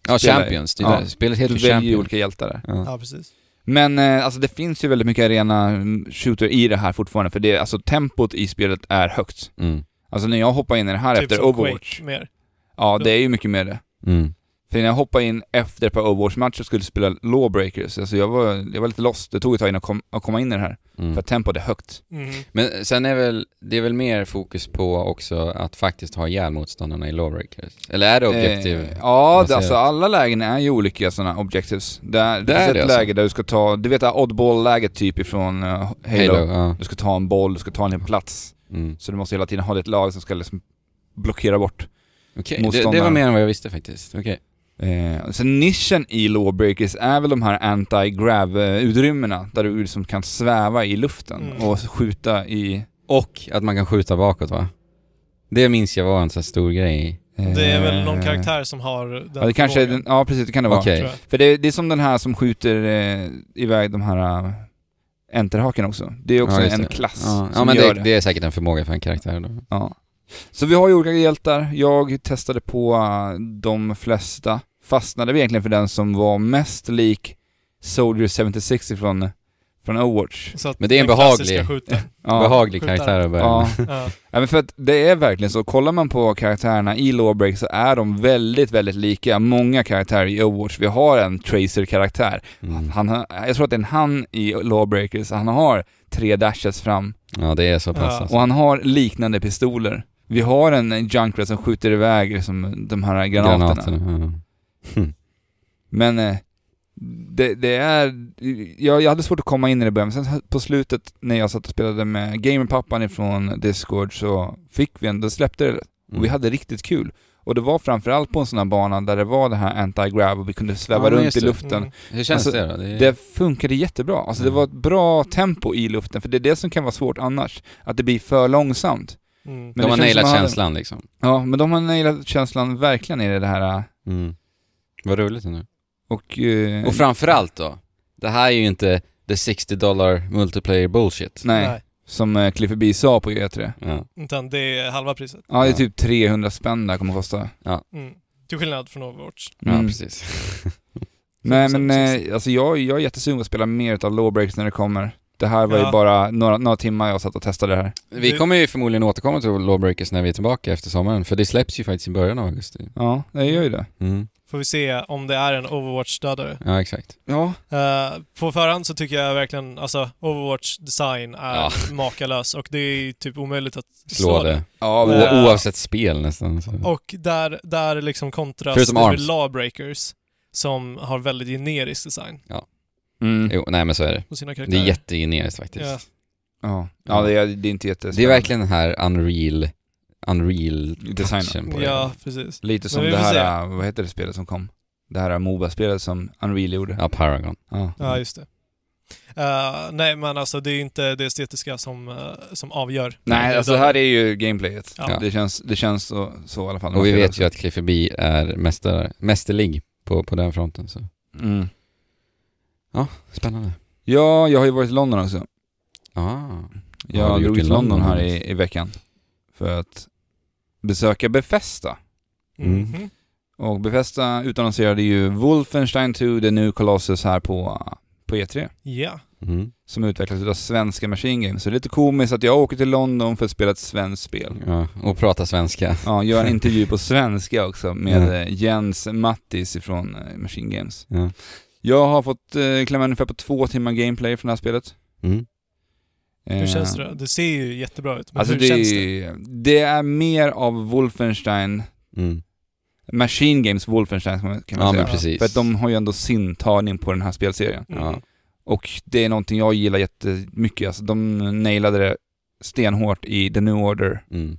Ja,
Spelar-
Champions. Det
Ja.
där. Spelet
du
heter ju
väljer ju
Champions.
olika hjältar där.
Ja.
Ja, precis.
Men eh, alltså det finns ju väldigt mycket arena mm, shooter i det här fortfarande, för det, alltså tempot i spelet är högt.
Mm.
Alltså när jag hoppar in i det här efter
Typ som
Overwatch,
Quake mer.
ja det är ju mycket mer det.
Mm.
För när jag hoppade in efter ett par Overwatch-matcher och skulle spela Lawbreakers, alltså jag var, jag var lite lost. Det tog ett tag innan jag kom, att komma in i det här,
Mm.
för att tempot är högt.
Mm.
Men sen är väl, det är väl mer fokus på också att faktiskt ha ihjäl motståndarna i Lawbreakers? Eller är det objektiv?
Eh, ja, det,
baserat?
alltså alla lägen är ju olika sådana objectives. Det, är- det
Det är
finns ett
det alltså.
läge där du ska ta, du vet det här oddball-läget typ ifrån eh, Halo.
Halo, ja.
Du ska ta en boll, du ska ta en hel plats.
Mm.
Så du måste hela tiden ha ditt lag som ska liksom blockera bort.
Okej, det, det var
Motståndaren.
mer än vad jag visste faktiskt. Okej.
Eh, sen nischen i Lawbreakers är väl de här anti-grav-utrymmena där du liksom kan sväva i luften
Mm.
och skjuta i...
Och att man kan skjuta bakåt va? Det minns jag var en sån här stor grej.
eh,
Det är väl någon karaktär som har den
Ja, det kanske är den,
förmågan,
ja precis, det kan det vara.
Okej.
tror jag.
För det, det är som den här som skjuter eh, iväg de här eh, enterhaken också. Det är också
Ja, just
en
det.
klass
Ja,
som
ja men
gör
det,
det.
det är säkert en förmåga för en karaktär då.
Ja. Så vi har ju olika hjältar. Jag testade på eh, de flesta. Fastnade vi egentligen för den som var mest lik Soldier 76 från, från Overwatch.
Så att
Men det är en
den klassiska
behaglig-
skjuta.
Ja.
Behaglig
skjuta.
karaktär att börja
Ja.
med.
Ja. Mm.
ja, men för att det är verkligen så. Kollar man på karaktärerna i Lawbreak så är de väldigt, väldigt lika många karaktärer i Overwatch. Vi har en Tracer-karaktär.
Mm.
Han har, jag tror att det är en han i Lawbreakers. Han har tre dashes fram
Ja, det är så pass
Ja.
alltså.
och han har liknande pistoler. Vi har en Junkrat som skjuter iväg liksom, de här granaterna.
Granaterna,
Men eh, det, det är... Jag, jag hade svårt att komma in i det i början, men sen på slutet när jag satt och spelade med gamerpappan ifrån Discord så fick vi en, då släppte det
ja.
och vi hade riktigt kul. Och det var framförallt på en sån här bana där det var det här anti-grav och vi kunde sväva
Ja, men
runt
just
i
det.
luften.
Mm.
Hur känns
Alltså,
det då? Det,
Det funkade jättebra. Alltså det
Mm.
var ett bra tempo i luften, för det är det som kan vara svårt annars. Att det blir för långsamt.
Mm.
men
de
det
har
känns som
nailat
man hade-
känslan liksom.
Ja, men de har nailat känslan verkligen i det här.
Mm. Vad roligt ändå.
Och... Eh,
Och framförallt då, det här är ju inte the 60 dollar multiplayer bullshit.
nej,
Nej,
som eh, Cliffy B sa på E3.
Ja.
utan det är halva priset.
Ja, det är
Ja.
typ 300 spänn det här kommer att kosta.
Mm. Till skillnad från Overwatch.
ja,
Mm.
precis. (laughs)
Nej
Så-
men
så-
eh, alltså jag, jag är jättesugen på att spela mer utav Lawbreaks när det kommer. Det här var ju
Ja.
bara några, några timmar jag satt och testade det här.
Vi
Du-
kommer ju förmodligen återkomma till Lawbreakers när vi är tillbaka efter sommaren, för det släpps ju faktiskt i början av augusti.
Ja, det gör ju det.
Mm.
Får vi se om det är en Overwatch-dödare.
Ja, exakt.
Ja.
Eh, på förhand så tycker jag verkligen, alltså Overwatch-design är
Ja.
makalös och det är typ omöjligt att slå,
Slå det.
Ja,
men-
O- oavsett spel nästan. Så.
Och där, där liksom kontrast
Förutom
med
Arms.
Lawbreakers som har väldigt generisk design
mm.
Jo, nej men så är det.
på sina
Det
karaktärer.
är jättegeneriskt faktiskt.
Ja.
ja. ja det, är, det är inte
Det är
jättespännande.
verkligen den här unreal, unreal
Designen.
touchen på det.
Ja, precis.
Lite som
vi
det
får
här, eh, vad heter det spelet som kom? Det här äh, Moba-spelet som Unreal gjorde.
Ja, Paragon.
Ja.
Mm.
Ja, just det. Eh, nej, men alltså det är inte det estetiska som, eh, som avgör.
Nej, alltså det här är ju gameplayet.
Ja.
Det känns, det känns så, så i alla fall.
Och vi vet ju att Cliffy B är mästare, mästerlig på, på den fronten. Så.
Mm.
Spännande.
Ja, jag har ju varit i London också.
Ah. Vad har
Jag drog
du gjort i
till London,
London
här i, i veckan för att besöka Befesta.
Mhm.
Mm.
Och Befesta utannonserade ju Wolfenstein 2 The New Colossus här på, på E E3.
Ja.
Mm.
Som utvecklas av svenska Machine Games. Så det är lite komiskt att jag åker till London för att spela ett svenskt spel.
Ja, och prata svenska.
Ja, gör en intervju på svenska också med
Ja.
eh, Jens Mattis ifrån eh, Machine Games.
Ja.
Jag har fått eh, klämma ungefär på två timmar gameplay från det här spelet. Eh,
Mm.
Hur
Eh.
känns det då? Det ser ju jättebra ut, men
Alltså
hur
det,
känns det?
är- det är mer av Wolfenstein
Mm.
Machine Games Wolfenstein kan man kan man
Ja,
säga.
men precis.
För att de har ju ändå sin tagning på den här spelserien.
Mm.
ja.
Och det är någonting jag gillar jättemycket. Alltså, de nailade det stenhårt i The New Order.
Mm.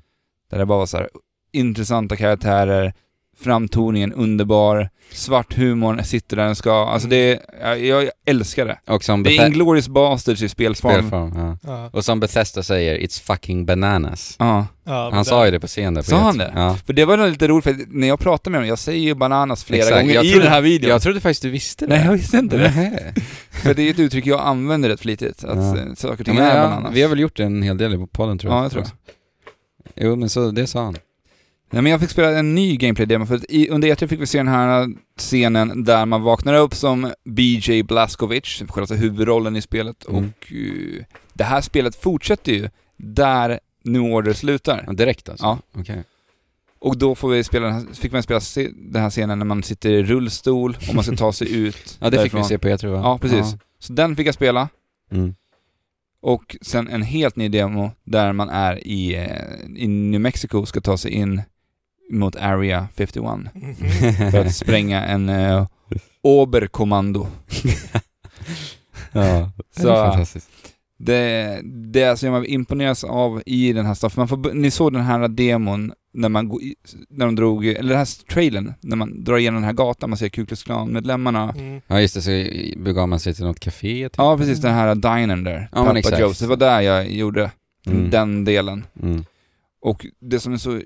Där det bara var så här intressanta karaktärer, framtoningen underbar, svart humorn sitter där den ska. Alltså det, jag, jag älskar det.
Och som
Det är
Bethe-
Inglourious Basterds i spelform.
spelform, ja.
Ja.
Och som Bethesda säger, it's fucking bananas.
Ja.
Ja, men
Han
det-
sa ju det på scenen där på
Sa han
E3.
det?
Ja.
För det var nog lite roligt, för när jag pratar med honom, jag säger ju bananas flera
Exakt.
gånger
Jag
i
trodde-
den här videon.
Jag trodde faktiskt du visste det.
Nej, jag visste inte det.
Nej.
För det är ett uttryck jag använder rätt flitigt, att
Ja.
ja. saker och
Ja,
ting
men,
är
ja,
bananas.
vi har väl gjort en hel del i podden tror jag.
Ja, jag tror det.
Jo, men så, det sa han.
Nej, men jag fick spela en ny gameplay-demo, för att i, under E3 fick vi se den här scenen där man vaknar upp som BJ Blazkowicz, själva huvudrollen i spelet,
Mm.
och eh, det här spelet fortsätter ju där New Order slutar.
Ja, Direkt alltså?
Ja.
Okej.
Och då får vi spela den här, fick man spela se- den här scenen när man sitter i rullstol och man ska ta sig ut
(laughs) Ja, det
därifrån.
fick vi se på E3 va?
Ja, precis. Så den fick jag spela,
Ja. Mm.
och sen en helt ny demo där man är i, eh, i New Mexico och ska ta sig in mot Area 51.
Mhm.
(laughs)
för att spränga en eh, Oberkommando.
ja. Så, det är
Så
fantastiskt.
det, det som jag imponeras av i den här stuff, man får, ni såg den här demon när man går i- när de drog, eller den här trailern, när man drar igenom den här gatan, man ser Ku Klux Klan-medlemmarna.
Mm.
Ja, just det. Så i- begav man sig till något café typ.
Ja, precis, den här dinern där.
men
Papa
exakt.
Joe's. Det var där jag gjorde
Mm.
den delen.
Mm.
Och det som är så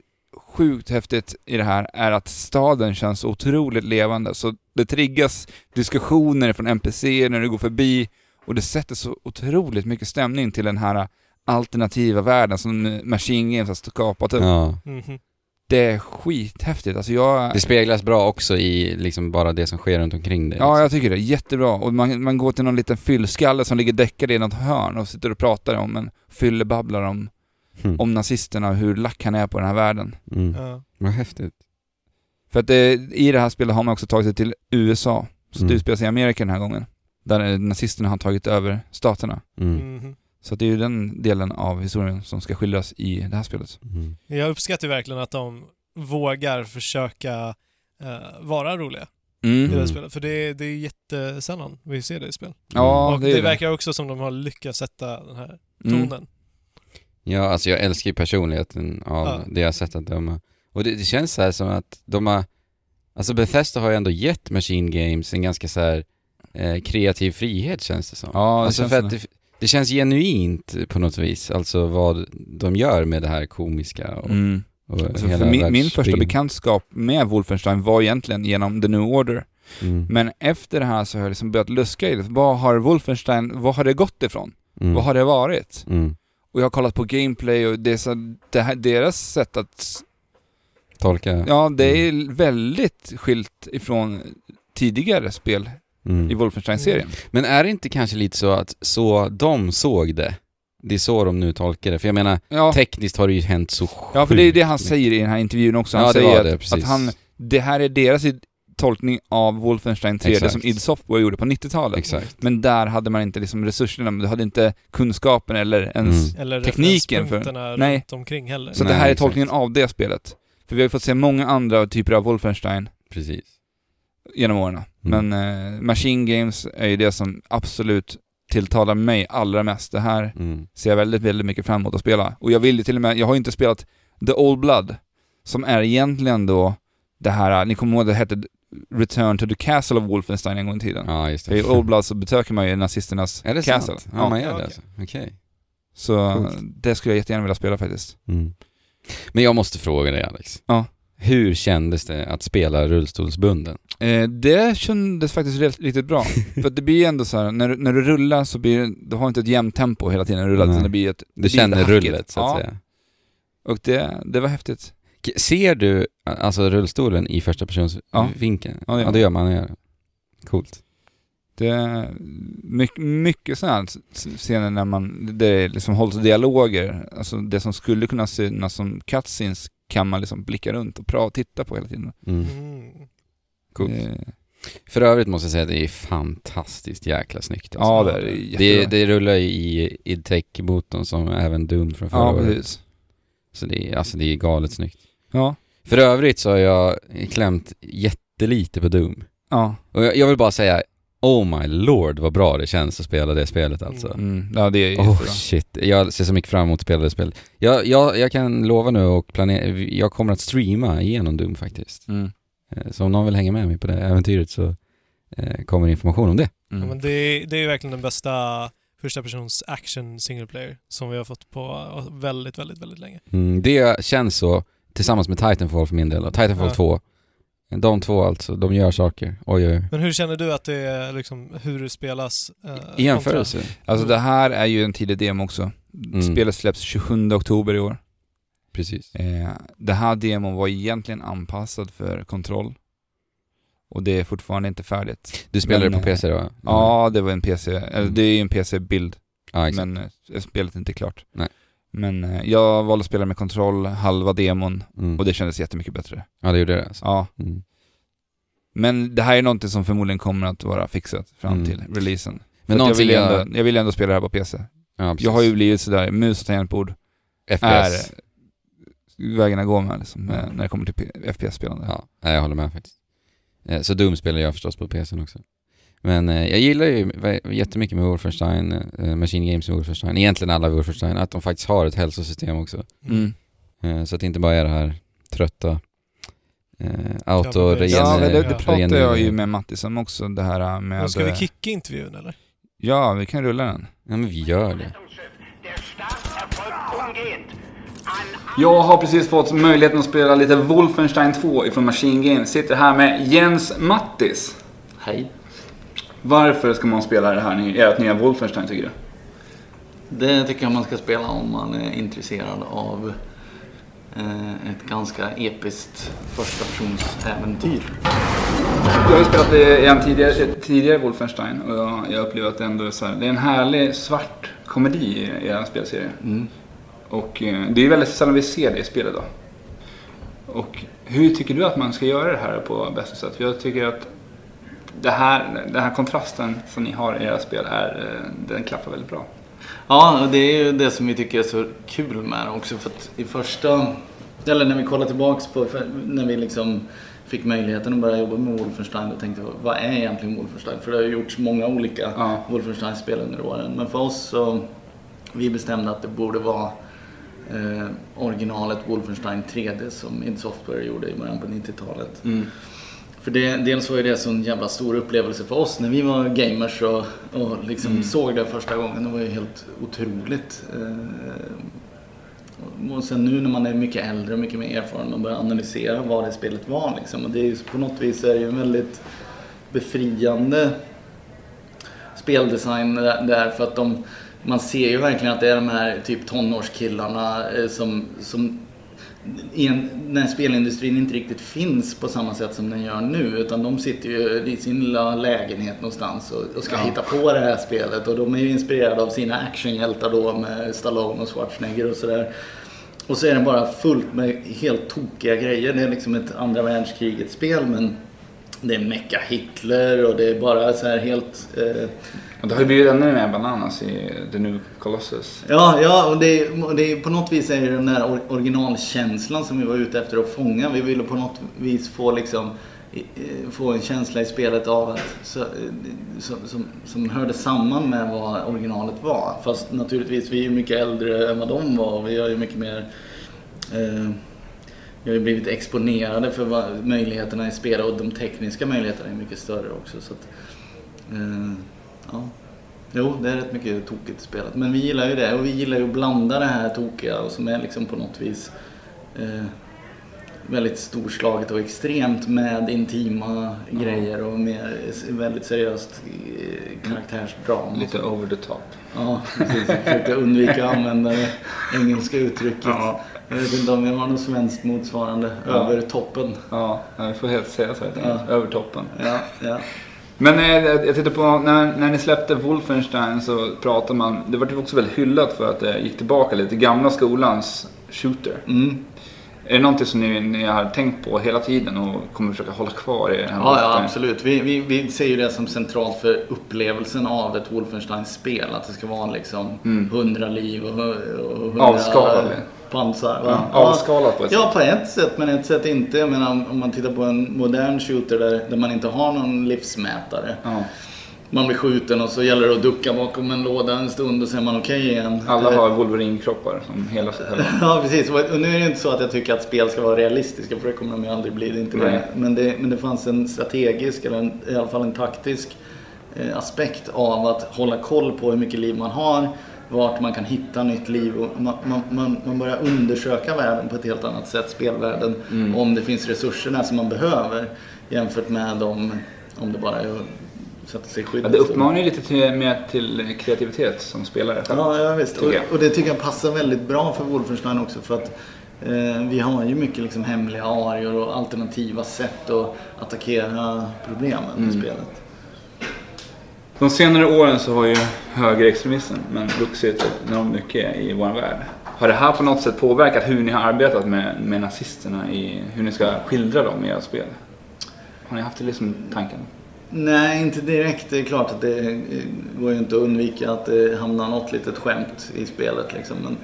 sjukt häftigt i det här är att staden känns otroligt levande. Så det triggas diskussioner från NPC när du går förbi och det sätter så otroligt mycket stämning till den här alternativa världen som Machine Games har skapat. upp.
Ja.
Mhm.
Det är skithäftigt. Alltså jag...
Det speglas bra också i liksom bara det som sker runt omkring dig.
Ja,
liksom.
jag tycker det. Jättebra. Och man, man går till någon liten fyllskalle som ligger däckad i något hörn och sitter och pratar om en fyllebabblar om,
Mm.
om nazisterna och hur lack han är på den här världen.
Mm.
Ja.
Vad häftigt.
För att eh, i det här spelet har man också tagit sig till USA. Så
Mm.
det utspelar sig i Amerika den här gången. Där eh, nazisterna har tagit över staterna.
Mm.
Mhm.
Så att det är ju den delen av historien som ska skildras i det här spelet.
Mm.
Jag uppskattar ju verkligen att de vågar försöka eh, vara roliga i det här
Mm.
Mm.
spelet. För det är, det är jättesällan vi ser det i spel.
Ja,
och
det
det,
är det.
verkar också som de har lyckats sätta den här
Mm.
tonen.
Ja, alltså jag älskar ju personligheten av
Ja.
det jag har sett att de har. Och det, det känns så här som att de har, alltså Bethesda har ju ändå gett Machine Games en ganska så här eh, kreativ frihet känns det som.
Ja, det
alltså
känns
för att
det.
det, det känns genuint på något vis, alltså vad de gör med det här komiska och,
Mm.
och
Alltså,
hela
för min, min första
världsbyggen.
bekantskap med Wolfenstein var egentligen genom The New Order.
Mm.
Men efter det här så har jag liksom börjat luska i det. Vad har Wolfenstein, vad har det gått ifrån?
Mm.
Vad har det varit?
Mm.
Och jag har kollat på gameplay och det är så, det här, deras sätt att
Tolka.
Ja, det
Mm.
är väldigt skilt ifrån tidigare spel
Mm.
i Wolfenstein-serien.
Men är det inte kanske lite så att så de såg det, det är så de nu tolkar det? För jag menar,
Ja,
tekniskt har det ju hänt så
ja, för det är det han
sjukt
säger i den här intervjun också. Han
Ja, det
säger
var
att,
det, precis.
att han, det här är deras i- tolkning av Wolfenstein 3,
Exakt.
som id Software gjorde på 90-talet.
Exakt.
Men där hade man inte liksom resurserna, men du hade inte kunskapen eller ens...
Mm.
Eller
Tekniken för-
referenspunkterna
Nej.
runt omkring heller.
Så
Nej,
det här är
exakt.
tolkningen av det spelet. För vi har ju fått se många andra typer av Wolfenstein
Precis.
genom åren.
Mm.
Men eh, Machine Games är ju det som absolut tilltalar mig allra mest. Det här
Mm.
ser jag väldigt, väldigt mycket fram emot att spela. Och jag vill ju till och med, jag har ju inte spelat The Old Blood, som är egentligen då det här, ni kommer ihåg det hette Return to the Castle of Wolfenstein en gång i tiden.
Ja, just
För I
det.
Old Blood så besöker man ju nazisternas
Är det
castle.
sant? Ja,
Ja,
man gör
Ja,
det
okej.
alltså. Okej.
så
Coolt.
det skulle jag jättegärna vilja spela faktiskt.
Mm. Men jag måste fråga dig Alex.
Ja.
Hur kändes det att spela rullstolsbunden?
Eh, det kändes faktiskt rätt- riktigt
(laughs)
bra. För att det blir ju ändå så här, när, du- när du rullar så blir det, du har inte ett jämnt tempo hela tiden när du rullar,
Nej.
utan det blir ett... det
Du
blir
känner
lite hackigt.
rullet så att
ja,
säga.
och det, det var häftigt.
K- Ser du ä, alltså rullstolen i första persons
Ja.
vinkel?
Ja, det gör
ja, det gör man. Gör. det. Coolt.
Det är mycket, mycket sådana här s- s- scener när man, där det liksom hålls dialoger, alltså det som skulle kunna synas som cutscenes kan man liksom blicka runt och pra, titta på hela tiden.
Mm.
Mm.
Coolt.
Eh,
För övrigt måste jag säga att det är fantastiskt jäkla snyggt. Alltså.
ja, det är
det,
jättebra.
det rullar ju i id motorn som även Doom från förra
ja,
året.
precis.
Så det är, alltså, det är galet snyggt.
Ja,
För övrigt så har jag klämt jättelite på Doom.
ja,
Och jag, jag vill bara säga, oh my lord vad bra det känns att spela det spelet alltså.
mm, ja det är
Oh
jättebra.
shit, jag ser så mycket fram emot att spela det spelet. Jag, jag, jag kan lova nu och planera, jag kommer att streama igenom Doom faktiskt.
Mm.
Eh, Så om någon vill hänga med mig på det här äventyret så eh, kommer information om det.
Mm.
Ja, men det, det är ju verkligen den bästa första persons action single player som vi har fått på väldigt, väldigt, väldigt länge.
Mm, det känns så, tillsammans med Titanfall för min del, och Titanfall
Ja.
2. De två alltså, de gör saker. Oj, oj, oj.
Men hur känner du att det är liksom hur det spelas? eh,
I jämförelse.
Alltså det här är ju en tidig demo också.
Mm.
Spelet släpps 27 oktober i år.
Precis.
Eh, det här demon var egentligen anpassad för kontroll. Och det är fortfarande inte färdigt.
Du spelade
Men, eh,
på PC då?
Ja, det var en PC, eller
Mm.
det är ju en PC-bild,
ja exakt.
men eh, spelet är inte klart.
Nej.
Men eh, jag valde att spela med kontroll, halva demon,
Mm.
och det kändes jättemycket bättre.
Ja, det gjorde det alltså.
Ja,
Mm.
men det här är någonting som förmodligen kommer att vara fixat fram
Mm.
till releasen.
Men
Men jag,
någonting
vill ju
jag...
ändå, jag vill ju ändå spela det här på PC.
ja, precis.
Jag har ju blivit sådär, mus och tangentbord är
FPS.
vägen att gå med liksom, eh, när det kommer till P- FPS-spelande.
Ja, nej, jag håller med faktiskt. Eh, Så dum spelar jag förstås på PCn också. Men eh, jag gillar ju va- jättemycket med Wolfenstein, eh, Machine Games med Wolfenstein, egentligen alla Wolfenstein, att de faktiskt har ett hälsosystem också.
Mm.
Eh, Så att det inte bara är det här trötta eh,
det-
autoregen...
Ja, men det, det
Ja.
pratade jag ju
regen-
med Mattis om också, det här eh, med...
Men ska vi
eh,
kicka intervjun eller?
Ja, vi kan rulla den.
Ja, men vi gör det.
Der Start erfolgt umgehend. An
Jag har precis fått möjligheten att spela lite Wolfenstein 2 ifrån Machine Games. Sitter här med Jens Mattis.
Hej.
Varför ska man spela det här, ny- ert nya Wolfenstein tycker du?
Det tycker jag man ska spela om man är intresserad av eh, ett ganska episkt förstapersonsäventyr.
Jag har ju spelat det en tidigare, ett tidigare Wolfenstein och jag, jag upplever att det ändå är så här, det är en härlig svart komedi i i er spelserie. Och eh, det är väldigt sällan vi ser det i spel idag. Och hur tycker du att man ska göra det här på bästa sätt? För jag tycker att det här, den här kontrasten som ni har i era spel är, eh, den klaffar väldigt bra.
Ja, och det är ju det som vi tycker är så kul med det också för att i första, eller när vi kollar tillbaks på, för- när vi liksom fick möjligheten att börja jobba med Wolfenstein och tänkte jag, vad är egentligen Wolfenstein? För det har ju gjorts många olika
Ja.
Wolfenstein-spel under åren. Men för oss så, vi bestämde att det borde vara eh, originalet Wolfenstein 3D som id Software gjorde i början på 90-talet. För det, dels var ju det så en jävla stor upplevelse för oss när vi var gamers och, och liksom såg det första gången. Det var ju helt otroligt. Eh, Och sen nu när man är mycket äldre och mycket mer erfaren, man börjar analysera vad det spelet var liksom. Och det är ju på något vis är det ju en väldigt befriande speldesign där, där för att de, man ser ju verkligen att det är de här typ tonårskillarna eh, som, som i en, när spelindustrin inte riktigt finns på samma sätt som den gör nu utan de sitter ju i sin lilla lägenhet någonstans och, och ska hitta på det här spelet och de är ju inspirerade av sina actionhjältar då med Stallone och Schwarzenegger och sådär. Och så är det bara fullt med helt tokiga grejer. Det är liksom ett andra världskrigets spel men det är mecka Hitler och det är bara så här helt eh,
Och det har ju blivit ännu mer bananas i The New Colossus.
Ja, ja och det, är- och det, är- på något vis är det den där or- originalkänslan som vi var ute efter att fånga. Vi ville på något vis få, liksom, i- eh, få en känsla i spelet av att, så, eh, som, som, som hörde samman med vad originalet var. Fast naturligtvis, vi är ju mycket äldre än vad de var och vi har ju mycket mer eh, vi har ju blivit exponerade för vad möjligheterna i spelet och de tekniska möjligheterna är mycket större också. Så att, eh, ja. Jo, det är rätt mycket tokigt i spelet. Men vi gillar ju det och vi gillar ju att blanda det här tokiga och som är liksom på något vis eh, väldigt storslaget och extremt med intima grejer och med s- väldigt seriöst eh, karaktärsdrama.
Lite over the top.
Ja, precis. Jag försökte undvika att använda det engelska uttrycket.
Ja.
Jag vet inte om vi har något svenskt motsvarande.
Ja.
Över toppen.
Ja, vi får helt säga så helt enkelt.
Ja.
Över toppen.
Ja, ja.
Men eh, jag jag tittar på, när, när ni släppte Wolfenstein så pratade man, det var ju också väldigt hyllat för att det gick tillbaka lite, till gamla skolans shooter.
Mm.
Är det någonting som ni, ni har tänkt på hela tiden och kommer försöka hålla kvar i den här
Ja, ja
Wolfenstein?
absolut. Vi, vi, vi ser ju det som centralt för upplevelsen av ett Wolfenstein-spel. Att det ska vara liksom hundra liv och, hu- och hundra
Mm. Avskalat, eller?
pansar. va?
Ja, avskalat på ett
Ja, på ett sätt men ett sätt inte. Jag menar om- om man tittar på en modern shooter där, där man inte har någon livsmätare.
Ja.
Man blir skjuten och så gäller det att ducka bakom en låda en stund och sen är man okej igen.
Alla
Eh,
har Wolverine-kroppar som hela sitt hela.
(laughs) Ja, precis. Och och nu är det inte så att jag tycker att spel ska vara realistiska, för det kommer de ju aldrig bli. Det är inte det.
Nej.
Men, det, men det fanns en strategisk, eller en, i alla fall en taktisk eh, aspekt av att hålla koll på hur mycket liv man har, vart man kan hitta nytt liv. Och man, man, man, man börjar undersöka världen på ett helt annat sätt, spelvärlden,
Mm.
om det finns resurser där som man behöver jämfört med om, om det bara är att sätta sig i skydd.
Ja, det uppmanar ju lite till, mer till kreativitet som spelare.
Ja, ja visst. Och,
Tycker jag.
och det tycker jag passar väldigt bra för Wolfenstein också för att eh, vi har ju mycket liksom hemliga arior och alternativa sätt att attackera problemen i spelet.
De senare åren så har ju högerextremismen men vuxit enormt mycket i vår värld. Har det här på något sätt påverkat hur ni har arbetat med, med nazisterna i hur ni ska skildra dem i ert spel? Har ni haft det liksom tanken?
Nej, inte direkt. Det är klart att det eh, går ju inte att undvika att det hamnar något litet skämt i spelet. Liksom. Men,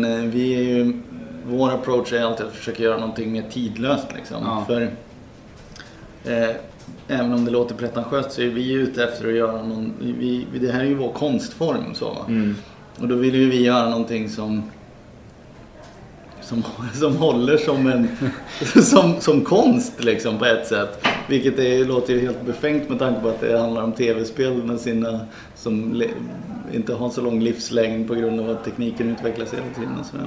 men eh, vi är ju... Vår approach är alltid att försöka göra någonting mer tidlöst. Liksom.
Ja.
För, eh, även om det låter pretentiöst så är vi ute efter att göra någon... Vi, vi- det här är ju vår konstform. Så, va? Och då vill ju vi göra någonting som som, som håller som, en, som, som konst liksom på ett sätt. Vilket är, låter ju helt befängt med tanke på att det handlar om tv-spel med sina, som le, inte har så lång livslängd på grund av att tekniken utvecklas hela tiden. Och sådär.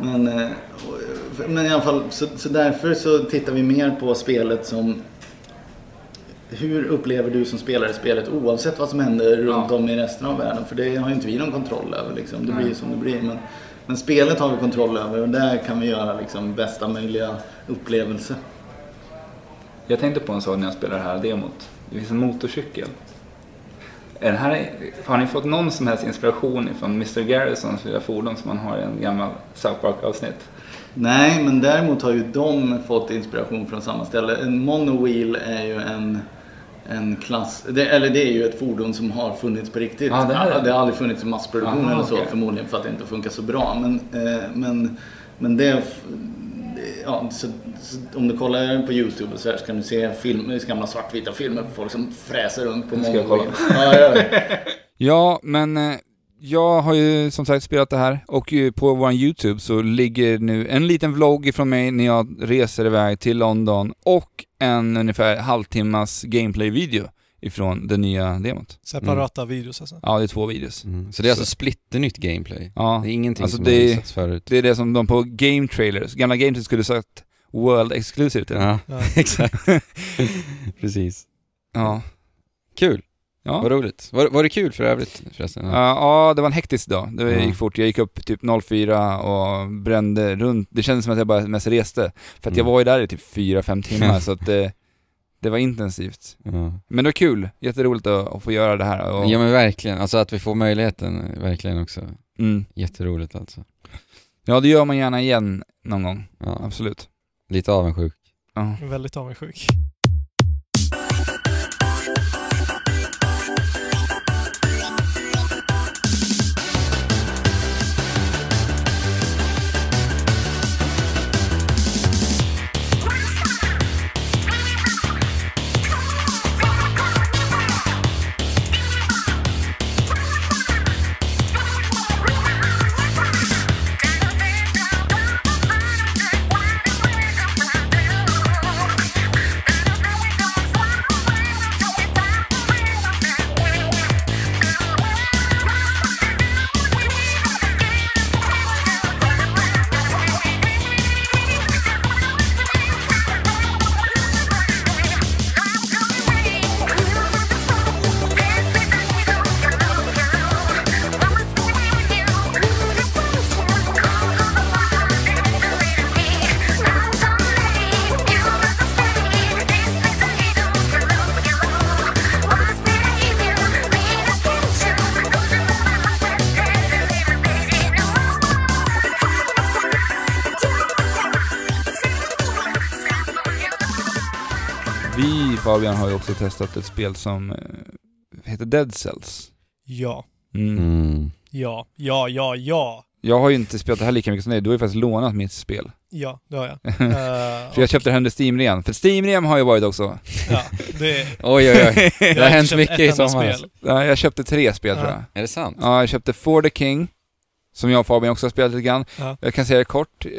Men, men, eh, och- men i alla fall, så, så därför så tittar vi mer på spelet som hur upplever du som spelare spelet oavsett vad som händer runt om i resten av världen? För det har ju inte vi någon kontroll över liksom. Det blir ju som det blir. Men, men spelet har vi kontroll över och där kan vi göra liksom bästa möjliga upplevelse.
Jag tänkte på en sak när jag spelade det här demot. Det finns en motorcykel. Är det här, har ni fått någon som helst inspiration från Mr Garrisons lilla fordon som man har i en gammal South Park-avsnitt?
Nej, men däremot har ju de fått inspiration från samma ställe. En monowheel är ju en, en klass, det, eller det är ju ett fordon som har funnits på riktigt.
Ja, det är det.
har aldrig funnits i massproduktion
Aha,
eller så
okej.
förmodligen för att det inte funkar så bra. Men, eh, men, men det, f- ja, så, så, om du kollar på YouTube och så, här, så kan du se filmer, gamla svartvita filmer på folk som fräser runt på
Nu ska jag kolla.
monowheel. Ja, ja, ja.
Ja, men eh, jag har ju som sagt spelat det här och ju på vår YouTube så ligger nu en liten vlogg ifrån mig när jag reser iväg till London och en ungefär halvtimmas gameplay-video ifrån det nya demot. Mm.
Separata videos alltså.
Ja, det är två videos.
Mm. Så det är alltså splitternytt gameplay?
Ja,
Det är ingenting
Alltså
som
det-
har satts förut?
det är det som de på Game Trailers, gamla Game Trailers skulle sagt World Exclusive till.
Ja, (laughs)
Ja.
(laughs)
exakt. Precis.
Ja.
Kul.
Ja.
Vad roligt. Var, var det kul för övrigt förresten?
Ja, ja, det var en hektisk dag. Det
Ja.
gick fort. Jag gick upp typ 04 och brände runt. Det kändes som att jag bara mest reste. För att jag
Mm.
var ju där i typ
(laughs)
4-5 timmar, så att det, det var intensivt.
Ja.
Men det var kul. Jätteroligt att, att få göra det här. Och,
ja men verkligen, alltså att vi får möjligheten, eh, verkligen också.
mm.
Jätteroligt alltså.
ja, det gör man gärna igen någon gång.
Ja,
Absolut.
lite avundsjuk.
Ja.
Väldigt avundsjuk.
Vi, Fabian, har ju också testat ett spel som eh, heter Dead Cells.
Ja,
Mm.
Mm.
ja, ja, ja, ja.
Jag har ju inte spelat det här lika mycket som dig. Du har ju faktiskt lånat mitt spel.
Ja, det har jag. Eh,
För jag köpte hem det Steam-rean. För Steam-rean har jag varit
(laughs)
också.
ja, det,
Oj, oj, oj.
(laughs)
jag
(laughs) Det har hänt
köpt
mycket
ett
i
enda
sommar. alltså.
spel.
Ja, Jag köpte tre spel tror
Ja.
jag.
Är det sant?
Ja, jag köpte For the King, som jag och Fabian också har spelat lite grann.
Ja.
Jag kan säga det kort, eh,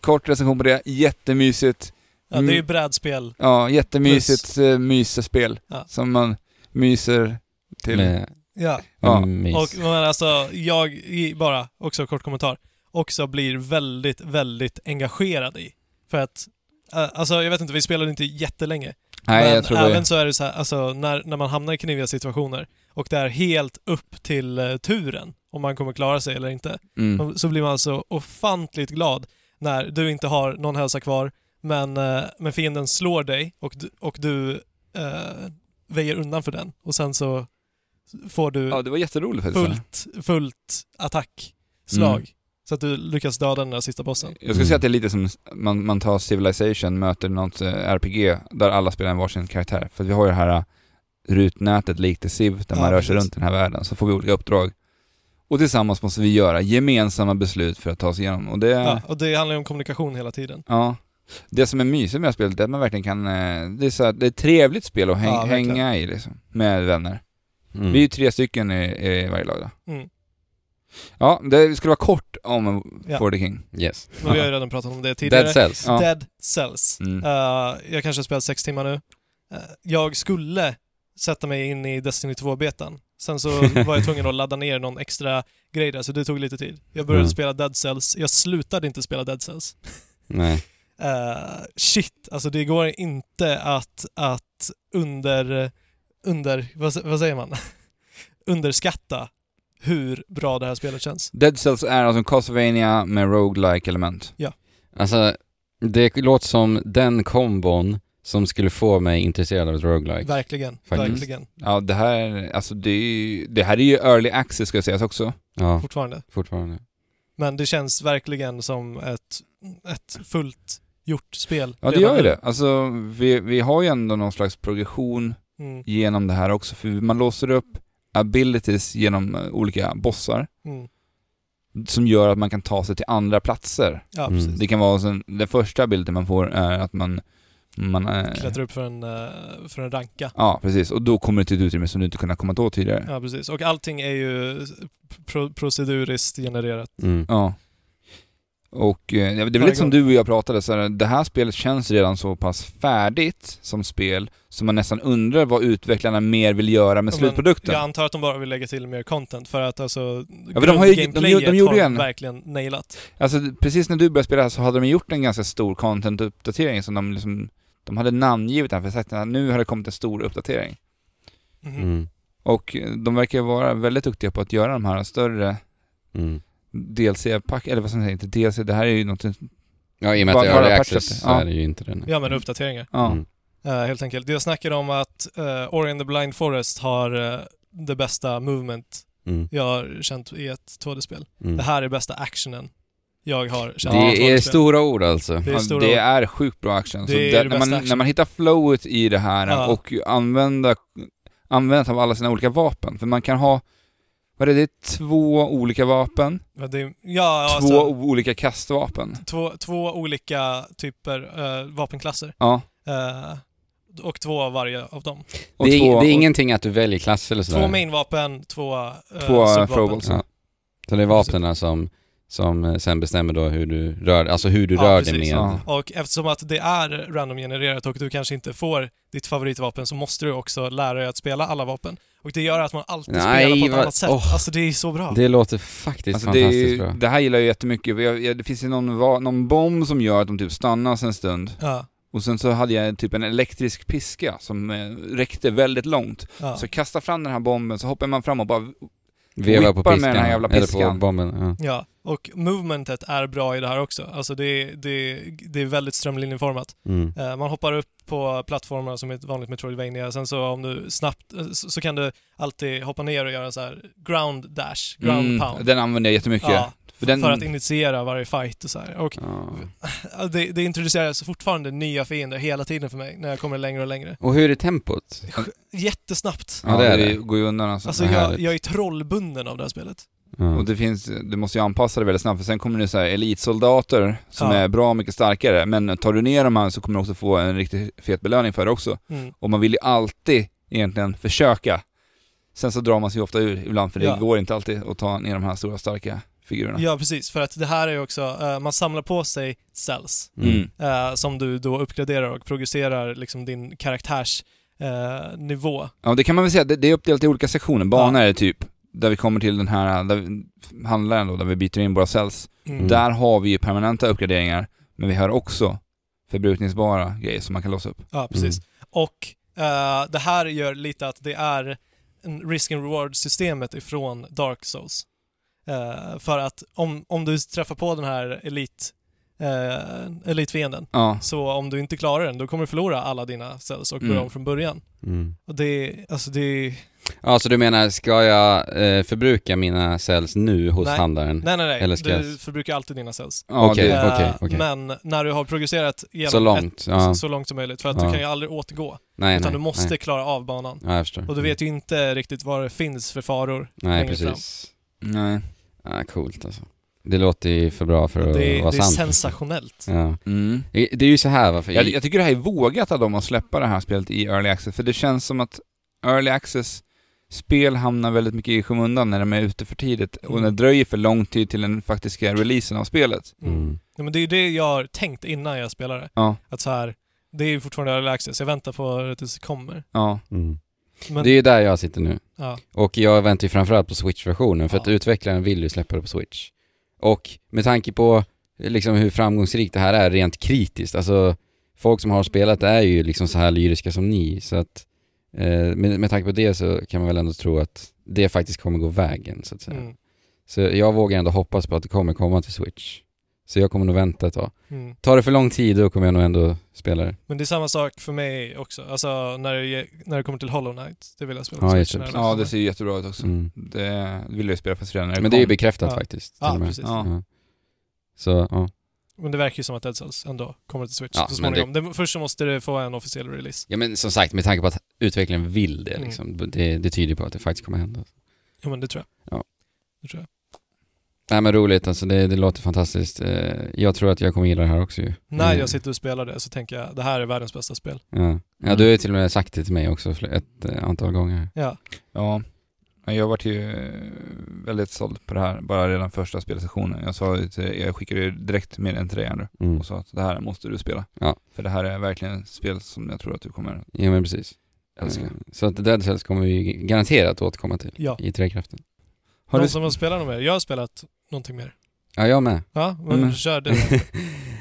kort recension på det. Jättemysigt.
Ja, det är ju
Mm.
brädspel.
Ja, jättemysigt eh, mysespel.
Ja.
Som man myser till.
Med,
Ja.
Ja.
med mys.
Och men alltså, jag, i- bara, också kort kommentar, också blir väldigt, väldigt engagerad i. För att, eh, alltså jag vet inte, vi spelade inte jättelänge.
Nej,
men
jag tror
även
det.
så är det så här, alltså när, när man hamnar i kniviga situationer och det är helt upp till eh, turen om man kommer klara sig eller inte.
Mm.
Så blir man så ofantligt glad när du inte har någon hälsa kvar, men, eh, men fienden slår dig och, du- och du eh, väjer undan för den. Och sen så får du
Ja, det var jätteroligt faktiskt.
fullt, fullt attackslag.
Mm.
Så att du lyckas döda den där sista bossen.
Jag skulle säga att det är lite som man, man tar Civilization, möter något eh, RPG där alla spelar en varsin karaktär. För vi har ju det här eh, rutnätet likt i Civ där
Ja,
man rör sig
precis.
runt i den här världen. Så får vi olika uppdrag. Och tillsammans måste vi göra gemensamma beslut för att ta oss igenom. Och det,
Ja,
ja.
och det handlar ju om kommunikation hela tiden.
det som är mysigt med det här spelet är att man verkligen kan... eh, Det är, så här, det är ett trevligt spel att häng,
Ja, verkligen.
hänga i liksom, med vänner.
Mm.
Vi är ju tre stycken i, i varje lag då.
Mm.
Ja, det skulle vara kort om
Ja.
For the King.
Yes.
Men vi har ju redan pratat om det tidigare.
Dead Cells.
Ja.
Dead Cells.
Mm.
Eh, jag kanske har spelat sex timmar nu. Eh, jag skulle sätta mig in i Destiny 2-betan. Sen
(laughs)
så var jag tvungen att ladda ner någon extra grej där, så det tog lite tid. Jag började
Mm.
spela Dead Cells. Jag slutade inte spela Dead Cells.
Nej.
Eh, shit, alltså det går inte att, att under, under, vad, sä- vad säger man? (laughs) Underskatta hur bra det här spelet känns.
Dead Cells är alltså en Castlevania med roguelike element.
Alltså, det låter som den kombon som skulle få mig intresserad av ett roguelike.
Verkligen,
Faktiskt.
verkligen.
Ja, det här, alltså det, är ju, det här är ju early access ska sägas också.
Ja,
Fortfarande.
fortfarande.
Men det känns verkligen som ett, ett fullt gjort spel.
Ja, det
redan
gör ju
nu.
det. Alltså vi, vi har ju ändå någon slags progression
Mm,
genom det här också, för man låser upp abilities genom eh, olika bossar
mm.
som gör att man kan ta sig till andra platser.
Ja,
Mm.
precis.
Det kan vara, sen, den första bilden man får är att man, man eh,
Klättrar upp för en, eh, för en ranka.
Ja, precis. Och då kommer det till ett utrymme som du inte kunnat komma åt tidigare.
Ja, precis. Och allting är ju pro- proceduriskt genererat.
Mm.
Ja. Och eh, det är väl
Varje
lite som du och jag pratade, så här, det här spelet känns redan så pass färdigt som spel, så man nästan undrar vad utvecklarna mer vill göra med
Ja, men
slutprodukten.
Jag antar att de bara vill lägga till mer content för att alltså...
Ja, för de har ju- de
grundgameplayet
gjorde- de gjorde ju en-
verkligen nailat.
Alltså precis när du började spela här så hade de gjort en ganska stor content-uppdatering som de liksom, de hade namngivit den för att sagt att nu har det kommit en stor uppdatering.
Mhm.
Mm.
Och eh, de verkar vara väldigt duktiga på att göra de här större
Mm.
DLC-pack, eller vad som heter, inte DLC, det här är ju något,
Ja, i och med
Bara-
att det är early
bara
access
patchat.
så
Ja.
är det ju inte den.
Ja, men uppdateringar.
ja.
Mm.
eh, helt enkelt. Jag snackade om att uh, Ori and the Blind Forest har eh, det bästa movement
Mm.
jag har känt i ett 2D-spel.
Mm.
Det här är bästa actionen jag har känt i ett
Det är
2D-spel.
stora ord alltså.
Det är
Ja,
stora
det är sjukt bra action.
Det
så
är
där,
det
när,
bästa
man,
action.
när man hittar flowet i det här
Ja.
och använda, användandet av alla sina olika vapen. För man kan ha, vad är det, det är två olika vapen,
Men det är, ja,
två
alltså,
o- olika kastvapen.
två, två olika typer eh, vapenklasser.
Ja.
Eh, och två av varje av dem.
Och
det, är,
två,
det är ingenting att du väljer klass eller
Två
sådär.
mainvapen, två, eh,
och, två eh,
subvapen.
throwballs.
Ja. Så det är vapnen som, som eh, sen bestämmer då hur du rör, alltså hur du
Ja,
rör dig
precis.
med.
Ja.
Och eftersom att det är randomgenererat och du kanske inte får ditt favoritvapen så måste du också lära dig att spela alla vapen. Och det gör att man alltid
Nej,
spelar på ett
vad-
annat sätt.
åh.
Alltså det är så bra.
Det låter faktiskt
Alltså det, är
fantastiskt
ju,
bra.
det här gillar jag jättemycket. Jag, jag, det finns ju någon, va- någon bomb som gör att de typ stannas en stund.
Ja,
Och sen så hade jag typ en elektrisk piska som eh, räckte väldigt långt.
ja.
Så kasta fram den här bomben, så hoppar man fram och bara
Veva på
whippar med
piskan.
den här jävla
Eller på
piskan.
bomben. Ja.
ja. Och movementet är bra i det här också. Alltså det, är- det, är- det är väldigt strömlinjeformat.
Mm.
Eh, Man hoppar upp på plattformar som är ett vanligt Metroidvania. Sen så om du snabbt, eh, så så kan du alltid hoppa ner och göra så här ground dash, ground
Mm,
pound.
Den använder jag jättemycket.
Ja,
För den,
för att initiera varje fight och så här. Och
Ja.
Ja, Det, det introduceras fortfarande nya fiender hela tiden för mig när jag kommer längre och längre.
Och hur är tempot?
Jättesnabbt.
ja,
Ja, det är
det,
det.
går ju undan alltså.
Alltså
Vad
jag,
härligt.
jag är trollbunden av det här spelet.
Och det finns, du måste ju anpassa dig väldigt snabbt för sen kommer det så här elitsoldater som
Ja.
är bra mycket starkare. Men tar du ner dem här så kommer du också få en riktigt fet belöning för det också.
Mm.
Och man vill ju alltid egentligen försöka. Sen så drar man sig ofta ur ibland för det
Ja.
går inte alltid att ta ner de här stora starka figurerna.
Ja, precis. För att det här är ju också, eh, man samlar på sig cells
Mm.
eh, som du då uppgraderar och progresserar liksom din karaktärsnivå. Eh, nivå.
Ja, det kan man väl säga. Det, det är uppdelat i olika sektioner. Banor är det typ, där vi kommer till den här där vi, handlaren då, där vi byter in våra cells.
Mm.
Där har vi ju permanenta uppgraderingar, men vi har också förbrukningsbara grejer som man kan låsa upp.
Ja, precis.
Mm.
Och eh, det här gör lite att det är en risk and reward-systemet ifrån Dark Souls. Eh, för att om, om du träffar på den här elit, eh, elitfienden,
Ja,
så om du inte klarar den, då kommer du förlora alla dina cells och börja
Mm.
om från början.
Mm.
Och det, alltså det,
Ja, så du menar, ska jag eh, förbruka mina cells nu hos
Nej.
handlaren?
nej nej nej,
Eller ska
du
jag-
förbrukar alltid dina cells.
ja
Okej.
det,
Eh,
okej, okej.
Men när du har progresserat genom
Så långt?
ett,
Ja.
så långt som möjligt, för att
Ja.
du kan ju aldrig återgå,
Nej,
utan
nej,
du måste
nej. Mm.
klara av banan.
Ja, jag förstår.
Och du vet ju inte riktigt vad det finns för faror
Nej,
längre fram.
precis.
nej.
Ja, coolt alltså. Det låter ju för bra för att
Det, är-
vara
det är
sant. alltså.
sensationellt.
Ja.
Mm.
Det det är ju så här varför...
Jag, jag tycker det här är vågat av dem att släppa det här spelet i Early Access, för det känns som att Early Access-spel hamnar väldigt mycket i skymundan när de är ute för tidigt och
Mm.
när det dröjer för lång tid till den faktiska releasen av spelet.
Mm.
Mm.
Ja, men det är ju det jag har tänkt innan jag spelade.
Ja.
Att så här, det är ju fortfarande early access. Jag väntar på det tills det kommer.
Ja,
Mm.
Men,
Det är ju där jag sitter nu.
ja,
Och jag väntar ju framförallt på Switch-versionen för att
Ja.
utvecklaren vill ju släppa det på Switch. Och med tanke på eh, liksom hur framgångsrikt det här är rent kritiskt, alltså folk som har spelat är ju liksom så här lyriska som ni, så att eh, med, med tanke på det så kan man väl ändå tro att det faktiskt kommer gå vägen så att säga.
mm,
Så jag vågar ändå hoppas på att det kommer komma till Switch. Så jag kommer nog vänta ett tag.
mm.
Tar det för lång tid då kommer jag nog ändå spela det.
men det är samma sak för mig också. Alltså när det, ge- när det kommer till Hollow Knight, det vill jag spela liksom-
Ja,
på
just
Switch när
det.
ja det
kommer.
ser ju jättebra ut också.
Mm.
Det vill jag ju spela fast redan när det
Men det är ju
kom.
bekräftat
Ja.
faktiskt.
Ja,
till och med.
precis.
Ja.
Ja. Så, ja.
Men det verkar ju som att Dead Cells ändå kommer till Switch
Ja,
så
men det-
småningom. Det... Först så måste det få en officiell release.
Ja men som sagt, med tanke på att utvecklingen vill det
Mm.
liksom, det, det tyder på att det faktiskt kommer hända.
Jo men det tror jag.
Ja.
Det tror jag.
Nej men roligt, alltså det, det låter fantastiskt. Eh, Jag tror att jag kommer gilla det här också ju.
När
Mm.
jag sitter och spelar det så tänker jag, det här är världens bästa spel.
Ja, ja
Mm.
du har ju till och med sagt det till mig också fl- ett eh, antal gånger.
Ja.
Ja, men jag vart ju eh, väldigt såld på det här, bara redan första spelsessionen. Jag sa ju till, jag skickade ju direkt med en till dig Andrew
Mm.
och sa att det här måste du spela.
Ja.
För det här är verkligen ett spel som jag tror att du kommer
Ja men precis.
älska.
Eh, Så att Dead Cells kommer vi garanterat återkomma till
Ja.
i Träkraften.
Har
Någon
du,
som har spelat något mer? Jag har spelat någonting mer.
Ja, jag med.
Ja, men
Mm.
kör
(laughs)
det.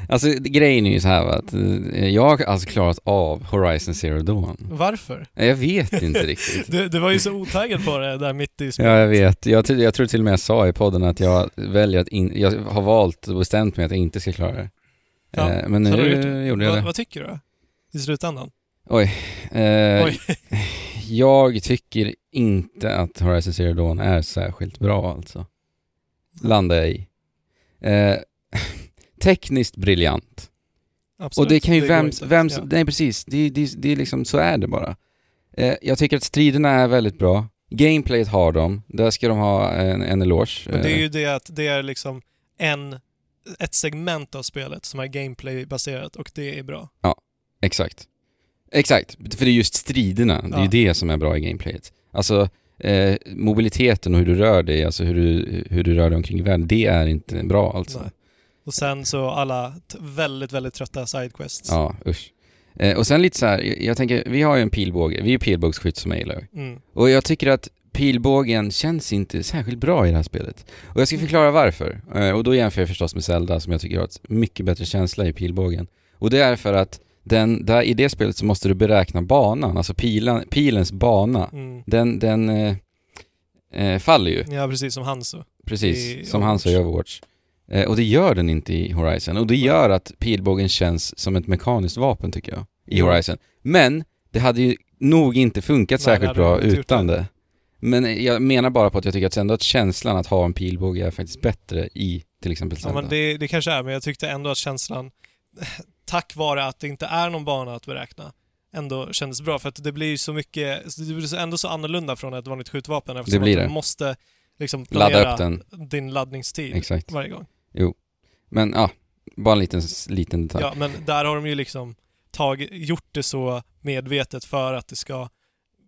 Alltså det- grejen är ju så här va, att eh, jag har alltså klarat av Horizon Zero Dawn.
Varför?
Eh, Jag
(laughs)
vet inte riktigt.
Du, du var ju så otaggad på det där mitt i
Ja,
spelet.
jag vet. Jag, ty- jag tror till och med jag sa i podden att jag väljer att in- jag har valt och bestämt mig att jag inte ska klara det.
Ja,
Eh, men
så har
nu
du gjort det.
gjorde jag
Vad-
det.
vad tycker du i slutändan?
Eh,
Oj.
(laughs) jag tycker inte att Horizon Zero Dawn är särskilt bra alltså. Landar jag i. Eh, (laughs) tekniskt briljant.
Absolut.
Och det kan ju
går
vem,
inte.
vem
Ja.
nej precis, det, det, det är liksom, så är det bara. Eh, jag tycker att striderna är väldigt bra. Gameplayet har de, där ska de ha en, en eloge.
Men det är
Eh,
ju det att det är liksom en, ett segment av spelet som är gameplay-baserat och det är bra.
Exakt. Exakt, för det är just striderna, det är
Ja.
ju det som är bra i gameplayet. Alltså eh, mobiliteten och hur du rör dig, alltså hur du, hur du rör dig omkring i världen, det är inte bra alltså.
Nej. Och sen så alla t- väldigt, väldigt trötta sidequests.
Ja, usch. Eh, och sen lite så här, jag, jag tänker, vi har ju en pilbåge, vi är ju pilbågsskytt som jag gillar ju.
Mm.
Och jag tycker att pilbågen känns inte särskilt bra i det här spelet. Och jag ska förklara varför. Eh, Och då jämför jag förstås med Zelda som jag tycker har ett mycket bättre känsla i pilbågen. Och det är för att den, där, i det spelet så måste du beräkna banan, alltså pilen, pilens bana.
Mm.
Den, den eh, eh, faller ju,
Ja, precis som han så. I
precis, som han sa i
Overwatch.
Overwatch. Eh, och det gör den inte i Horizon. Och det gör att pilbågen känns som ett mekaniskt vapen tycker jag, i
Jo.
Horizon. Men det hade ju nog inte funkat
Nej,
särskilt
det hade
bra
nog inte gjort
utan
det.
det. Men eh, jag menar bara på att jag tycker att, ändå att känslan att ha en pilbåge är faktiskt bättre i till exempel
Ja,
Zelda.
men det, det kanske är, men jag tyckte ändå att känslan, (laughs) tack vare att det inte är någon bana att beräkna, ändå kändes bra. För att det blir ju så mycket, det blir så- ändå så annorlunda från ett vanligt skjutvapen eftersom
Det blir
att
det.
du måste liksom
Ladda
planera
upp den.
din laddningstid
Exakt.
varje gång.
Men ja, bara en liten, liten detalj.
Ja, men där har de ju liksom tag, gjort det så medvetet för att det ska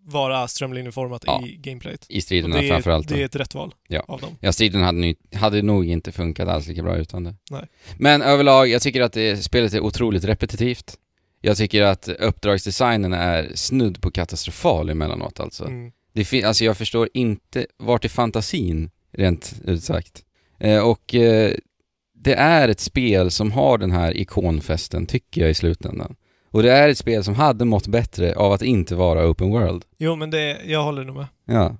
vara strömlinjeformat
Ja.
i gameplayet.
I
Och
striderna
det,
framförallt.
är,
då.
det är ett rätt val
Ja.
av dem.
Ja, striden hade, ny, hade nog inte funkat alls lika bra utan det.
Nej.
Men överlag, jag tycker att det, spelet är otroligt repetitivt. Jag tycker att uppdragsdesignen är snudd på katastrofal emellanåt alltså.
Mm.
Det fin- alltså jag förstår inte, vart är fantasin rent ut sagt? Eh, och eh, det är ett spel som har den här ikonfesten tycker jag i slutändan. Och det är ett spel som hade mått bättre av att inte vara open world.
Jo, men det, jag håller nog med.
Ja.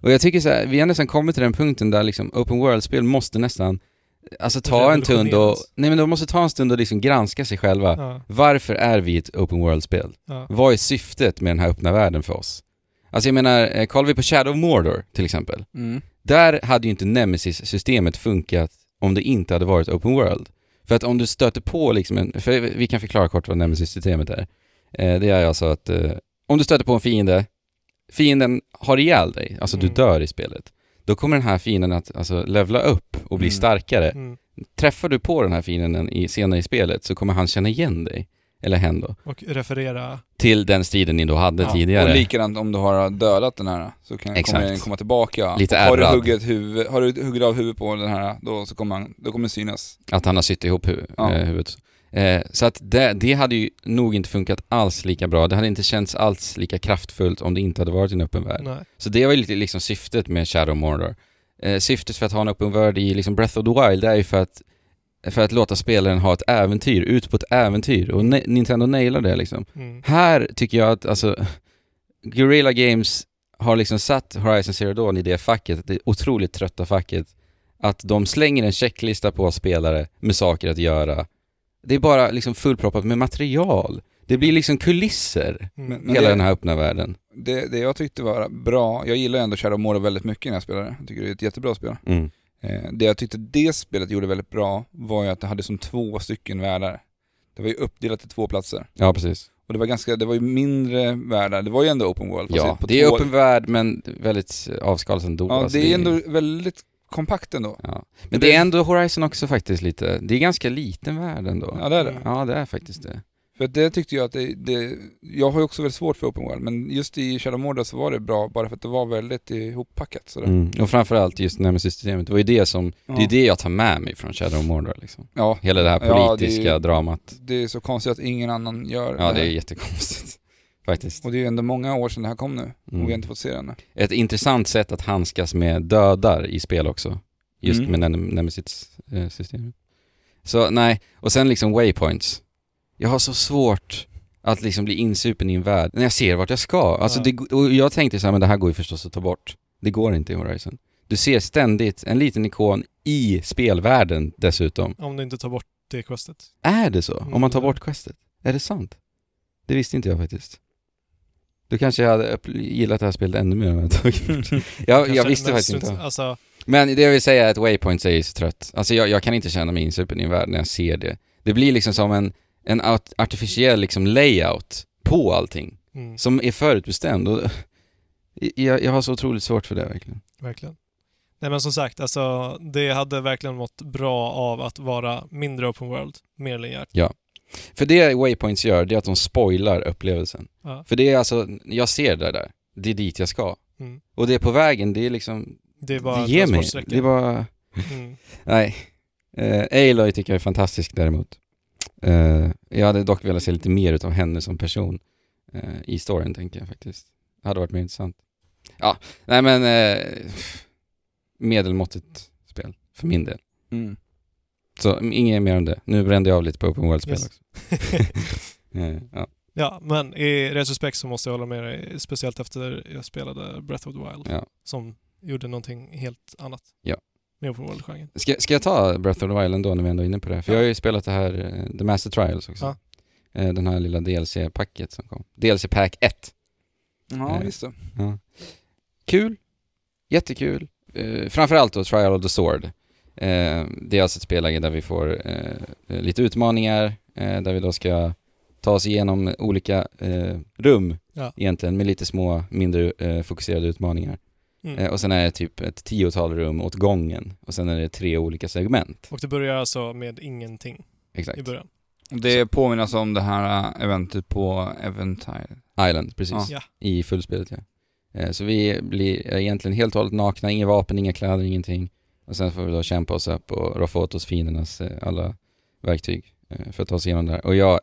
Och jag tycker så här, vi har nästan kommit till den punkten där liksom open world-spel måste nästan Alltså ta en stund och,
Revolutioneras.
nej men de måste ta en stund och liksom granska sig själva.
Ja.
Varför är vi ett open world-spel?
Ja.
Vad är syftet med den här öppna världen för oss? Alltså jag menar, eh, kollar vi på Shadow of Mordor till exempel.
Mm.
Där hade ju inte Nemesis-systemet funkat om det inte hade varit open world. För att om du stöter på liksom en, för vi kan förklara kort vad Nemesis-systemet är. Eh, det är alltså att eh, om du stöter på en fiende, fienden har ihjäl dig, alltså
Mm.
du dör i spelet. Då kommer den här fienden att alltså, levla upp och bli
Mm.
starkare.
Mm.
Träffar du på den här fienden i, senare i spelet så kommer han känna igen dig, eller hen då,
Och referera.
till den striden ni då hade
Ja,
tidigare.
Och likadant om du har dödat den här så kan kommer
Exakt.
den komma tillbaka.
Lite
har du,
ärrad.
huggit huvud, har du huggit av huvudet på den här då, så kommer, han, då kommer den synas.
Att han har sytt ihop hu-
Ja.
eh, huvudet. Eh, så att det, det hade ju nog inte funkat alls lika bra. Det hade inte känts alls lika kraftfullt om det inte hade varit en öppen värld.
Nej.
Så det var ju lite liksom syftet med Shadow of Mordor. Eh, syftet för att ha en öppen värld i liksom Breath of the Wild det är ju för att, för att låta spelaren ha ett äventyr, ut på ett äventyr. Och ne- Nintendo nailar det liksom.
Mm.
Här tycker jag att alltså, Guerrilla Games har liksom satt Horizon Zero Dawn i det facket, det otroligt trötta facket, att de slänger en checklista på spelare med saker att göra. Det är bara liksom fullproppat med material. Det blir liksom kulisser,
Mm.
Men-
hela
det-
den här öppna världen.
Det, det jag tyckte var bra, jag gillar ändå Shadow of Mordor väldigt mycket när jag spelar det. Jag tycker det är ett jättebra spel. Eh, Det jag tyckte det spelet gjorde väldigt bra var ju att det hade som två stycken världar. Det var ju uppdelat i två platser.
Ja, precis.
Och det var ganska, det var ju mindre världar, det var ju ändå open world. fast
Ja,
på
det är
två-
öppen värld men väldigt avskalat ändå.
Ja,
Alltså,
det är ändå väldigt kompakt ändå.
Ja. Men det är ändå Horizon också faktiskt lite, det är ganska liten värld ändå.
Ja, det är det.
Mm.
Ja, det är faktiskt det.
För att det tyckte jag att det, det jag har ju också väldigt svårt för open world, men just i Shadow of Mordor så var det bra bara för att det var väldigt ihoppackat sådär.
Mm. Och framförallt just Nemesis-systemet, det var ju det som,
Ja.
Mm. det är det jag tar med mig från Shadow of Mordor liksom.
Ja,
Hela det här
Ja, det är ju-
politiska dramat.
det är så konstigt att ingen annan gör
Ja,
det här.
det är jättekonstigt. (laughs) Faktiskt.
Och det är ju ändå många år sedan det här kom nu, och vi har
Mm.
inte fått se det ännu.
Ett intressant sätt att handskas med dödar i spel också. Just
Mm.
med Nem- Nemesis-systemet. Så nej, och sen liksom waypoints. Jag har så svårt att liksom bli insupen i en värld när jag ser vart jag ska. Alltså
Ja.
det, g- och jag tänkte så här, men det här går ju förstås att ta bort. Det går inte i Horizon. Du ser ständigt en liten ikon i spelvärlden dessutom.
Om du inte tar bort det questet.
Är det så?
Mm,
Om man tar
det är
bort questet? Är det sant? Det visste inte jag faktiskt. Då kanske jag hade upp- gillat det här spelet ännu mer om jag hade tagit
(laughs)
bort det. jag, jag
Kanske,
visste
men
faktiskt
strunt-
inte.
Alltså,
Men det jag vill säga är att waypoints är ju så trött. Alltså jag, jag kan inte känna mig insupen i en värld när jag ser det. Det blir liksom som en, en art- artificiell liksom layout på allting
mm,
som är förutbestämd. Och, (laughs) jag, jag har så otroligt svårt för det verkligen.
verkligen. Nej men som sagt, alltså, det hade verkligen mått bra av att vara mindre open world, mer linjärt.
För det waypoints gör, det är att de spoilar upplevelsen.
Ja.
För det är alltså, jag ser det där, det är dit jag ska.
Mm.
Och det är på vägen, det är liksom,
Det är bara
det ger mig,
transportsträckan.
det är bara,
Mm.
nej. Eh, Aloy tycker jag är fantastisk däremot. Eh, jag hade dock velat se lite mer utav henne som person eh, i storyn tänker jag faktiskt. Det hade varit mer intressant. Ja, nej men eh, medelmåttigt spel för min del.
Mm.
Så mm, inget mer om det. Nu brände jag av lite på Open World-spel
Yes.
också. (laughs) Eh, ja.
ja, men i retrospekt så måste jag hålla med dig, speciellt efter jag spelade Breath of the Wild,
Ja.
som gjorde någonting helt annat
Ja.
med open world-genren.
Ska, ska jag ta Breath of the Wild då när vi ändå är inne på det? här? För
Ja.
jag har ju spelat det här eh, The Master Trials också.
Ja.
Eh, Den här lilla DLC-packet som kom. DLC-pack 1.
Ja,
Eh.
just det.
Kul. Jättekul. Eh, Framförallt då Trial of the Sword. Eh, Det är alltså ett spelläge där vi får eh, lite utmaningar, eh, där vi då ska ta oss igenom olika eh, rum
Ja.
egentligen med lite små, mindre eh, fokuserade utmaningar.
Mm.
Eh, och sen är det typ ett tiotal rum åt gången. Och sen är det tre olika segment.
Och det börjar alltså med ingenting
Exakt.
i början.
Det påminner alltså om det här äh, eventet på Eventide.
Island, precis.
Ja.
Ja.
I fullspelet ja. Eh, Så vi blir är egentligen helt och hållet nakna, inga vapen, inga kläder, ingenting. Och sen får vi då kämpa oss upp och roffa åt oss fiendernas eh, alla verktyg eh, för att ta oss igenom det här. Och jag,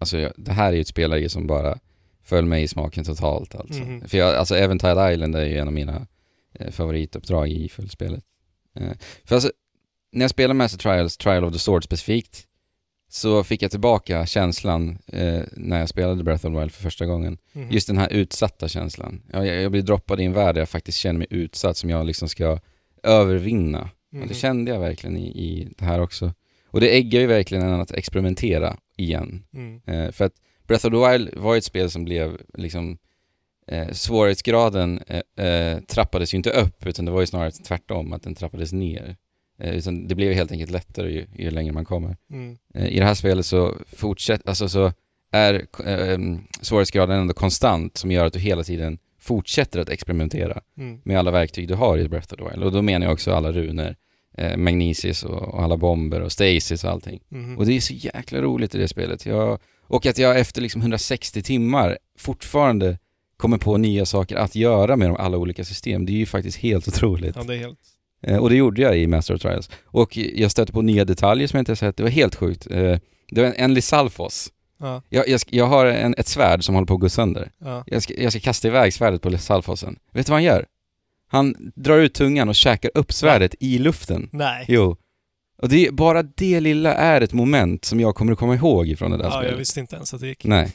alltså jag, det här är ju ett spelläge som bara föll mig i smaken totalt alltså.
Mhm.
För jag, alltså Eventide Island är ju en av mina eh, favorituppdrag i fullspelet. Eh, För alltså, när jag spelade Master Trials, Trial of the Sword specifikt, så fick jag tillbaka känslan eh, när jag spelade Breath of the Wild för första gången.
Mhm.
Just den här utsatta känslan. Jag, jag, jag blir droppad i en värld där jag faktiskt känner mig utsatt som jag liksom ska övervinna.
Mhm.
Och det kände jag verkligen i, i det här också. Och det äggar ju verkligen en att experimentera igen.
Mm.
Eh, för att Breath of the Wild var ju ett spel som blev liksom eh, svårighetsgraden eh, eh, trappades ju inte upp utan det var ju snarare tvärtom att den trappades ner. Eh, utan det blev ju helt enkelt lättare ju, ju längre man kommer.
Mm.
Eh, I det här spelet så fortsätt, alltså så är eh, em, svårighetsgraden ändå konstant som gör att du hela tiden fortsätter att experimentera
Mm.
med alla verktyg du har i Breath of the Wild. Och då menar jag också alla runor, eh, Magnesis och, och alla bomber och Stasis och allting.
Mhm.
Och det är så jäkla roligt i det spelet. Jag, och att jag efter liksom 160 timmar fortfarande kommer på nya saker att göra med de alla olika system. Det är ju faktiskt helt otroligt.
Ja, det är helt...
Eh, Och det gjorde jag i Master of Trials. Och jag stötte på nya detaljer som jag inte har sett. Det var helt sjukt. Eh, Det var en, en Lisalfos.
Ja,
Jag, jag, sk- jag har en, ett svärd som håller på att gå sönder.
ja.
Jag ska, jag ska kasta iväg svärdet på Lisalfosen. Vet du vad han gör? Han drar ut tungan och käkar upp svärdet i luften.
Nej.
Jo. Och det är, bara det lilla är ett moment som jag kommer att komma ihåg ifrån det där
Ja, jag
spelet.
visste inte ens att det gick.
Nej.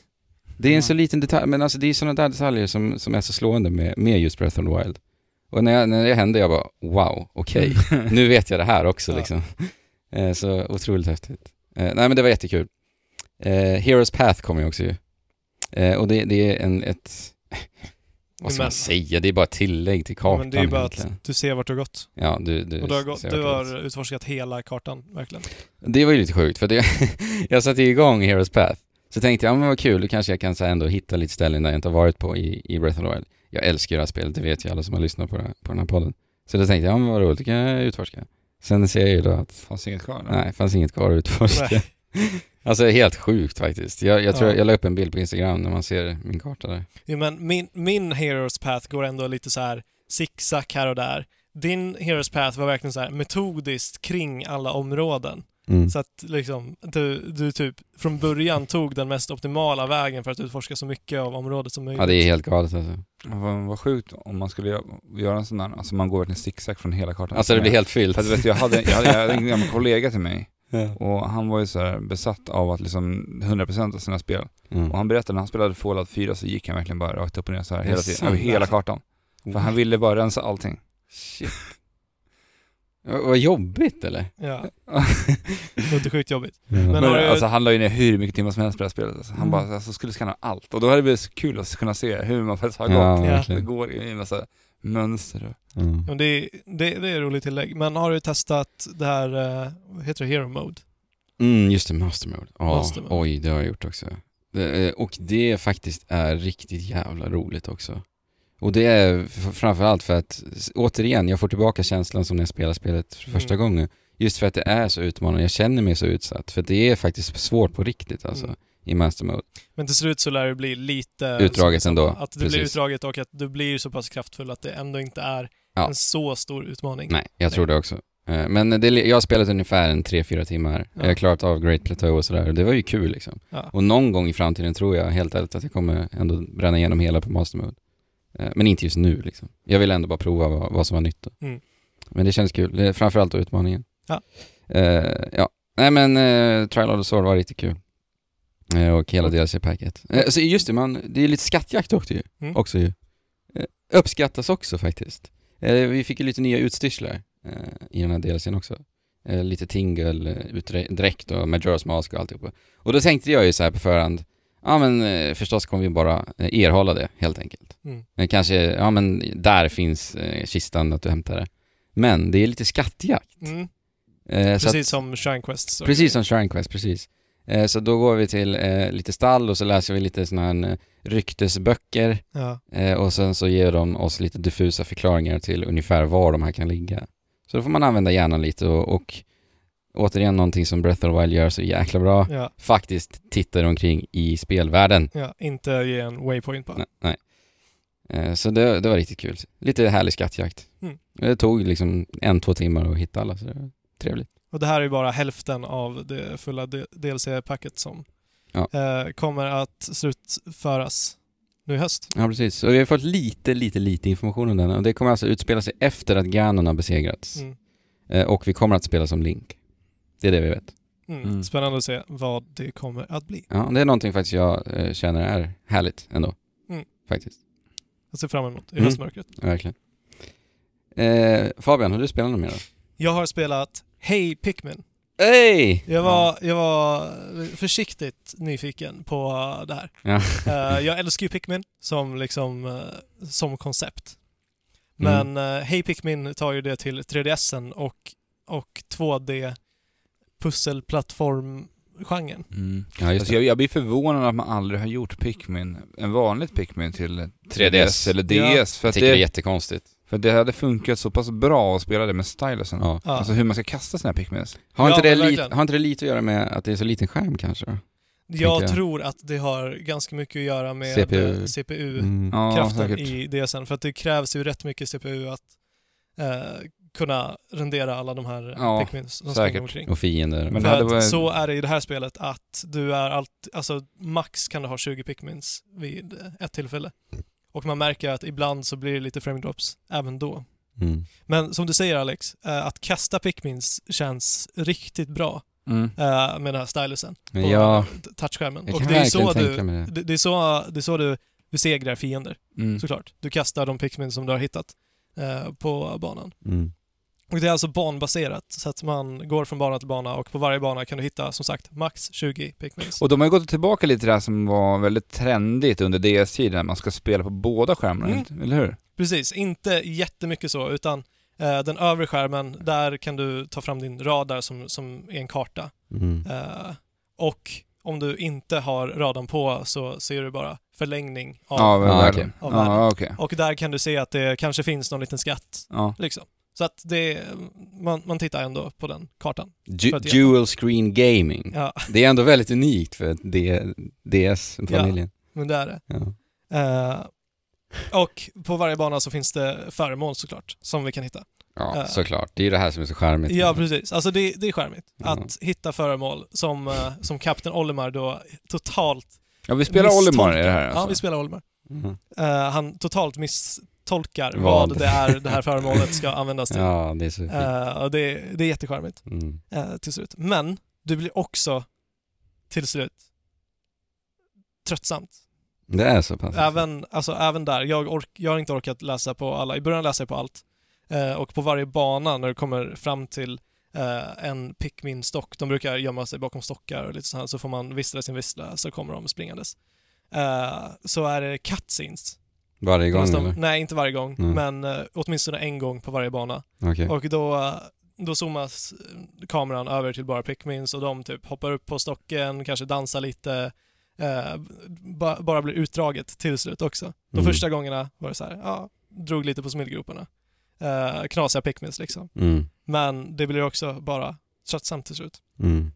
Det är
Ja.
en så liten detalj, men alltså det är sådana där detaljer som, som är så slående med, med just Breath of the Wild. Och när, jag, när det hände, jag bara wow,
(laughs)
okej, nu vet jag det här också
Ja.
liksom. Eh, Så otroligt häftigt. Eh, Nej men det var jättekul. Eh, Heroes Path kommer ju också ju. Eh, Och det, det är en, ett, vad ska
Men-
man säga, det är bara ett tillägg till
Ja,
kartan
men det är ju bara
egentligen.
att du ser vart du har gått.
Ja, du, du,
Och du har, gått,
ser
du
vart det är.
har utforskat hela kartan,
(laughs)
verkligen.
Det var ju lite sjukt, för det, (laughs) jag satte ju igång Heroes Path. Så tänkte jag, ja, men vad kul, då kanske jag kan så här ändå hitta lite ställen där jag inte har varit på i, i Breath of the Wild. Jag älskar ju det här spelet, det vet ju alla som har lyssnat på, det, här- på den här podden. Så då tänkte jag, ja men vad roligt, det kan jag utforska. Sen ser jag ju då att,
Fanns inget kvar?
nej, fanns inget kvar att utforska.
Nej.
(laughs) Alltså helt sjukt faktiskt. Jag, jag tror
Ja.
jag la upp en bild på Instagram när man ser min karta där.
Jo, men min, min Heroes Path går ändå lite så här zigzag här och där. Din Heroes Path var verkligen så här metodiskt kring alla områden.
Mm.
Så att liksom, du, du typ från början tog den mest optimala vägen för att utforska så mycket av området som möjligt.
Ja, det är helt galet alltså.
Vad, vad sjukt om man skulle göra, göra en sån där, alltså man går verkligen zigzag från hela kartan.
Alltså det blir helt fyllt.
För att, vet du, jag hade, jag hade, jag hade en gammal kollega till mig och han var ju så här besatt av att liksom 100% av sina spel.
Mm.
Och han berättade när han spelade Fallout 4 så gick han verkligen bara rakt upp och ner så här
Det är
hela tiden,
sant.
över hela kartan. För han ville bara rensa allting.
Shit. Vad vad jobbigt eller? (laughs)
Ja. Det låter sjukt jobbigt. Men
Men
har du-
alltså han la ju ner hur mycket timmar som helst på det här spelet. Alltså, han
Mm.
bara, alltså skulle skanna allt. Och då hade det blivit så kul att kunna se hur man faktiskt har gått.
Ja,
Ja.
Det
verkligen.
går i en massa mönster och...
Mm.
Men det, är- det, det är ett roligt tillägg. Men har du testat det här, eh, vad heter det, Hero Mode?
Mm, just det, Mastermode. Ja,
Master Mode.
oj, det har jag gjort också. Det, eh, och det faktiskt är riktigt jävla roligt också. Och det är f- framförallt för att, s- återigen, jag får tillbaka känslan som när jag spelar spelet för första
Mm.
gången. Just för att det är så utmanande, jag känner mig så utsatt. För det är faktiskt svårt på riktigt alltså,
Mm.
i Mastermode.
Men till slut så lär det bli lite...
Utdraget ändå.
Att det blir utdraget och att du blir så pass kraftfull att det ändå inte är
Ja.
en så stor utmaning.
Nej, jag tror det också. Eh, Men det, jag har spelat ungefär en 3-4 timmar.
Ja.
Jag har klarat av Great Plateau och sådär. Och det var ju kul liksom.
Ja.
Och någon gång i framtiden tror jag helt ärligt att jag kommer ändå bränna igenom hela på Master Mode. Eh, Men inte just nu liksom. Jag vill ändå bara prova vad, vad som var nytt då.
Mm.
Men det känns kul. Det är Framförallt då utmaningen.
Ja.
Eh, ja. Nej men eh, Trial of the Sword var riktigt kul. Eh, och hela DLC-packet. Eh, så just det, man, det är lite skattjakt också ju.
Mm.
Också ju. Eh, uppskattas också faktiskt. Eh, vi fick ju lite nya utstyrslar eh, i den här DLCn också. Eh, lite Tingle, eh, utre- dräkt och Majora's Mask och alltihopa. Och då tänkte jag ju så här på förhand, ja men eh, förstås kommer vi bara eh, erhålla det helt enkelt.
Mm.
Eh, kanske, ja men där finns eh, kistan att du hämtar det. Men det är lite skattjakt.
Mm.
Eh, så att-
Precis som Shrine Quests. och-
Precis som Shrine Quest, precis. Eh, Så då går vi till eh, lite stall och så läser vi lite såna här eh, ryktesböcker
Ja.
eh, och sen så ger de oss lite diffusa förklaringar till ungefär var de här kan ligga. Så då får man använda hjärnan lite och, och återigen någonting som Breath of the Wild gör så jäkla bra.
Ja.
Faktiskt tittar omkring i spelvärlden.
ja. Inte ge en waypoint bara.
Nej. nej. Eh, Så det, det var riktigt kul. Lite härlig skattjakt.
Mm.
Det tog liksom en, två timmar att hitta alla, så det var trevligt.
Och det här är ju bara hälften av det fulla D- DLC-packet som
Ja.
eh, kommer att slutföras nu i höst.
Ja, precis. Och vi har fått lite, lite, lite information om den. Och det kommer alltså utspela sig efter att Ganon har besegrats.
Mm.
Eh, Och vi kommer att spela som Link. Det är det vi vet.
Mm.
Mm.
Spännande att se vad det kommer att bli.
Ja, det är någonting faktiskt jag eh, känner är härligt ändå.
Mm.
Faktiskt.
Jag ser fram emot i
Mm.
höstmörkret.
Ja, Verkligen. Eh, Fabian, har du spelat något mer då?
Jag har spelat Hey Pikmin.
Hej!
Jag var, jag var försiktigt nyfiken på det
(laughs)
här.
Ja.
(laughs) Eh, jag älskar ju Pikmin som, liksom, eh, som koncept. Men
Mm.
eh, Hey Pikmin tar ju det till 3DSen och, och 2D pusselplattform-genren.
Mm.
Ja, just
Alltså
det.
jag, jag blir förvånad att man aldrig har gjort Pikmin, en vanligt Pikmin till
3DS.
eller DS.
Ja.
För,
Jag
att
tycker det är
det,
jättekonstigt.
för det hade funkat så pass bra att spela det med stylusen.
Ja.
Ja.
Alltså hur man ska kasta sina Pikmins.
Har,
Ja,
inte det
men
lite,
verkligen.
har inte det lite att göra med att det är så liten skärm kanske? då?
Jag
tänker jag.
tror att det har ganska mycket att göra med
CPU.
CPU-kraften
Mm.
Ja, säkert.
i DSen. För att det krävs ju rätt mycket CPU att eh, kunna rendera alla de här
Ja,
Pikmins som
säkert.
springer omkring.
Och fiender.
Men- det
För
hade
att
varit-
så är det i det här spelet att du är allt, alltså max kan du ha 20 Pikmins vid eh, ett tillfälle. Och man märker att ibland så blir det lite frame drops även då.
Mm.
Men som du säger Alex, eh, att kasta Pikmins känns riktigt bra
Mm.
eh, med den här stylusen på
Men ja,
t- touchskärmen.
jag
Och
kan
det är,
verkligen
så
tänka
du,
mig det.
det, det, är så, det är så du besegrar fiender,
Mm.
såklart. Du kastar de Pikmin som du har hittat eh, på banan.
Mm.
Och det är alltså banbaserat, så att man går från bana till bana och på varje bana kan du hitta som sagt max 20 Pikmins.
Och de har ju gått tillbaka lite till det här som var väldigt trendigt under DS-tiden, att man ska spela på båda skärmarna,
Mm.
inte- eller hur?
Precis, inte jättemycket så, utan eh, den övre skärmen, där kan du ta fram din radar som, som är en karta.
Mm.
Eh, och om du inte har radarn på så ser du bara förlängning av...
Ja, väl-
Ja,
väl.
okej.
Av
Ja, okej.
Och där kan du se att det kanske finns någon liten skatt,
Ja.
liksom. Så att det, man, man tittar ändå på den kartan.
Ju-
För att-
Dual screen
Mm.
gaming.
Ja,
Det är ändå väldigt unikt för D- DS-familjen.
men det är det.
Ja.
Eh, och på varje bana så finns det föremål såklart, som vi kan hitta.
Ja,
Ja.
såklart. Det är ju det här som är så charmigt.
Ja, precis. Alltså det, det är charmigt.
Ja.
Mm.
Att hitta föremål som, eh, som Kapten Olimar då totalt...
ja, vi spelar
misstolkar.
Olimar i det här
Ja, vi
alltså.
spelar Olimar.
Mm.
Eh, han totalt misstolkar vad,
Vad?
det är det här föremålet
(laughs)
ska användas till.
Ja, det är så fint.
Eh, och det, det är jättecharmigt
Mm.
eh, till slut. Men det blir också till slut tröttsamt.
Det är så pass.
Även, alltså, även där, jag, ork, jag har inte orkat läsa på alla. I början läste jag på allt. Eh, och på varje bana när du kommer fram till eh, en Pikmin-stock, de brukar gömma sig bakom stockar och lite sånt här, så får man vissla sin vissla så kommer de springandes. Eh, så är det cutscenes.
Varje gång
Fast de-
eller?
Nej, inte varje gång,
Nej.
men eh, åtminstone en gång på varje bana.
Okej.
Och då, eh, då zoomas eh, kameran över till bara Pikmins och de typ hoppar upp på stocken, kanske dansar lite. Eh, ba, bara blir utdraget till slut också. De
Mm.
första gångerna var det så här, ja, drog lite på smilgroparna. Eh, knasiga Pikmins liksom.
Mm.
Men det blir också bara tröttsamt till slut.
Mm.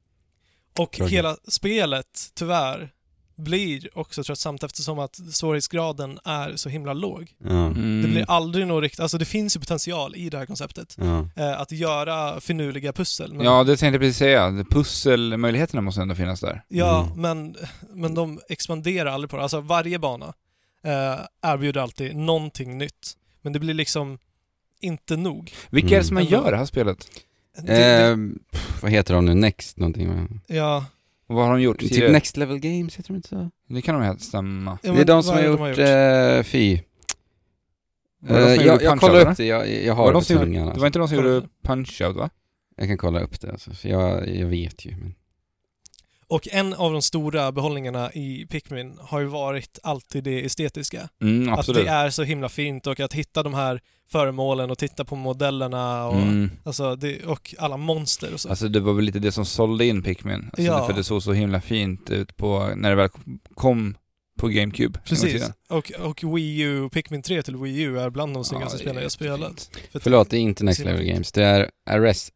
Och
Tråkigt.
hela spelet, tyvärr, blir också tröttsamt eftersom att svårighetsgraden är så himla låg.
Ja.
Mm.
Det blir aldrig något riktigt, alltså det finns ju potential i det här konceptet
Ja.
eh, att göra finurliga pussel. Men,
Ja, det tänkte jag precis säga. Pusselmöjligheterna måste ändå finnas där.
ja,
Mm.
men, men de expanderar aldrig på det. Alltså varje bana eh, erbjuder alltid någonting nytt. Men det blir liksom inte nog.
Vilka är det som man
Mm.
gör det här spelet?
Det, det,
Ehm, pff, vad heter de nu? Next någonting? va?
ja,
Och vad har de gjort?
Typ
tidigare?
Next Level Games heter de inte så?
Det kan de helt stämma.
ja,
det är
men
de som
vad
har
är det
gjort,
de
eh, Fy.
Var det de som
Eh,
gjorde
jag jag
Punch-Out,
kollar
eller?
upp det, jag, jag
Var
har
det de
det
som gjorde-
sanningarna.
Det var inte de som
Kolla.
gjorde Punch-Out va?
Jag kan kolla upp det alltså, för jag, jag vet ju. Men...
Och en av de stora behållningarna i Pikmin har ju varit alltid det estetiska.
Mm, absolut.
Att det är så himla fint och att hitta de här föremålen och titta på modellerna och,
Mm.
alltså, det, och alla monster och så.
Alltså det var väl lite det som sålde in Pikmin. Alltså
Ja.
För det såg så himla fint ut på, när det väl kom på GameCube. en gång i
Precis.
tiden.
Och, och Wii U, Pikmin 3 till Wii U är bland de snyggaste
det är
spelen jag spelat.
jättefint.
För att-
Förlåt, det är inte Next
Simon.
Level Games. Det är Arrest,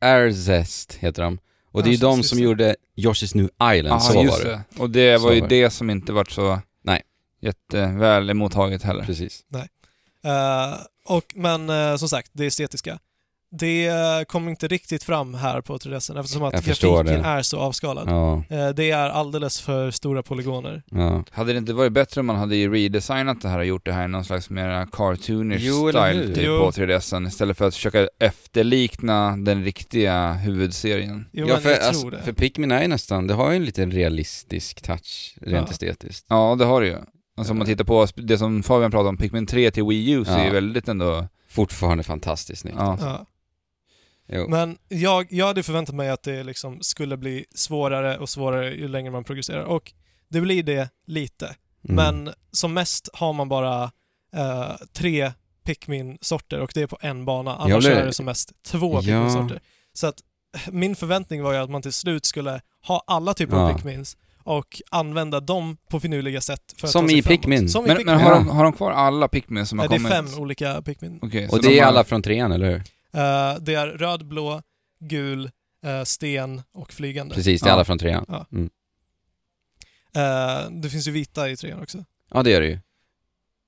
Arzest heter de. Och det är ju
Arzest,
de
just
som
det.
gjorde Yoshi's New Island, så
Ja,
var
just
det.
det. Och det
Så
var ju
var det.
det som inte vart så
Nej.
jätteväl emottaget heller.
Precis.
Eh, och, men eh, som sagt, det estetiska. Det eh, kom inte riktigt fram här på 3DSen eftersom att
Jag förstår
grafiken
det.
är så avskalad.
Ja,
Eh, det är alldeles för stora polygoner.
ja.
Hade det inte varit bättre om man hade ju redesignat det här och gjort det här i någon slags mera cartoonish
Jo, eller
style
hur?
typ
Jo.
på 3DSen istället för att försöka efterlikna den riktiga huvudserien.
Jo,
ja
men
för,
jag tror
alltså,
det.
för Pikmin är ju nästan, det har ju en liten realistisk touch rent
Ja.
estetiskt.
Ja, det har det ju. Alltså om man tittar på sp- det som Fabian pratade om, Pikmin 3 till Wii U, så
Ja.
är ju väldigt ändå...
Fortfarande fantastiskt snyggt.
Ja.
Ja.
Jo.
Men jag, jag hade förväntat mig att det liksom skulle bli svårare och svårare ju längre man progresserar. Och det blir det lite.
Mm.
Men som mest har man bara eh, tre Pikmin-sorter och det är på en bana.
Jag
Annars
blev-
är det som mest två
Ja.
Pikmin-sorter. Så att eh, min förväntning var ju att man till slut skulle ha alla typer av
Ja.
Pikmins och använda dem på finurliga sätt för att
Som
ta sig
i
framåt.
Pikmin.
Som i
Men,
Pikmin.
men har,
Ja.
de, har de kvar alla Pikmin som har
Eh, det är
kommit?
fem olika Pikmin.
Okej, så
Och det
de
är
har-
alla från trean, eller hur?
Eh, det är röd, blå, gul, eh, sten och flygande.
Precis, det är
Ja.
alla från trean.
Eh, det finns ju vita i trean också.
Ja, det är det ju.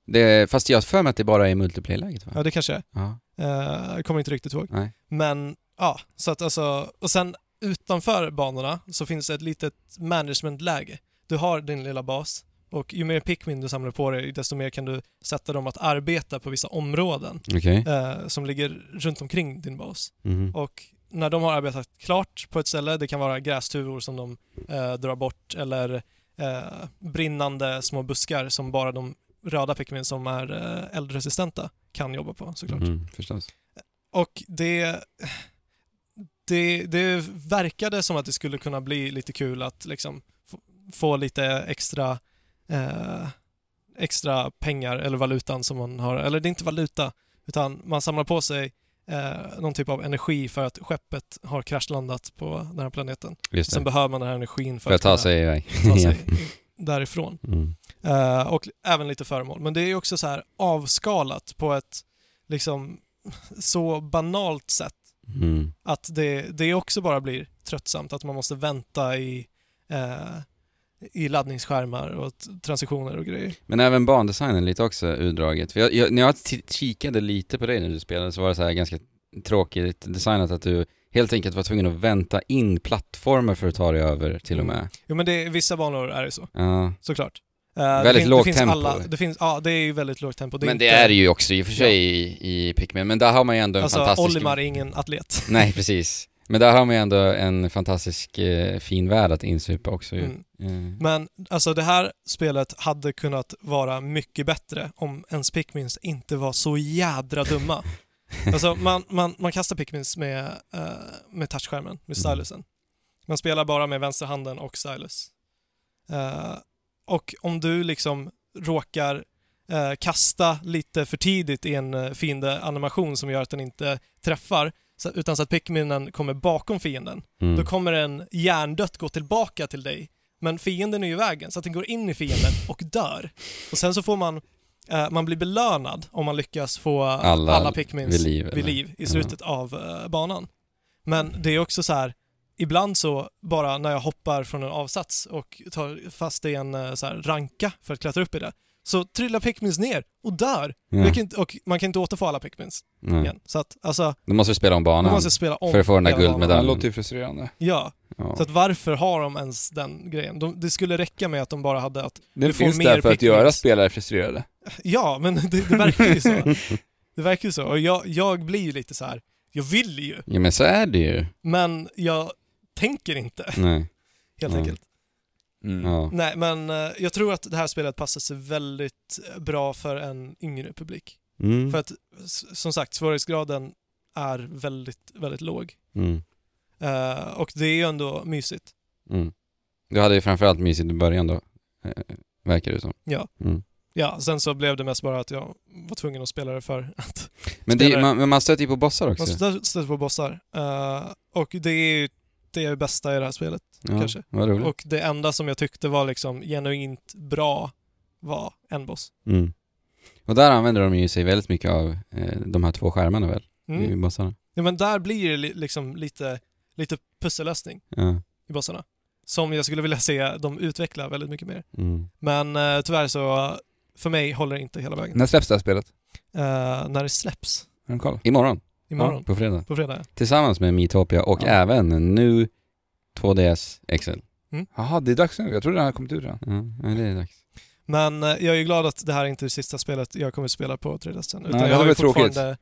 Det, fast jag har för mig att det bara är multiplayer-läget
Ja,
va?
det kanske är.
Ja.
Eh, jag kommer inte riktigt ihåg.
Nej.
Men ja, så att alltså, och sen utanför banorna så finns det ett litet managementläge. Du har din lilla bas och ju mer Pikmin du samlar på dig, desto mer kan du sätta dem att arbeta på vissa områden
Okej.
eh, som ligger runt omkring din bas.
Mhm.
Och när de har arbetat klart på ett ställe, det kan vara grästuvor som de eh, drar bort eller eh, brinnande små buskar som bara de röda Pikmin som är eh, eldresistenta kan jobba på såklart.
Mm, förstås.
Och det, det, det verkade som att det skulle kunna bli lite kul att liksom få, få lite extra, eh, extra pengar eller valutan som man har. Eller det är inte valuta, utan man samlar på sig eh, någon typ av energi för att skeppet har kraschlandat på den här planeten.
Just
Sen
det.
behöver man den här energin för,
För att
att
ta
kunna
sig iväg.
ta
(laughs)
sig därifrån.
Mm.
Eh, och även lite föremål. Men det är ju också så här avskalat på ett liksom så banalt sätt
Mm.
att det, det också bara blir tröttsamt att man måste vänta i, eh, i laddningsskärmar och t- transitioner och grejer.
Men även bandesignen lite också urdraget. För jag, jag, när jag t- kikade lite på dig när du spelade så var det så här ganska tråkigt designat att du helt enkelt var tvungen att vänta in plattformar för att ta dig över till och med.
Jo men det, vissa banor är det så,
Ja.
såklart. Eh, det
Väldigt
finns-
lågt
det finns
tempo.
Alla, det finns, ja, det är ju väldigt lågt tempo.
men det
inte-
är det ju också i och för sig i, i Pikmin, men där har man ju ändå en
Alltså,
fantastisk...
Olimar är ingen atlet.
Nej, precis. Men där har man ju ändå en fantastisk eh, fin värld att insupa också ju.
Mm.
Eh,
Men alltså det här spelet hade kunnat vara mycket bättre om ens Pikmins inte var så jädra dumma. Alltså man, man, man kastar Pikmins med, eh, med touchskärmen, med stylusen. Man spelar bara med vänsterhanden och stylus. Eh, och om du liksom råkar eh, kasta lite för tidigt i en eh, fiende-animation som gör att den inte träffar, så, utan så att Pikminen kommer bakom fienden,
Mm.
då kommer en hjärndött gå tillbaka till dig. Men fienden är ju i vägen, så att den går in i fienden och dör. Och sen så får man, eh, man blir belönad om man lyckas få alla,
Alla
alla Pikmins
vid liv,
vid
eller? Mm.
liv i slutet av eh, banan. Men det är också så här, ibland så bara när jag hoppar från en avsats och tar fast i en eh, så här, ranka för att klättra upp i det, så trillar Pikmins ner och dör.
Ja.
Jag kan inte, och man kan inte återfå alla Pikmins
Nej.
igen. Så att alltså,
Då måste du spela om
man
banan.
måste spela om
För att få den där
hela banan.
Det här
guldmedaljen.
låter ju frustrerande.
Ja.
Ja.
Så att varför har de ens den grejen? De, det skulle räcka med att de bara hade att,
Den
Du får
finns
mer
där för att
Pikmin.
göra spelare frustrerade.
ja men det, det verkar ju så. Det verkar ju så. Och jag, jag blir ju lite så här. jag vill ju,
ja, men så är det ju.
men jag tänker inte
Nej.
helt
Ja.
enkelt.
Mm.
Ja.
Nej men eh, jag tror att det här spelet passar sig väldigt eh, bra för en yngre publik.
Mm.
För att s- som sagt svårighetsgraden är väldigt, väldigt låg.
Mm.
Eh, och det är ju ändå mysigt.
Mm. Du hade ju framförallt mysigt i början då, eh, verkar det som.
Ja.
Mm.
Ja, sen så blev det mest bara att jag var tvungen att spela det för att
Men det,
Spelare.
man, men man stöter ju typ på bossar också.
man stö- stöter på bossar. Eh, och det är ju det är det bästa i det här spelet.
ja,
kanske.
Vad roligt.
Och det enda som jag tyckte var liksom genuint bra var en boss.
Mm. Och där använder de ju sig väldigt mycket av eh, de här två skärmarna väl,
Mm.
i bossarna.
Ja, men där blir det li- liksom lite, lite pussellösning
Ja.
i bossarna. Som jag skulle vilja se dem utveckla väldigt mycket mer.
Mm.
Men eh, tyvärr så, eh, för mig håller det inte hela vägen.
När släpps det här spelet?
Eh, när det släpps
Har du koll?
Imorgon,
imorgon,
på fredag.
på fredag.
Tillsammans med Meetopia och
Ja.
även en nu 2DS XL.
Jaha, det är dags nu. Jag trodde den hade kommit ut redan.
Ja, ja, det är dags.
Men eh, jag är ju glad att det här är inte är det sista spelet jag kommer att spela på 3DSen. Utan
det hade
jag har ju
varit tråkigt.
fortfarande...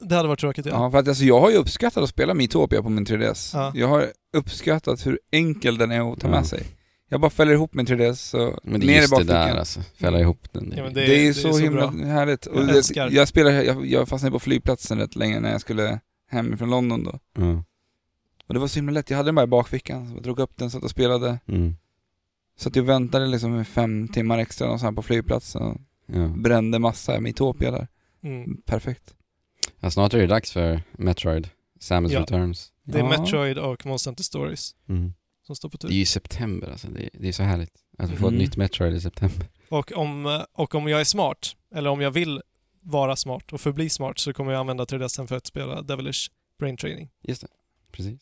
Det hade varit tråkigt, ja.
Ja, för att alltså, jag har ju uppskattat att spela Miitopia på min 3DS.
Ja.
Jag har uppskattat hur enkel den är att ta med
Ja.
sig. Jag bara fäller ihop min 3DS så
Men det
ner
är
i
just det
bakfickan.
där alltså, fälla ihop den.
Mm. Ja, men
det,
det-
är,
det är
så,
så
himla
bra.
härligt. Och
Jag
jag,
älskar.
jag, jag, spelar, jag, jag fastnade på flygplatsen rätt länge när jag skulle hem från London då.
Ja.
Och det var så himla lätt. Jag hade den bara i bakfickan. Så jag drog upp den, satt och spelade.
Mm.
Så att jag väntade liksom i fem timmar extra och så här på flygplatsen. Och
Ja.
brände massa Miitopia där.
Mm.
Perfekt.
ja, snart är det dags för Metroid, Samus
Ja.
Returns.
Det är
Ja.
Metroid och Monster Hunter Stories
Mm.
som står på tur.
Det är ju september alltså, det är, det är så härligt. Att vi får
Mm.
ett nytt Metroid i september. (laughs)
Och om, eh, och om jag är smart, eller om jag vill vara smart och förbli smart så kommer jag använda 3DSen för att spela Devilish Brain Training.
Just det, precis.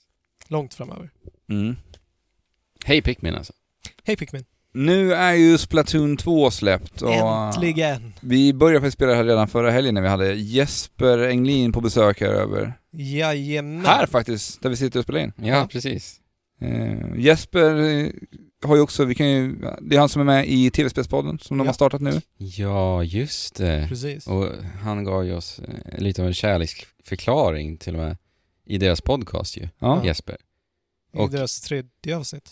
Långt framöver.
Mm.
Hej Pikmin alltså.
Hej Pikmin!
Nu är ju Splatoon 2 släppt och
Äntligen!
vi började faktiskt spela det här redan förra helgen när vi hade Jesper Englin på besök här över.
Jajamän!
Här faktiskt, där vi sitter och spelar in.
Ja, precis.
Eh, Jesper eh, har ju också, vi kan ju, det är han som är med i TV-spelspodden som de
Ja.
har startat nu.
Ja, just det.
Precis.
Och han gav ju oss eh, lite av en kärleksförklaring till och med i deras podcast ju,
Ja.
Jesper.
I
och-
deras tredje avsnitt.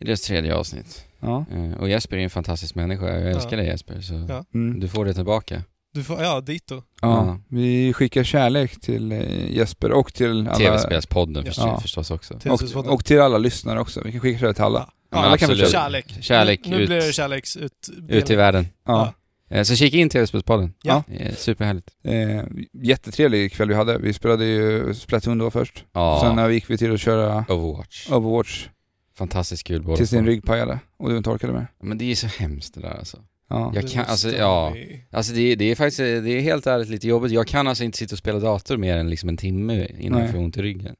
I deras tredje avsnitt.
ja.
Eh, Och Jesper är ju en fantastisk människa, jag älskar
Ja.
dig Jesper. Så
Ja.
Mm.
du får det tillbaka.
Du får, ja, dito.
Ja.
Ja.
Vi skickar kärlek till eh, Jesper och till alla,
TV-spelspodden förstås,
Ja.
förstås också.
Till
och, och till alla lyssnare också. Vi kan skicka kärlek till alla.
Ja,
men
alla kan
absolut.
få kärlek.
Kärlek.
Kärlek
nu nu
ut-
blir det kärleksut...
Ut i världen.
Ja.
Eh, Så kika in TV-spelspodden.
Ja.
Eh, Superhärligt.
Eh, jättetrevlig kväll vi hade. Vi spelade ju Splatoon då först.
Ja.
Sen eh, oh. gick vi till att köra
Overwatch.
Overwatch
Fantastiskt kul båda
tills din
två.
rygg pajade och du inte orkade mer.
Men det är så hemskt det där alltså.
Ja.
Jag
Det
kan,
måste
alltså ja.
vi-
Alltså det, det är faktiskt, det är helt ärligt lite jobbigt. Jag kan alltså inte sitta och spela dator mer än liksom en timme innan
Nej.
jag får ont i ryggen.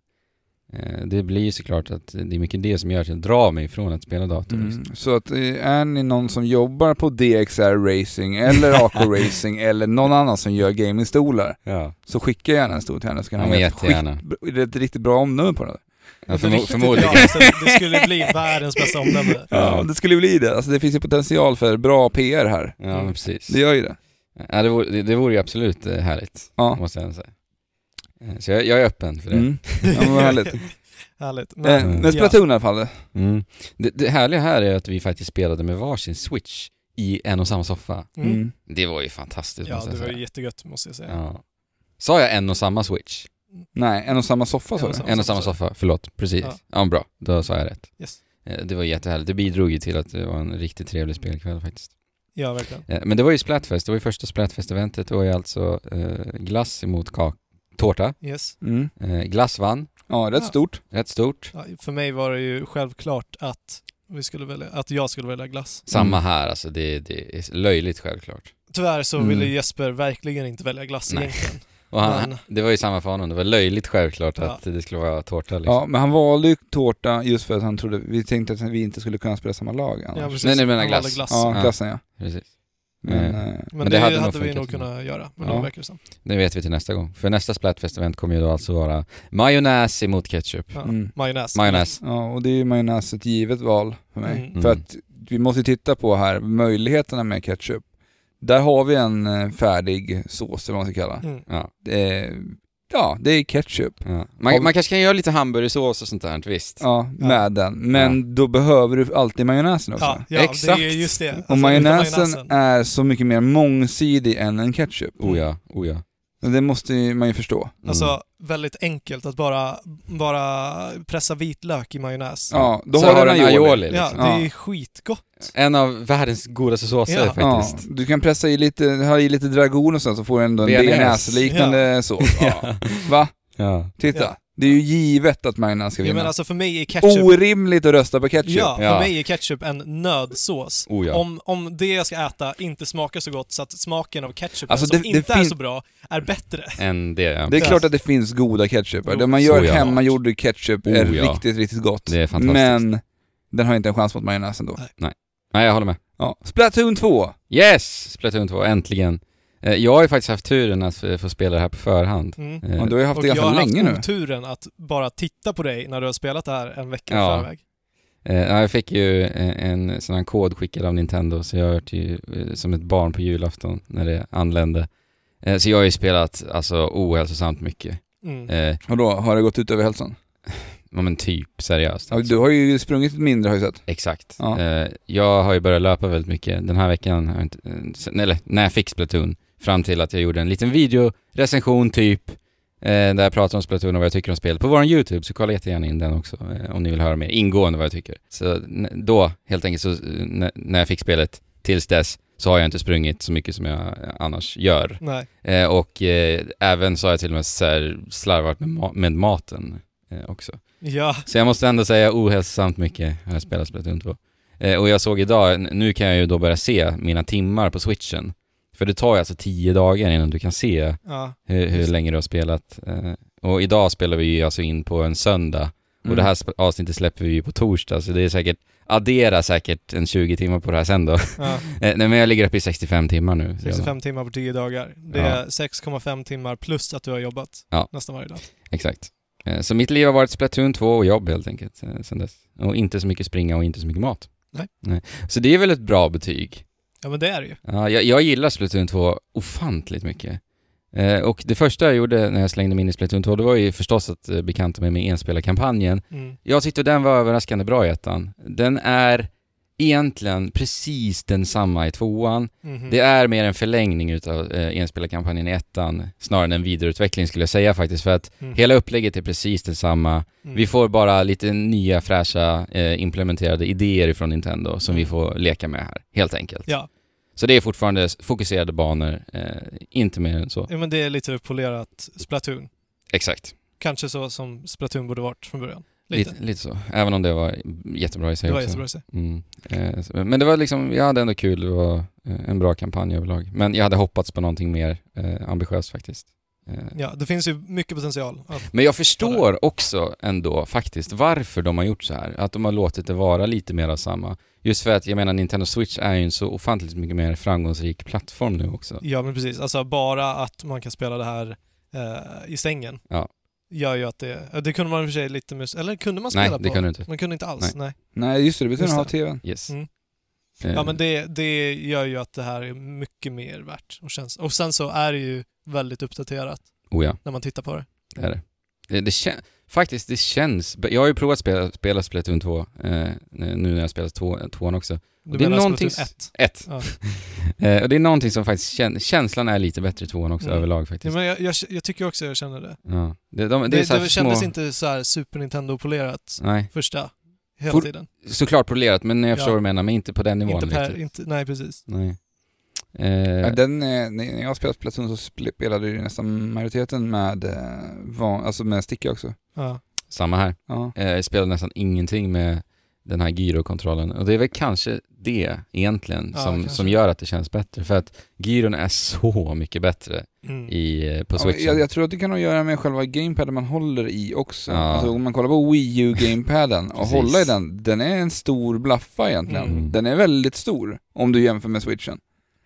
Eh, Det blir ju såklart att det är mycket det som gör att jag drar mig från att spela dator.
Mm.
liksom.
Så att eh, är ni någon som jobbar på DXR Racing eller
(laughs)
AK Racing eller någon annan som gör gamingstolar
Ja,
så skicka gärna en stor till henne så kan
ja
hon
men
göra ett
jättegärna.
skit- ett riktigt bra omnummer på den.
(laughs)
Ja,
Det är
förmo-
viktigt
förmodligen.
idag, så Det skulle bli världens bästa
(laughs)
omdöme.
Ja, det skulle bli det. Alltså det finns ju potential för bra PR här.
Ja,
Mm.
men precis.
Det gör ju det.
Ja, det, vore, det, det vore ju absolut eh, härligt,
Ja.
måste jag ändå säga. Eh, Så jag, jag är öppen för det.
Mm. Ja, men vad
(laughs)
härligt.
(laughs) Härligt. Men,
Eh, Men Splatoon i alla fall.
Mm. Det, det härliga här är att vi faktiskt spelade med varsin switch i en och samma soffa.
Mm.
Mm.
Det var ju fantastiskt
Ja,
måste jag
det var
säga.
jättegött måste jag säga.
Ja. Sa jag en och samma switch?
Nej, en och samma soffa
En
sa
och
du?
samma.
En och samma soffa, förlåt. Precis.
Ja.
Ja. men bra. Då sa jag rätt.
Yes.
Eh, Det var jättehärligt. Det bidrog ju till att det var en riktigt trevlig spelkväll faktiskt.
Ja, verkligen.
Eh, Men det var ju Splatfest, det var ju första Splatfest-eventet. Det var ju alltså eh, glass emot kak- tårta.
Yes.
Mm.
Eh, glass vann,
Ja, rätt
Ja.
stort.
rätt stort.
Ja, för mig var det ju självklart att, vi skulle välja, att jag skulle välja glass.
Samma här alltså, det, det är löjligt självklart.
Tyvärr så
Mm.
ville Jesper verkligen inte välja glass
Nej. Ah,
egentligen.
Och han,
Men-
det var ju samma för honom, det var löjligt självklart
Ja.
att det skulle vara tårta liksom.
Ja, men han valde ju tårta just för att han trodde, vi tänkte att vi inte skulle kunna spela samma lag annars.
Ja, precis.
ah. Nej, nej, men
Han
glass.
valde
Ja,
Ja.
klassen ja.
Precis.
Men,
Eh,
eh,
Men,
Men
det,
det
hade,
hade nog
vi
funkat
nog
som-
kunnat göra, men
Ja.
det verkar det som.
Det vet vi till nästa gång. För nästa Splatfest-event kommer ju då alltså vara majonnäs emot ketchup.
Ja.
Mm.
Majonnäs.
Majonnäs.
ja, och det är ju majonnäs ett givet val för mig.
Mm.
För
Mm.
att vi måste ju titta på här, möjligheterna med ketchup. Där har vi en eh, färdig sås eller vad man ska kalla det.
Mm.
Ja.
Eh, Ja, det är ketchup.
Ja. Man, man kanske kan göra lite hamburgersås och sånt där, visst?
Ja,
Ja.
med den. Men då behöver du alltid majonnäsen också.
Ja, ja
Exakt.
det är just det. Alltså,
och
utan
majonnäsen är så mycket mer mångsidig än en ketchup.
Oh ja, oh ja.
Det måste ju man ju förstå.
Alltså väldigt enkelt att bara, bara pressa vitlök i majonnäs.
Ja, då
så
har du en aioli.
Ja,
liksom.
det är
Ja.
skitgott.
En av världens godaste såser
Ja.
Ja,
faktiskt.
du kan pressa i lite, ha i lite dragon och sånt så får du ändå en
BNS.
bearnaise-liknande sås. (laughs) Ja. Va?
Ja.
Titta.
Ja.
Det är ju givet att majonnäs ska
Jag menar
vinna.
alltså för mig är ketchup...
Orimligt att rösta på ketchup.
Ja, för
Oh, ja.
mig är ketchup en nödsås.
Oh, ja.
om, om det jag ska äta inte smakar så gott så att smaken av ketchupen
Alltså,
som
det- det
inte är
fin-
så bra är bättre.
Än det, ja.
Det är klart att det finns goda ketchup.
Jo,
Det man gör
så ja.
hemmagjord ketchup är
Oh, ja.
riktigt, riktigt gott.
Det är fantastiskt.
Men den har inte en chans mot majonnäsen då.
Nej, jag håller med.
Ja. Splatoon
Eh.
2!
Yes! Splatoon 2, äntligen. Eh, Jag har ju faktiskt haft turen att eh, få spela det här på förhand.
Mm.
Eh,
Ja, du har ju haft
Och
det
jag
ganska
har haft
länge nu.
oturen att bara titta på dig när du har spelat det här en vecka
Ja.
i förväg.
Eh, ja, jag fick ju eh, en sån här kod skickad av Nintendo så jag har varit ju eh, som ett barn på julafton när det anlände. Eh, så jag har ju spelat alltså ohälsosamt mycket.
Mm.
Eh,
Och då har det gått ut över hälsan?
ja, men typ seriöst.
Ja,
Alltså.
du har ju sprungit mindre har jag sett.
Exakt.
Ja.
Eh, jag har ju börjat löpa väldigt mycket. Den här veckan, har jag inte, eh, sen- eller när jag fick Splatoon, fram till att jag gjorde en liten videorecension typ, eh, där jag pratar om Splatoon och vad jag tycker om spelet på vår YouTube, så kolla jättegärna in den också eh, om ni vill höra mer ingående vad jag tycker. Så n- då, helt enkelt, så, eh, n- när jag fick spelet tills dess, så har jag inte sprungit så mycket som jag eh, annars gör.
Nej.
Eh, och eh, även så har jag till och med så här slarvat med, ma- med maten eh, också.
Ja,
Så jag måste ändå säga ohälsosamt mycket har jag spelat Splatoon 2. Eh, och jag såg idag, n- nu kan jag ju då börja se mina timmar på switchen. För det tar ju alltså tio dagar innan du kan se
ja.
hur, hur
Just.
länge du har spelat. Eh, och idag spelar vi ju alltså in på en söndag. Och
Mm.
det här sp- avsnittet släpper vi ju på torsdag, så det är säkert, addera säkert en 20 timmar på det här sen då. (laughs) eh,
ja.
nej men jag ligger uppe i 65 timmar nu. redan.
65 timmar på 10 dagar. Det är 6,5 timmar plus att du har jobbat
Ja.
nästan varje dag.
Exakt. Eh, så mitt liv har varit Splatoon 2 och jobb helt enkelt eh, sen dess. Och inte så mycket springa och inte så mycket mat.
Nej.
Så det är väl ett bra betyg.
Ja men det är det ju.
Ja, jag, jag gillar Splatoon 2 ofantligt mycket. Eh, och det första jag gjorde när jag slängde mig in i Splatoon 2, det var ju förstås att eh, bekanta mig med enspelarkampanjen.
Mm.
Jag tyckte den var överraskande bra i ettan. Den är egentligen precis densamma i tvåan.
Mhm.
Det är mer en förlängning utav eh, enspelarkampanjen i ettan, snarare än en vidareutveckling skulle jag säga faktiskt, för att
Mm.
hela upplägget är precis detsamma.
Mm.
Vi får bara lite nya fräscha eh, implementerade idéer från Nintendo som vi får leka med här, helt enkelt.
Mm. Ja.
Så det är fortfarande s- fokuserade banor, eh, inte mer än så.
ja, men det är lite polerat Splatoon.
Exakt.
Kanske så som Splatoon borde varit från början. Lite.
Lite, lite så. Även om det var jättebra i sig
Det var
också.
jättebra att se.
Mm. Eh, så- men det var liksom, jag hade ändå kul, det var eh, en bra kampanj överlag. Men jag hade hoppats på någonting mer eh, ambitiöst faktiskt. Eh,
Ja, det finns ju mycket potential. Att,
Men jag förstår också ändå faktiskt varför de har gjort så här. Att de har låtit det vara lite mer av samma. Just för att, jag menar, Nintendo Switch är ju en så ofantligt mycket mer framgångsrik plattform nu också.
ja men precis, alltså bara att man kan spela det här eh, i sängen
Ja.
gör ju att det... Det kunde man i och för sig lite med... Eller kunde man
Nej,
spela
det
på?
kan du inte.
Man kunde inte alls,
Nej.
nej.
Nej, just det. Det betyder
Just
att ha
det.
tvn.
Yes.
Mm.
Eh,
Ja men det, det gör ju att det här är mycket mer värt och känns... Och sen så är det ju väldigt uppdaterat
Oh ja,
när man tittar på det.
det är det. det, det kän- faktiskt, det känns... Jag har ju provat att spela, spela Splatoon 2, eh, nu när jag spelat två- tvåan också.
Du
Det är
menar typ
någonting
Splatoon 1?
Ett.
Ja.
(laughs) Eh, och det är någonting som faktiskt... Kän, känslan är lite bättre i tvåan också
Mm.
överlag
Ja,
faktiskt.
men jag, jag, jag tycker också jag känner det.
Ja. Det, de, det,
Det,
är
det,
så här
kändes
små...
inte så här Super Nintendo-polerat
Nej.
första hela
For-
tiden.
Såklart polerat, men jag
Ja.
förstår vad du menar, men inte på den nivån
Inte per,
riktigt.
inte, nej precis.
Nej. Eh,
Ja, den, eh, när jag spelade Splatoon så sp- spelade ju nästan majoriteten med, eh, van, alltså med sticka också.
Ja.
Samma här.
Ja.
Eh, jag spelade nästan ingenting med den här gyrokontrollen och det är väl kanske det egentligen
Ja,
som,
kanske.
som gör att det känns bättre. För att gyron är så mycket bättre
Mm.
i, eh, på
Ja, men
switchen.
jag, jag tror att det kan nog göra med själva gamepaden man håller i också.
Ja.
Alltså om man kollar på Wii U-gamepaden och
Precis.
hålla i den, den är en stor blaffa egentligen.
Mm.
Den är väldigt stor om du jämför med switchen.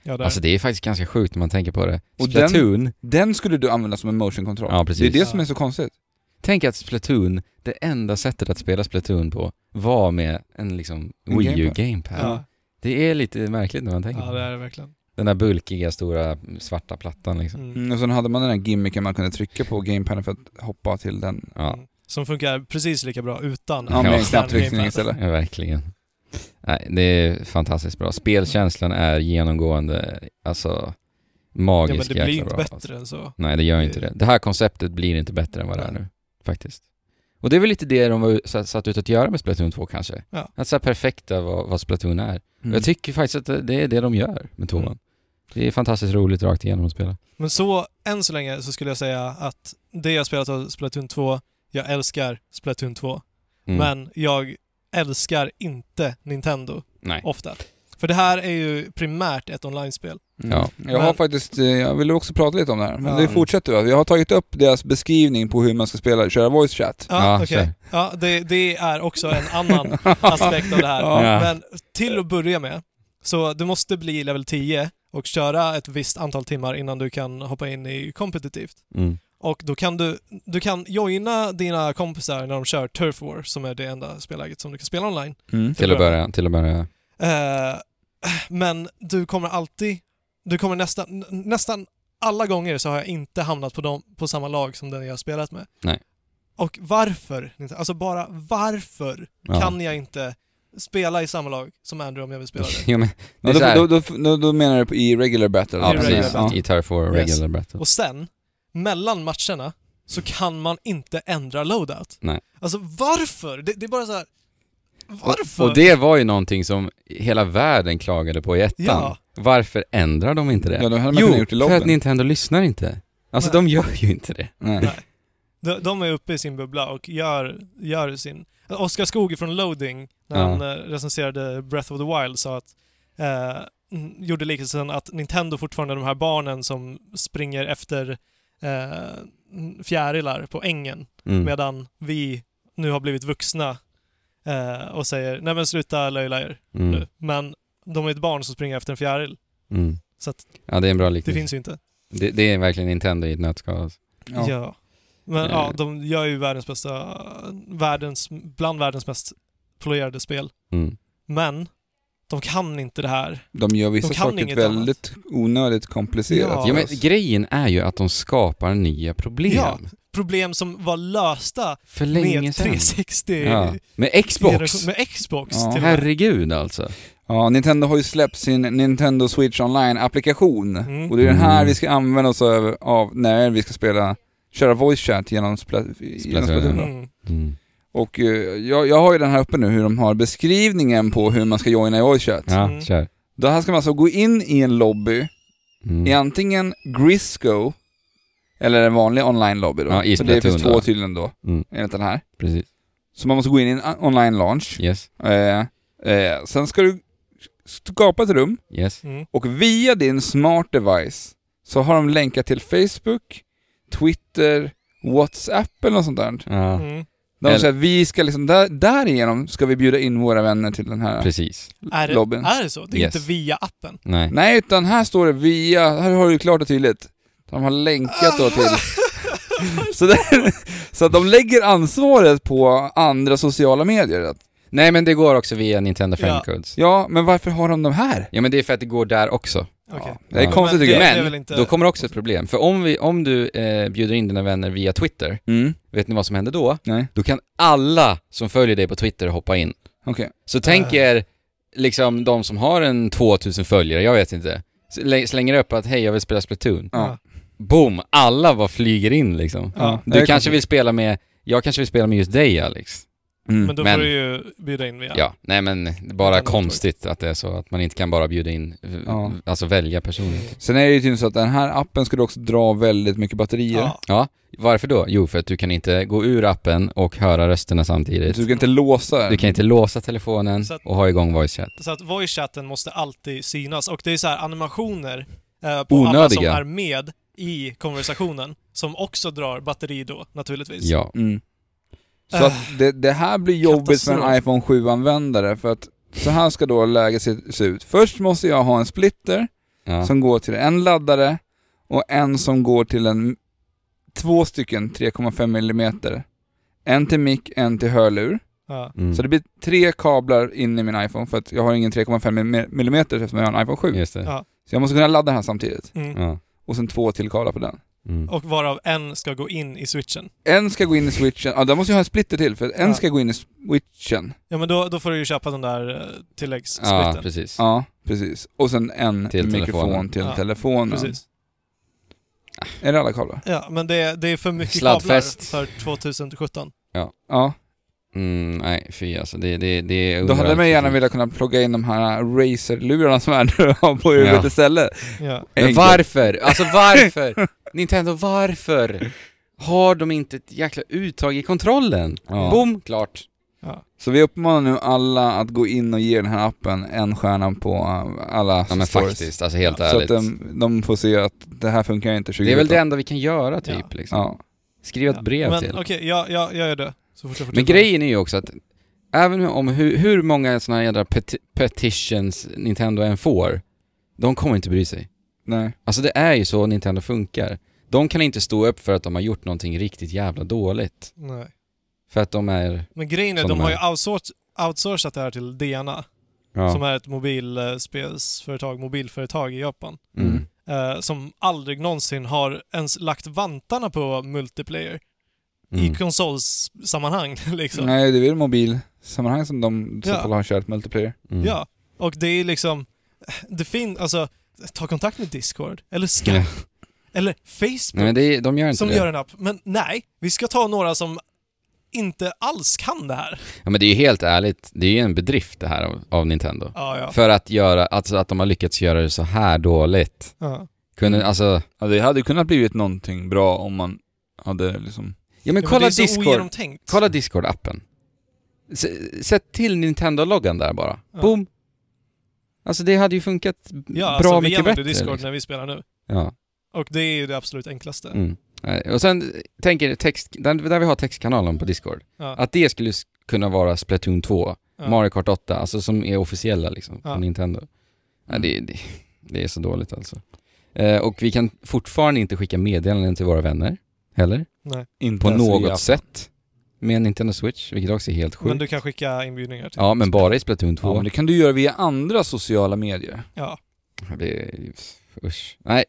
Ja, där.
Alltså det är faktiskt ganska sjukt när man tänker på det.
Och den-
Splatoon,
Den skulle du använda som en motion-kontroll.
Ja,
det är
precis.
det som är så konstigt.
tänk att Splatoon, det enda sättet att spela Splatoon på var med en liksom
En
Wii U
gamepad.
gamepad.
ja.
Det är lite märkligt när man tänker
ja,
på
det
det.
är det verkligen.
Den där bulkiga stora svarta plattan liksom.
Mm.
Mm, och sen hade man den här gimmicken man kunde trycka på gamepaden för att hoppa till den.
Ja.
Mm. Som funkar precis lika bra utan
Ja, med en
extern
knapptryckning
gamepad.
istället.
Ja, verkligen. Nej, det är fantastiskt bra. Spelkänslan är genomgående, alltså
Ja, men
Magiskt
det blir ju
jäkla
inte
bra. alltså.
bättre än så.
Nej, det gör inte det. Det här konceptet blir inte bättre än vad det är nu, faktiskt. Och det är väl lite det de var satt, satt ut att göra med Splatoon 2 kanske.
Ja.
Att så här perfekta vad, vad Splatoon är.
Mm.
Jag tycker faktiskt att det- det är det de gör med tvåan.
Mm.
Det är fantastiskt roligt rakt igenom att spela.
Men så, än så länge så skulle jag säga att det jag spelat av Splatoon 2, jag älskar Splatoon 2.
Mm.
Men jag älskar inte Nintendo
Nej.
ofta. För det här är ju primärt ett online-spel.
Mm.
Ja.
Jag har
Men-
faktiskt, eh, jag ville också prata lite om det här, men
Ja.
det fortsätter va. Jag har tagit upp deras beskrivning på hur man ska spela, köra voice chat.
Ja,
Ja,
okej.
så.
Ja, det, det är också en
(laughs)
annan aspekt av det här.
Ja.
Men till att börja med, så du måste bli level 10 och köra ett visst antal timmar innan du kan hoppa in i kompetitivt.
Mm.
Och då kan du, du kan joina dina kompisar när de kör Turf War, som är det enda spelläget som du kan spela online.
Mm.
Till att börja, till att börja.
Eh, men du kommer alltid, du kommer nästan, n- nästan alla gånger så har jag inte hamnat på, dem, på samma lag som den jag har spelat med.
Nej.
Och varför? Alltså bara varför
Ja.
kan jag inte spela i samma lag som Andrew om jag vill spela det?
(laughs) ja, men, det
Ja,
är så här,
då, då, då, då, då menar du i regular battle?
ja,
I regular
precis.
battle.
I Turf War
Yes.
regular battle.
Och sen, mellan matcherna, så kan man inte ändra loadout.
Mm. Nej.
Alltså varför? Det, det är bara så här. varför?
Och det var ju någonting som hela världen klagade på i ettan.
Ja.
Varför ändrar de inte det?
Ja, de hade man kunnat
jo,
gjort i
för
lobben.
att Nintendo lyssnar inte. Alltså
Nej.
de gör ju inte det.
Nej.
Nej. De, de är uppe i sin bubbla och gör, gör sin... Oskar Skog från Loading, när
Ja.
han eh, recenserade Breath of the Wild, sa att... Eh, n- gjorde liknelsen att Nintendo fortfarande är de här barnen som springer efter eh, n- fjärilar på ängen,
Mm.
medan vi nu har blivit vuxna eh, och säger nej men sluta löjla er
Mm.
nu. Men de är ett barn som springer efter en fjäril.
Mm.
Så att
Ja, det är en bra
det
liknelse.
finns ju inte.
Det, det är verkligen Nintendo i ett nötskal. alltså.
Ja.
Ja.
Men
Eh.
ja, de gör ju världens bästa, världens, bland världens mest polerade spel.
Mm.
Men de kan inte det här.
De gör vissa
De kan
saker
inget
väldigt onödigt komplicerat.
Ja.
Ja, men
för oss.
grejen är ju att de skapar nya problem.
Ja. Problem som var lösta
För länge
med
sedan.
360
Ja. Med Xbox!
generation- med Xbox
Ja,
till och med.
Herregud alltså.
ja, Nintendo har ju släppt sin Nintendo Switch Online-applikation.
Mm.
Och det är den här
Mm.
vi ska använda oss av, av när vi ska spela, köra voice chat genom Splat- genom
Splatoon,
Splatoon. då.
Mm.
Mm.
Och eh, jag, jag har ju den här uppe nu, hur de har beskrivningen på hur man ska joina i voice chat.
Ja,
Mm.
kör.
Då här ska man alltså gå in i en lobby,
Mm.
i antingen Grisco, eller en vanlig online-lobby då.
Ja, i
För det
Splatoon
finns två
då.
tydligen då,
Mm.
enligt den här.
Precis.
Så man måste gå in i en a- online-launch.
Yes.
Eh, eh, sen ska du skapa ett rum,
Yes.
Mm.
och via din smart device så har de länkar till Facebook, Twitter, WhatsApp eller något sånt där.
Ja,
Mm.
De
Eller-
säger att vi ska liksom, där, därigenom ska vi bjuda in våra vänner till den här
precis.
Är, det,
lobbyn.
är det så? Det är
Yes.
inte via appen?
Nej.
Nej, utan här står det via, här har du klart och tydligt. De har länkat
(laughs)
då till... så, det, så att de lägger ansvaret på andra sociala medier. Att,
Nej, men det går också via Nintendo
Ja.
Friend Codes.
ja, men varför har de de här?
Ja, men det är för att det går där också.
Okej.
Ja, det är
Ja.
konstigt
Men
tycker jag.
det är väl
Men
inte-
då kommer också ett problem. För om, vi, om du eh, bjuder in dina vänner via Twitter,
Mm,
vet ni vad som händer då?
nej,
Då kan alla som följer dig på Twitter hoppa in.
okej.
Så
Ah.
tänk er liksom de som har en 2000 följare, jag vet inte. Slä- Slänger upp att hej jag vill spela Splatoon.
Ja.
Boom! Alla bara flyger in liksom.
Ja.
det
Du
är
kanske
konstigt.
vill spela med, jag kanske vill spela med just dig Alex.
Mm.
Men då
Men-
får du ju bjuda in via.
Ja, nej men det är bara
Nintendo
konstigt att det är så att man inte kan bara bjuda in, eh,
Ja.
alltså välja personer.
Sen är det ju tydligen så att den här appen skulle också dra väldigt mycket batterier.
Ja.
Ja, varför då? Jo, för att du kan inte gå ur appen och höra rösterna
Så
samtidigt.
du kan inte låsa
Du
den.
kan inte låsa telefonen
Så att-
och ha igång voice chat.
Så att voice-chatten måste alltid synas. Och det är så här animationer eh, på alla som
Onödiga.
är med i konversationen som också drar batteri då, naturligtvis.
Ja.
Mm. Så att det, det här blir jobbigt för en
Äh. Katastrof.
iPhone 7-användare för att så här ska då läget se, se ut. Först måste jag ha en splitter
ja.
som går till en laddare och en som går till en två stycken 3,5 mm. En till mick, en till hörlur.
Ja.
Mm.
Så det blir tre kablar in i min iPhone för att jag har ingen 3,5 mm eftersom jag har en iPhone 7.
Just det.
Ja.
Så jag måste kunna ladda den här samtidigt.
Mm.
Ja.
Och sen två till kablar på den.
Mm.
Och varav en ska gå in i switchen.
En ska gå in i switchen, ja där måste jag ha en splitter till för en
Ja.
ska gå in i switchen.
Ja men då, då får du ju köpa den där eh, tilläggssplitten.
Ja, precis.
Ja, precis. Och sen en
Till
mikrofon
telefonen.
till
Ja,
telefonen.
Precis.
Är det alla kablar?
Ja, men det, det är för mycket
Sladdfest.
kablar för 2017.
Ja.
Mm, nej, fy alltså. Det, det, det är
Då hade
överallt.
man gärna velat kunna plugga in de här Razer-lurarna som är nu (laughs) har på huvudet
Ja.
istället.
Ja.
Men
Enkelt.
varför? Alltså varför? Nintendo, varför? Har de inte ett jäkla uttag i kontrollen?
Ja.
Boom, klart.
Så vi uppmanar nu alla att gå in och ge den här appen en stjärna på uh, alla
Ja men
stories.
faktiskt, alltså helt
Så
ärligt.
att de, de får se att det här funkar inte 20
det är väl det enda vi kan göra typ.
Ja.
Liksom.
Ja.
Skriva ett
Ja.
brev
men,
till.
Okej, jag, jag, jag gör det. Så fort jag får
Men
tillfälle.
grejen är ju också att även om hur, hur många sådana här jädra peti- petitions Nintendo än får, de kommer inte bry sig.
Nej.
Alltså det är ju så Nintendo funkar. De kan inte stå upp för att de har gjort någonting riktigt jävla dåligt.
Nej.
För att de är...
Men grejen är,
Som
de har ju
är-
outsourc- outsourcat det här till DNA,
Ja.
som är ett mobilspelsföretag, mobilföretag i Japan.
mm.
Eh, som aldrig någonsin har ens lagt vantarna på multiplayer i
Mm.
konsolsammanhang (laughs) liksom.
Nej, det är väl mobilsammanhang som de i så
Ja.
fall har kört multiplayer.
Mm.
Ja, och det är liksom... Det finns, alltså, ta kontakt med Discord, eller Skype,
Ja.
eller Facebook
Nej men det är, de gör inte
som
det.
gör en app. Men nej, vi ska ta några som inte alls kan det här.
Ja men det är ju helt ärligt, det är ju en bedrift det här av, av Nintendo.
Ja, ja.
För att göra, alltså att de har lyckats göra det så här dåligt.
ja.
Kunde,
Mm.
alltså...
Ja, det hade kunnat blivit någonting bra om man hade liksom...
Ja men
Ja,
kolla
det är så
Discord.
ogenomtänkt.
Kolla Discord-appen. S- Sätt till Nintendo-loggan där bara.
Ja.
Boom! Alltså det hade ju funkat b-
ja,
bra
alltså, vi
mycket
använder
bättre.
Discord
liksom.
när vi spelar nu.
Ja.
Och det är ju det absolut enklaste.
Mm. Nej, Och sen tänker jag text, där, där vi har textkanalen på Discord,
Ja.
att det skulle s- kunna vara Splatoon 2,
Ja.
Mario Kart 8, alltså som är officiella liksom,
Ja. Mm.
på Nintendo. Nej, det, det, det är så dåligt alltså. Eh, och vi kan fortfarande inte skicka meddelanden till våra vänner heller,
Inte
på
ens
alltså,
något
via-
sätt, med Nintendo Switch, vilket också är helt sjukt.
Men du kan skicka inbjudningar till.
Ja, men bara i Splatoon 2.
Ja, men det kan du göra via andra sociala medier.
Ja.
Det är... Usch. Nej,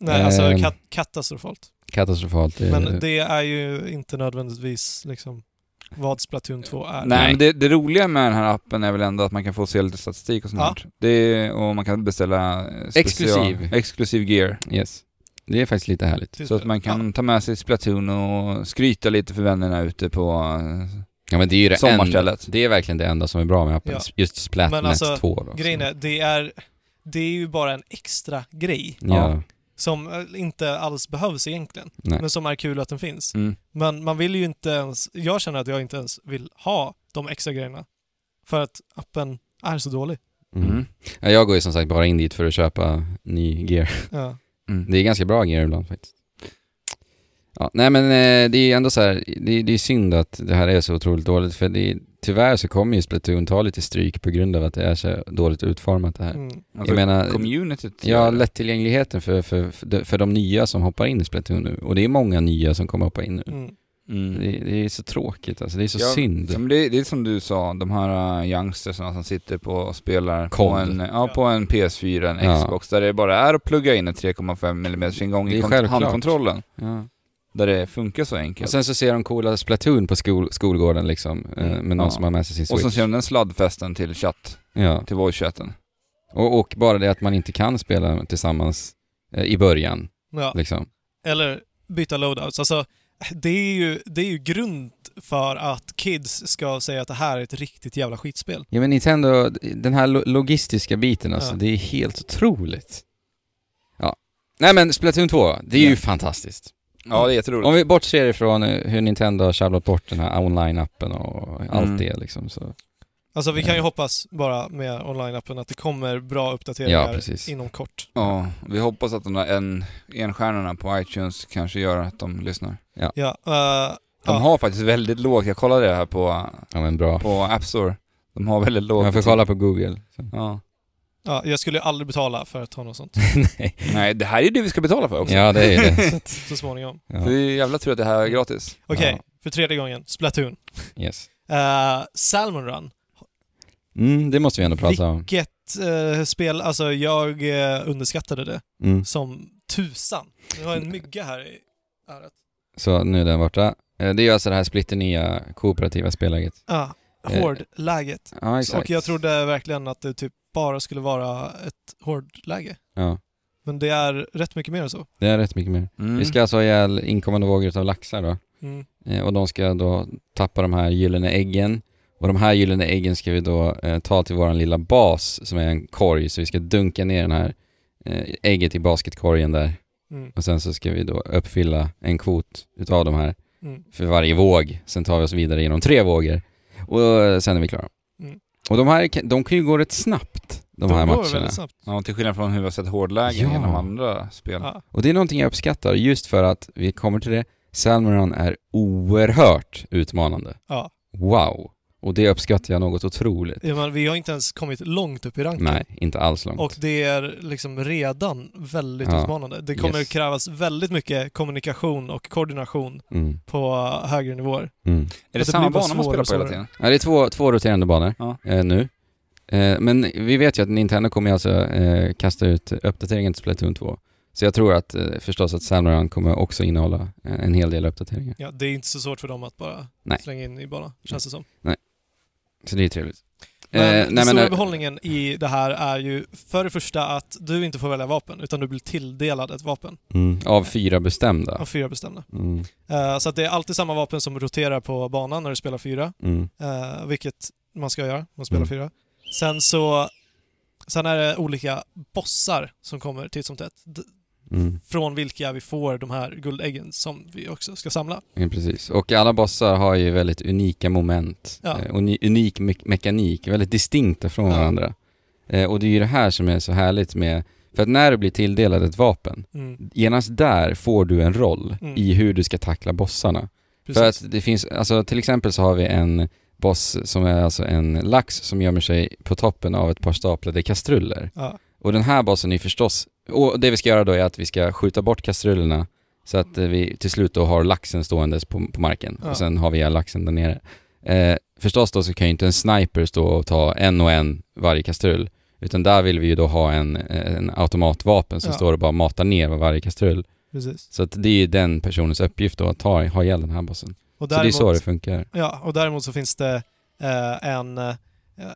Nej, alltså
eh,
Ehm.
kat- katastrofalt.
katastrofalt. eh, Det,
Men det är ju inte nödvändigtvis liksom vad Splatoon 2 är.
Nej, men det, det roliga med den här appen är väl ändå att man kan få se lite statistik och sånt
Ja.
här. det, Och man kan beställa... eh, special-
Exklusiv.
Exklusiv gear.
Yes. Det är faktiskt lite härligt.
Till
Så att
spelet.
man kan ta med sig Splatoon och skryta lite för vännerna ute på... eh,
Ja, men det är ju det enda.
Sommarstället.
Det är verkligen det enda som är bra med appen.
Ja.
Just Splatnet
Men alltså,
2 då.
Ja. Grejen är, det är, det är ju bara en extra grej
Ja.
Ja.
som eh, inte alls behövs egentligen.
Nej.
Men som är kul att den finns.
Mm.
Men man vill ju inte ens, jag känner att jag inte ens vill ha de extra grejerna. För att appen är så dålig.
Mm.
Mm.
Ja, jag går ju som sagt bara in dit för att köpa ny gear.
Ja.
Mm.
Det är ganska bra gear ibland faktiskt. Ja, nej men eh, det är ju ändå så här, det, det är synd att det här är så otroligt dåligt för det, tyvärr så kommer ju Splatoon ta lite stryk på grund av att det är så dåligt utformat det här.
Mm.
Alltså,
jag menar,
communityt.
Ja, lättillgängligheten för, för, för, de, för de nya som hoppar in i Splatoon nu. Och det är många nya som kommer hoppa in nu.
Mm.
Mm.
Det, det är så tråkigt alltså, det är så
Ja,
synd.
Ja, men det, det är som du sa, de här uh, youngstersarna som sitter på och spelar på
Kod.
en, ja, på en PS4, en
Ja.
Xbox, där det bara är att plugga in en 3,5 mm ingång
Det
i
är
kont-
självklart.
handkontrollen.
Ja.
Där det funkar så
Och
enkelt.
sen så ser de coola Splatoon på skol, skolgården liksom, eh,
Mm.
med någon
Ja.
som har med sig sin
Och
Alltså,
så
Switch.
ser de den sladdfesten till chatt,
ja.
till voice-chatten.
och, och bara det att man inte kan spela tillsammans eh, i början,
Ja.
liksom.
Eller byta loadouts. Alltså, det är, ju, det är ju grund för att kids ska säga att det här är ett riktigt jävla skitspel.
Ja men Nintendo, den här lo- logistiska biten alltså,
Ja.
det är helt otroligt. Ja. Nej men Splatoon 2, det är ju
Ja.
fantastiskt.
Ja, det är jätteroligt.
Om vi bortser ifrån eh, hur Nintendo har sjabblat bort den här online-appen och allt
Mm.
det liksom så.
Alltså vi kan
Mm.
ju hoppas bara med online-appen att det kommer bra
Ja,
uppdateringar
precis.
inom kort.
Ja, vi hoppas att de där en, enstjärnorna på iTunes kanske gör att de lyssnar.
Ja, eh,
De
Ja.
har faktiskt väldigt lågt, jag kollade det här på,
Ja men bra.
på App Store. De har väldigt lågt.
Man får kolla på Google.
Ja.
ja, jag skulle ju aldrig betala för att ha något
(laughs)
sånt
Nej.
Nej, det här är det vi ska betala för också.
Ja det är ju
(laughs)
det. Så att,
så småningom.
ja.
Så det är jävla tur att det här är gratis.
Okej,
Ja.
för tredje gången, Splatoon.
Yes.
Eh, Salmon Run.
Mm, det måste vi ändå prata om.
Vilket eh, spel, alltså jag eh, underskattade det
Mm.
som tusan. Jag har en mygga här i örat.
Så nu är den borta. Eh, Det är ju alltså det här splitternya kooperativa spellaget.
Ja, hårdläget.
Ja
Och jag trodde verkligen att det typ bara skulle vara ett hårdläge.
Ja.
Men det är rätt mycket mer än så.
Det är rätt mycket mer.
Mm.
Vi ska alltså ha ihjäl inkommande vågor utav laxar då.
Mm.
Eh, och de ska då tappa de här gyllene äggen. Och de här gyllene äggen ska vi då eh, ta till våran lilla bas som är en korg. Så vi ska dunka ner den här eh, ägget i basketkorgen där.
Mm.
Och sen så ska vi då uppfylla en kvot utav de här
Mm.
för varje våg. Sen tar vi oss vidare genom tre vågor. Och eh, sen är vi klara.
Mm.
Och de här kan- de kan ju gå rätt snabbt, de,
går
här matcherna.
väldigt snabbt.
Ja, till skillnad från hur vi har sett hårdlägen
Ja.
genom andra spel.
Ja.
Och det är någonting jag uppskattar just för att, vi kommer till det, Salmoran är oerhört utmanande.
Ja.
Wow! Och det uppskattar jag något otroligt.
Ja, men vi har inte ens kommit långt upp i ranken.
Nej, inte alls långt.
Och det är liksom redan väldigt
Ja.
utmanande. Det kommer
Yes.
krävas väldigt mycket kommunikation och koordination
Mm,
på högre nivåer.
mm.
Är det
Att det
samma
blir bara
bana man spelar på
svårare
hela
och
tiden?
Ja, det är två, två roterande banor
Ja.
eh, nu. Eh, men vi vet ju att Nintendo kommer ju alltså eh, kasta ut uppdateringen till Splatoon 2. Så jag tror att eh, förstås att Salmoran kommer också innehålla eh, en hel del uppdateringar.
Ja, det är inte så svårt för dem att bara
Nej.
slänga in i banan, känns det som.
Så det är trevligt.
Men
Eh,
den stora
eh,
behållningen i det här är ju för det första att du inte får välja vapen, utan du blir tilldelad ett vapen
mm, av fyra bestämda.
av fyra bestämda.
Mm,
Eh, så att det är alltid samma vapen som roterar på banan när du spelar fyra,
mm,
eh, vilket man ska göra, man spelar
Mm.
fyra. Sen så... Sen är det olika bossar som kommer titt som tätt. D-
mm.
från vilka vi får de här guldäggen som vi också ska samla.
Ja, precis. Och alla bossar har ju väldigt unika moment.
Ja.
Eh, uni- unik me- mekanik, väldigt distinkta från
Ja.
varandra. Eh, och det är ju det här som är så härligt med... För att när du blir tilldelad ett vapen,
Mm,
genast där får du en roll
Mm.
i hur du ska tackla bossarna.
precis.
För att det finns, alltså till exempel så har vi en boss som är alltså en lax som gömmer sig på toppen av ett par staplade kastruller.
ja.
Och den här basen är förstås, och det vi ska göra då är att vi ska skjuta bort kastrullerna så att eh, vi till slut då har laxen ståendes på, på marken
Ja.
och sen har vi laxen där nere. Eh, förstås då så kan ju inte en sniper stå och ta en och en varje kastrull utan där vill vi ju då ha en, en automatvapen som
Ja.
står och bara matar ner varje kastrull.
Precis.
Så att det är ju den personens uppgift då att ta, ha ihjäl den här bossen.
Och
Så det är
däremot,
så det funkar.
ja, och däremot så finns det eh, en, eh,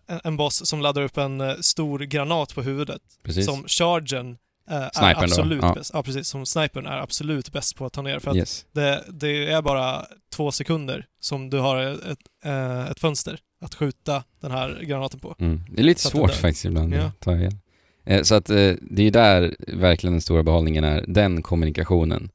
en- en boss som laddar upp en eh, stor granat på huvudet
Precis.
som chargen eh,
Snipern
är
då,
absolut
ja.
bäst. Ja, precis. Som snipern är absolut bäst på att ta ner. För att
Yes.
det, det är bara två sekunder som du har ett, eh, ett fönster att skjuta den här granaten på.
Mm. Det är lite
Så att
svårt
det där-
faktiskt ibland
Ja.
att ta igen. Eh, Så att eh, det är där verkligen den stora behållningen är, den kommunikationen.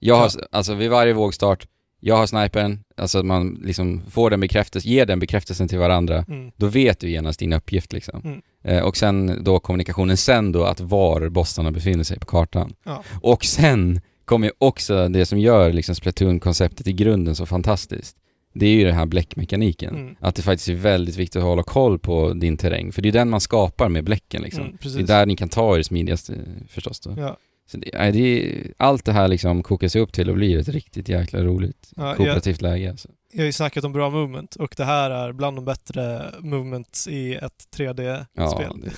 Jag har, alltså vid varje vågstart, jag har snipern, alltså att man liksom får den bekräftelsen, ger den bekräftelsen till varandra,
Mm.
då vet du genast din uppgift liksom.
Mm.
Eh, Och sen då kommunikationen sen då att var bossarna befinner sig på kartan.
Ja.
Och sen kommer ju också det som gör liksom Splatoon-konceptet i grunden så fantastiskt. Det är ju den här bläckmekaniken.
Mm.
Att det faktiskt är väldigt viktigt att hålla koll på din terräng. För det är den man skapar med bläcken liksom.
Mm,
det är
precis.
där ni kan ta er smidigast eh, förstås då.
Ja.
Så det, nej, det är, allt det här liksom kokas ihop till och blir ett riktigt jäkla roligt
Ja, jag,
kooperativt läge alltså.
jag har ju snackat om bra movement och det här är bland de bättre movements i ett 3D-spel.
Ja, det,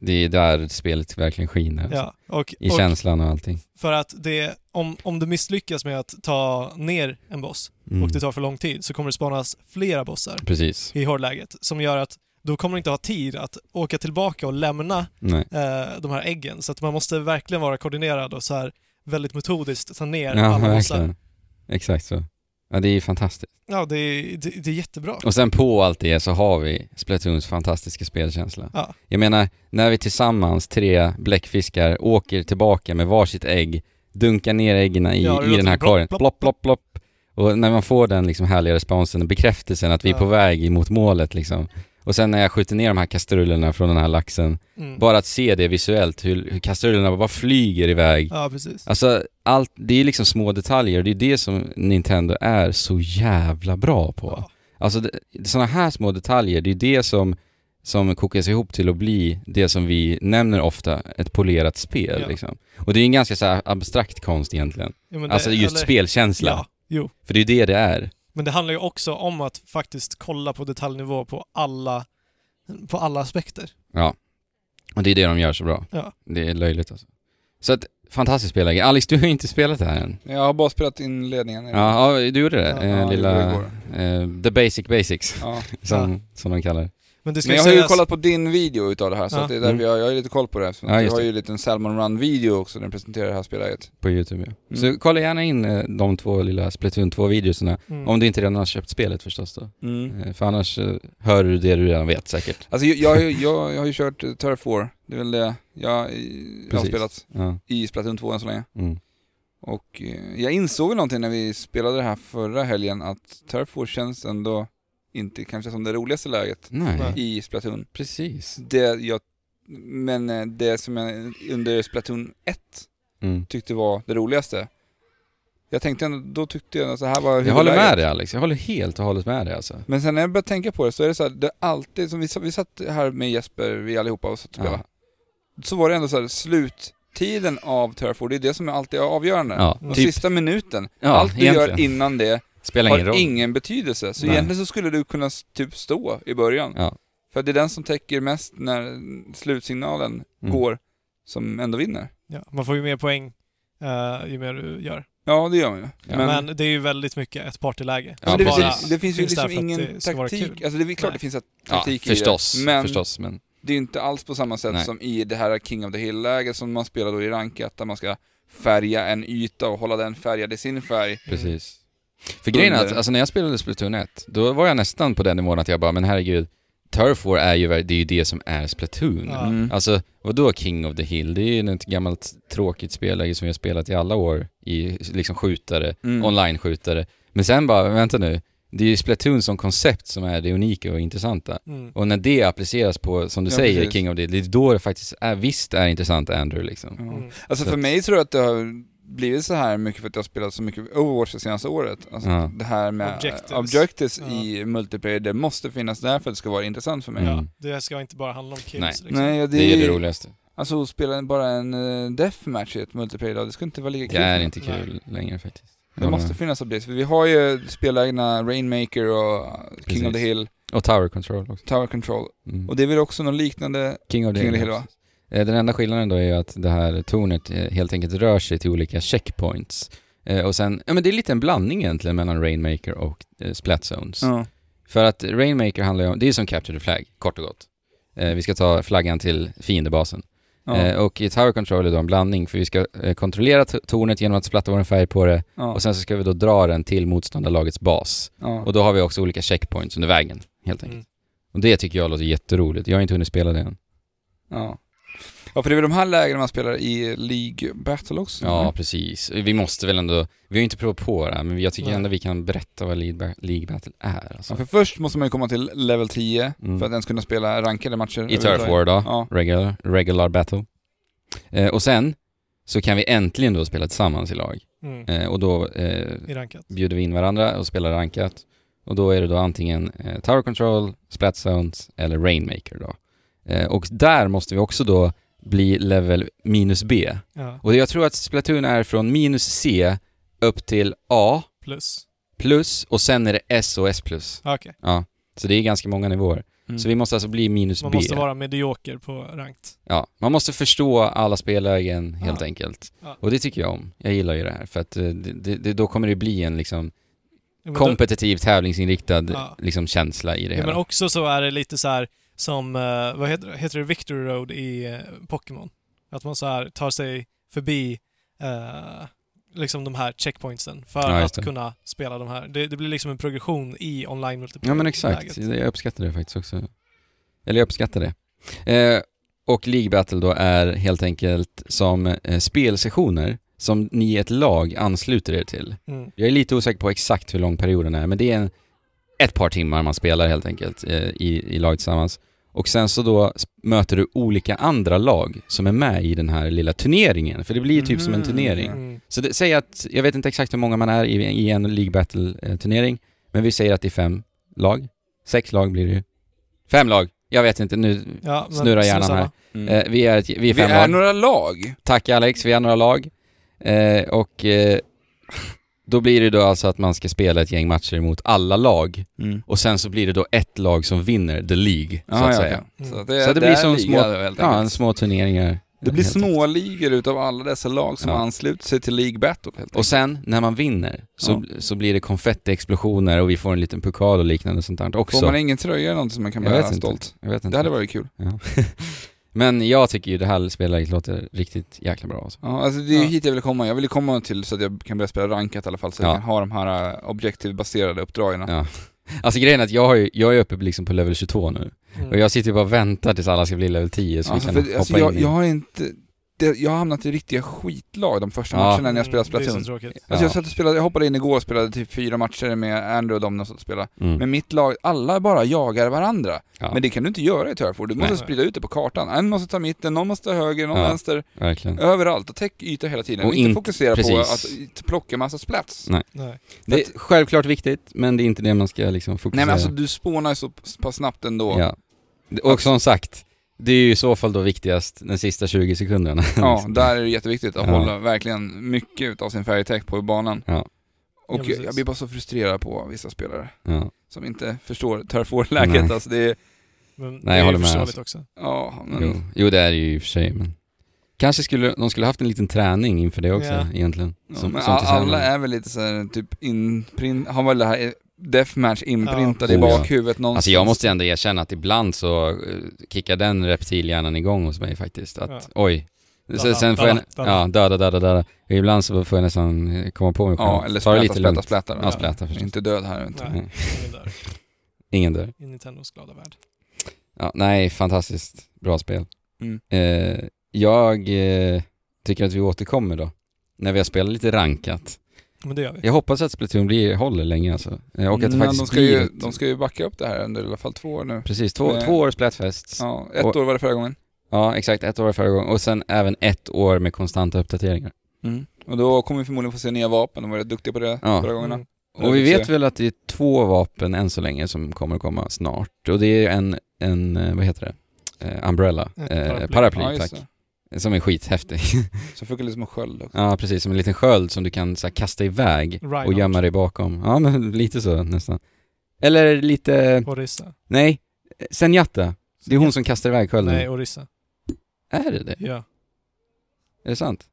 det är där spelet verkligen skiner. Alltså.
Ja, och,
I
och
känslan och allting.
för att det, om, om du misslyckas med att ta ner en boss
Mm.
och det tar för lång tid så kommer det spanas flera bossar
Precis.
i hårdläget som gör att då kommer du inte ha tid att åka tillbaka och lämna
Nej.
eh, de här äggen. Så att man måste verkligen vara koordinerad och så här väldigt metodiskt ta ner
Ja, (laughs)
alla bossar.
verkligen. Exakt så. Ja, det är fantastiskt.
Ja, det är, det, det är jättebra.
Och sen på allt det så har vi Splatoons fantastiska spelkänsla.
Ja.
Jag menar, när vi tillsammans, tre bläckfiskar, åker tillbaka med varsitt ägg, dunkar ner äggen i,
Ja, det
i den här
låter
korgen,
plopp,
plopp, plopp, plopp. Och när man får den liksom härliga responsen och bekräftelsen att vi är
Ja.
på väg mot målet liksom. Och sen när jag skjuter ner de här kastrullerna från den här laxen,
Mm.
bara att se det visuellt, hur, hur kastrullerna bara flyger iväg.
Ja, precis.
Alltså, allt, det är liksom små detaljer och det är det som Nintendo är så jävla bra på.
Ja.
Alltså det- sådana här små detaljer, det är det som, som kokas ihop till att bli det som vi nämner ofta, ett polerat spel
Ja.
liksom. Och det är en ganska så här abstrakt konst egentligen.
Ja, men det-
alltså just
eller-
spelkänsla.
Ja, jo.
För det är det det är.
Men det handlar ju också om att faktiskt kolla på detaljnivå på alla, på alla aspekter.
Och det är det de gör så bra.
Ja.
Det är löjligt alltså. Så att, fantastiskt spelläge. Alice, du har ju inte spelat det här än.
Jag har bara spelat inledningen.
Ja, ja du gjorde det.
Ja,
eh,
ja, det
lilla,
gjorde
eh, the basic basics,
Ja.
som, som de kallar det.
Men det ska
Men
ju
jag har ju
sägas...
kollat på din video utav det här, så
Ja.
att det är därför
Mm.
jag, jag är lite koll på det. eftersom
Ja,
att Du
just
har
det.
ju en liten Salmon Run-video också när du presenterar det här spelläget.
på YouTube
Mm.
ja. Så kolla gärna in eh, de två lilla Splatoon 2-videorna.
Mm.
Om du inte redan har köpt spelet förstås då.
Mm.
Eh, För annars eh, hör du det du redan vet säkert.
Alltså jag, jag, har ju- jag, jag har ju kört eh, Turf War, det är väl det jag, i- jag har
Precis.
spelat
Ja.
i Splatoon 2 än så länge.
Mm.
Och eh, jag insåg väl någonting när vi spelade det här förra helgen att Turf War känns ändå inte kanske som det roligaste läget
Nej.
Nej.
i Splatoon.
precis.
Det jag, men eh, det som jag under Splatoon 1
Mm.
tyckte var det roligaste. Jag tänkte ändå, då tyckte jag att det här var
Jag håller
huvudläget.
med dig Alex, jag håller helt och hållet med dig alltså.
Men sen när jag började tänka på det så är det så här, det är alltid, som vi, sa- vi satt här med Jesper, vi allihopa och satt och
Ja.
spelade. Så var det ändå så här, sluttiden av Turford, det är det som alltid är avgörande.
Ja,
Den
typ.
sista minuten,
Ja,
allt du
egentligen.
gör innan det
Spelar
har
ingen
ingen,
roll. Mm.
betydelse. Så
Nej.
egentligen så skulle du kunna s- typ stå i början.
Ja.
För det är den som täcker mest när slutsignalen
Mm.
går som ändå vinner.
Ja, man får ju mer poäng eh, ju mer du gör.
Ja, det gör man ju.
Ja.
Men, det är ju väldigt mycket ett partyläge. Mm.
Ja,
men det,
precis.
det, det finns ju
finns där
liksom
för att
ingen
det ska vara
taktik.
kul.
Alltså det är klart
Nej.
det finns ett
Ja,
taktik
förstås,
i det. Men Mm.
förstås. Men
det är inte alls på samma sätt
Nej.
som i det här King of the Hill-läget som man spelar då i rankat, där man ska färga en yta och hålla den färgad i sin färg.
Precis. För grejen är att
Under.
alltså, när jag spelade Splatoon 1, då var jag nästan på den nivån att jag bara, men herregud, Turf War är ju, ver- det är ju det som är Splatoon.
Ja.
Mm.
Alltså, vadå King of the Hill? Det är ju ett gammalt tråkigt spelläge som jag spelat i alla år i liksom skjutare,
Mm.
online-skjutare. Men sen bara, vänta nu, det är ju Splatoon som koncept som är det unika och intressanta.
Mm.
Och när det appliceras på, som du
Ja,
säger,
precis.
King of the Hill, det är då det faktiskt är, visst är intressant Andrew liksom.
Ja.
Mm.
Alltså
Så
för
att-
mig tror jag att det har blivit så här mycket för att jag har spelat så mycket Overwatch det senaste året. Alltså
Ja.
det här med
Objectives.
objectives, objectives
Ja.
i multiplayer, det måste finnas där för att det ska vara intressant för mig.
Ja,
Mm.
det ska inte bara handla om kills.
Nej.
Liksom.
Nej, det,
Det är ju det roligaste.
Alltså att spela en- bara en eh, deathmatch i ett multiplayer idag, det ska inte vara lika
Det
kul.
är inte kul längre faktiskt.
Det måste finnas objectives. Vi har ju spelägna Rainmaker och King of
Precis.
the Hill,
Och Tower Control också.
Tower Control.
Mm.
Och det är väl också något liknande
King of the
King of
Hill.
the Hill va?
Eh, Den enda skillnaden då är ju att det här tornet eh, helt enkelt rör sig till olika checkpoints. Eh, Och sen, ja men det är lite en blandning egentligen mellan Rainmaker och eh, Splat Zones.
Ja.
För att Rainmaker handlar ju om, det är ju som Capture the Flag, kort och gott. Eh, Vi ska ta flaggan till fiendebasen.
Ja.
Eh, Och i Tower Control är då en blandning, för vi ska eh, kontrollera t- tornet genom att splatta vår färg på det
ja.
och sen så ska vi då dra den till motståndarlagets bas.
ja.
Och då har vi också olika checkpoints under vägen, helt enkelt.
Mm.
Och det tycker jag låter jätteroligt. Jag har inte hunnit spela det än.
ja. ja, för det är väl de här lägena man spelar i League Battle också?
Ja,
eller?
precis. Vi måste väl ändå, vi har ju inte provat på det här, men jag tycker
Nej.
ändå vi kan berätta vad League, Ba- League Battle är. Alltså.
Ja, för först måste man ju komma till level 10
Mm.
för att ens kunna spela rankade matcher.
I Turf
överhuvudtaget.
War då,
Ja.
regular, regular battle. Eh, och sen så kan vi äntligen då spela tillsammans i lag.
Mm.
Eh, och då eh,
I rankat.
bjuder vi in varandra och spelar rankat. Och då är det då antingen eh, Tower Control, Splat Zones eller Rainmaker då. Eh, och där måste vi också då bli level minus B.
Ja,
Och jag tror att Splatoon är från minus C upp till A
plus.
plus och sen är det S och S plus.
Ah, Okej.
Ja, så det är ganska många nivåer.
Mm.
Så vi måste alltså bli minus
Man
B.
måste vara medioker på rankt.
Ja, man måste förstå alla spellägen helt
Ja.
enkelt.
Ja.
Och det tycker jag om. Jag gillar ju det här för att eh, det, det, det, då kommer det bli en liksom
Men då-
kompetitiv, tävlingsinriktad
Ja.
liksom känsla i det
Ja,
hela.
men också så är det lite så här som, eh, vad heter det, heter det Victory Road i eh, Pokémon? Att man så här tar sig förbi eh, liksom de här checkpointsen för
Ja, just
att
det.
kunna spela de här. Det, det blir liksom en progression i online multiplayer
Ja men exakt,
läget.
jag uppskattar det faktiskt också. Eller jag uppskattar det. Eh, och League Battle då är helt enkelt som eh, spelsessioner som ni i ett lag ansluter er till.
Mm.
Jag är lite osäker på exakt hur lång perioden är, men det är en, ett par timmar man spelar helt enkelt eh, i, i lag tillsammans. Och sen så då s- möter du olika andra lag som är med i den här lilla turneringen, för det blir ju typ som en
Mhm.
turnering.
Mm.
Så det, säg att, jag vet inte exakt hur många man är i, i en League Battle-turnering, men vi säger att det är fem lag. Sex lag blir det ju. Fem lag! Jag vet inte, nu...
Ja, men
Snurra hjärnan
samma.
här.
Mm.
Eh, vi, är ett, vi är
vi
fem
är
lag.
några lag.
Tack Alex, vi är några lag. Eh, och eh, då blir det då alltså att man ska spela ett gäng matcher mot alla lag. Och sen så blir det då ett lag som vinner the League, Mm.
Ja,
så att
ja,
säga.
ja.
Mm.
Så, att det,
Så det blir
är
som
liga
små-
då, helt
Ja, en
enkelt.
små turneringar
Det blir
Helt enkelt.
småligor utav alla dessa lag som
Ja.
ansluter sig till League Battle helt
Och sen när man vinner så, så blir det konfettiexplosioner och vi får en liten pokal och liknande sånt där också.
Får man ingen tröja eller någonting som man kan
Jag vet
bära
inte.
stolt?
Jag vet inte.
Det hade varit kul.
Men jag tycker ju det här spelläget låter riktigt jäkla bra alltså.
Ja, alltså det är ju
Ja.
hit jag vill komma. Jag vill ju komma till så att jag kan börja spela rankat i alla fall, så jag
Ja.
kan ha de här eh, objektivbaserade uppdragen.
Ja. Alltså grejen är att jag, har ju, jag är uppe liksom på level 22 nu.
Mm.
Och jag sitter ju bara och väntar tills alla ska bli level 10 så
Alltså,
vi kan
Mm. för,
hoppa
alltså, jag,
in i...
jag har inte... Det, jag har hamnat i riktiga skitlag de första
Ja.
matcherna när jag spelade
Mm, Det är
Splatoon.
så tråkigt.
Alltså
Ja.
jag, satt och spelade, jag hoppade in igår och spelade typ fyra matcher med Andrew och dem när jag satt och spelade.
Mm.
Men mitt lag, alla bara jagar varandra.
Ja.
Men det kan du inte göra i Turford. Du måste
Nej.
sprida ut det på kartan. En måste ta mitten, någon måste ta höger, någon
Ja.
vänster.
Verkligen.
Överallt och täck ytor hela tiden. Och
Och
inte
inte-
fokusera på att eh,
precis. Mm.
plocka massa splats.
Nej.
Nej.
Det är självklart viktigt, men det är inte det man ska liksom
Nej
fokusera
men alltså du spånar ju så pass snabbt ändå.
Ja. Och som sagt, det är ju i så fall då viktigast de sista 20 sekunderna. (laughs)
Ja, där är det jätteviktigt att
Ja.
hålla verkligen mycket av sin färgtext på banan.
Ja.
Ja,
Och
precis.
jag blir bara så frustrerad på vissa spelare
Ja.
som inte förstår turf-war-läget.
Nej.
Alltså det är,
Men
jag
det är
håller
ju
med,
förståeligt
alltså.
också.
ja, men,
Jo. jo, det är det ju i och för sig, men... Kanske skulle de skulle haft en liten träning inför det också
Ja.
egentligen.
ja,
Som,
men
som till
alla
tävling.
är väl lite såhär typ inprint, har väl det här eh, deathmatch inprintat
Ja.
i
Oh, ja.
bakhuvudet någonstans.
Alltså jag måste ändå erkänna att ibland så eh, kickar den reptilhjärnan igång hos mig faktiskt. Att
Ja.
oj. Sen,
Döda,
sen får jag,
döda,
ja, döda, döda, döda. Ibland så får jag nästan eh, komma på mig själv.
Ja, eller
Ta det
splätta, splätta, splätta.
Ja, splätta förstås.
Inte död här inte.
Nej, ingen där.
Ingen dör.
I Nintendos glada värld.
Ja, nej, fantastiskt bra spel.
Mm.
Eh, jag eh, tycker att vi återkommer då, när vi har spelat lite rankat.
Men det gör vi.
Jag hoppas att Splatoon blir, håller länge alltså. Eh, och att det
Men
faktiskt
Mm, de ska,
blir...
ju,
ett-
de ska ju backa upp det här under i alla fall två år nu.
Precis, två,
Nej.
två år Splatfest. Ja.
Ja, ett
Och-
år var det förra gången.
exakt. Ett år förra gången. Och sen även ett år med konstanta uppdateringar.
Och då kommer vi förmodligen få se nya vapen, de var rätt duktiga på det
Mm. Ja.
förra gången.
Mm.
Och vi
Vi får
vet
se.
väl att det är två vapen än så länge som kommer att komma snart. Och det är en, en eh, vad heter det? Eh, umbrella.
Ett
Eh,
paraply.
paraply,
Ja, just
tack.
det.
Som är skithäftig. (laughs)
Så funkar det som en sköld också.
ja, precis. Som en liten sköld som du kan så här, kasta iväg. och gömma dig bakom. Ja, men (laughs) lite så nästan. Eller lite,
Orissa.
nej, Senjata. Det är hon som kastar iväg skölden.
Nej, Orissa.
Är det det?
Ja.
Är
(laughs)
det sant?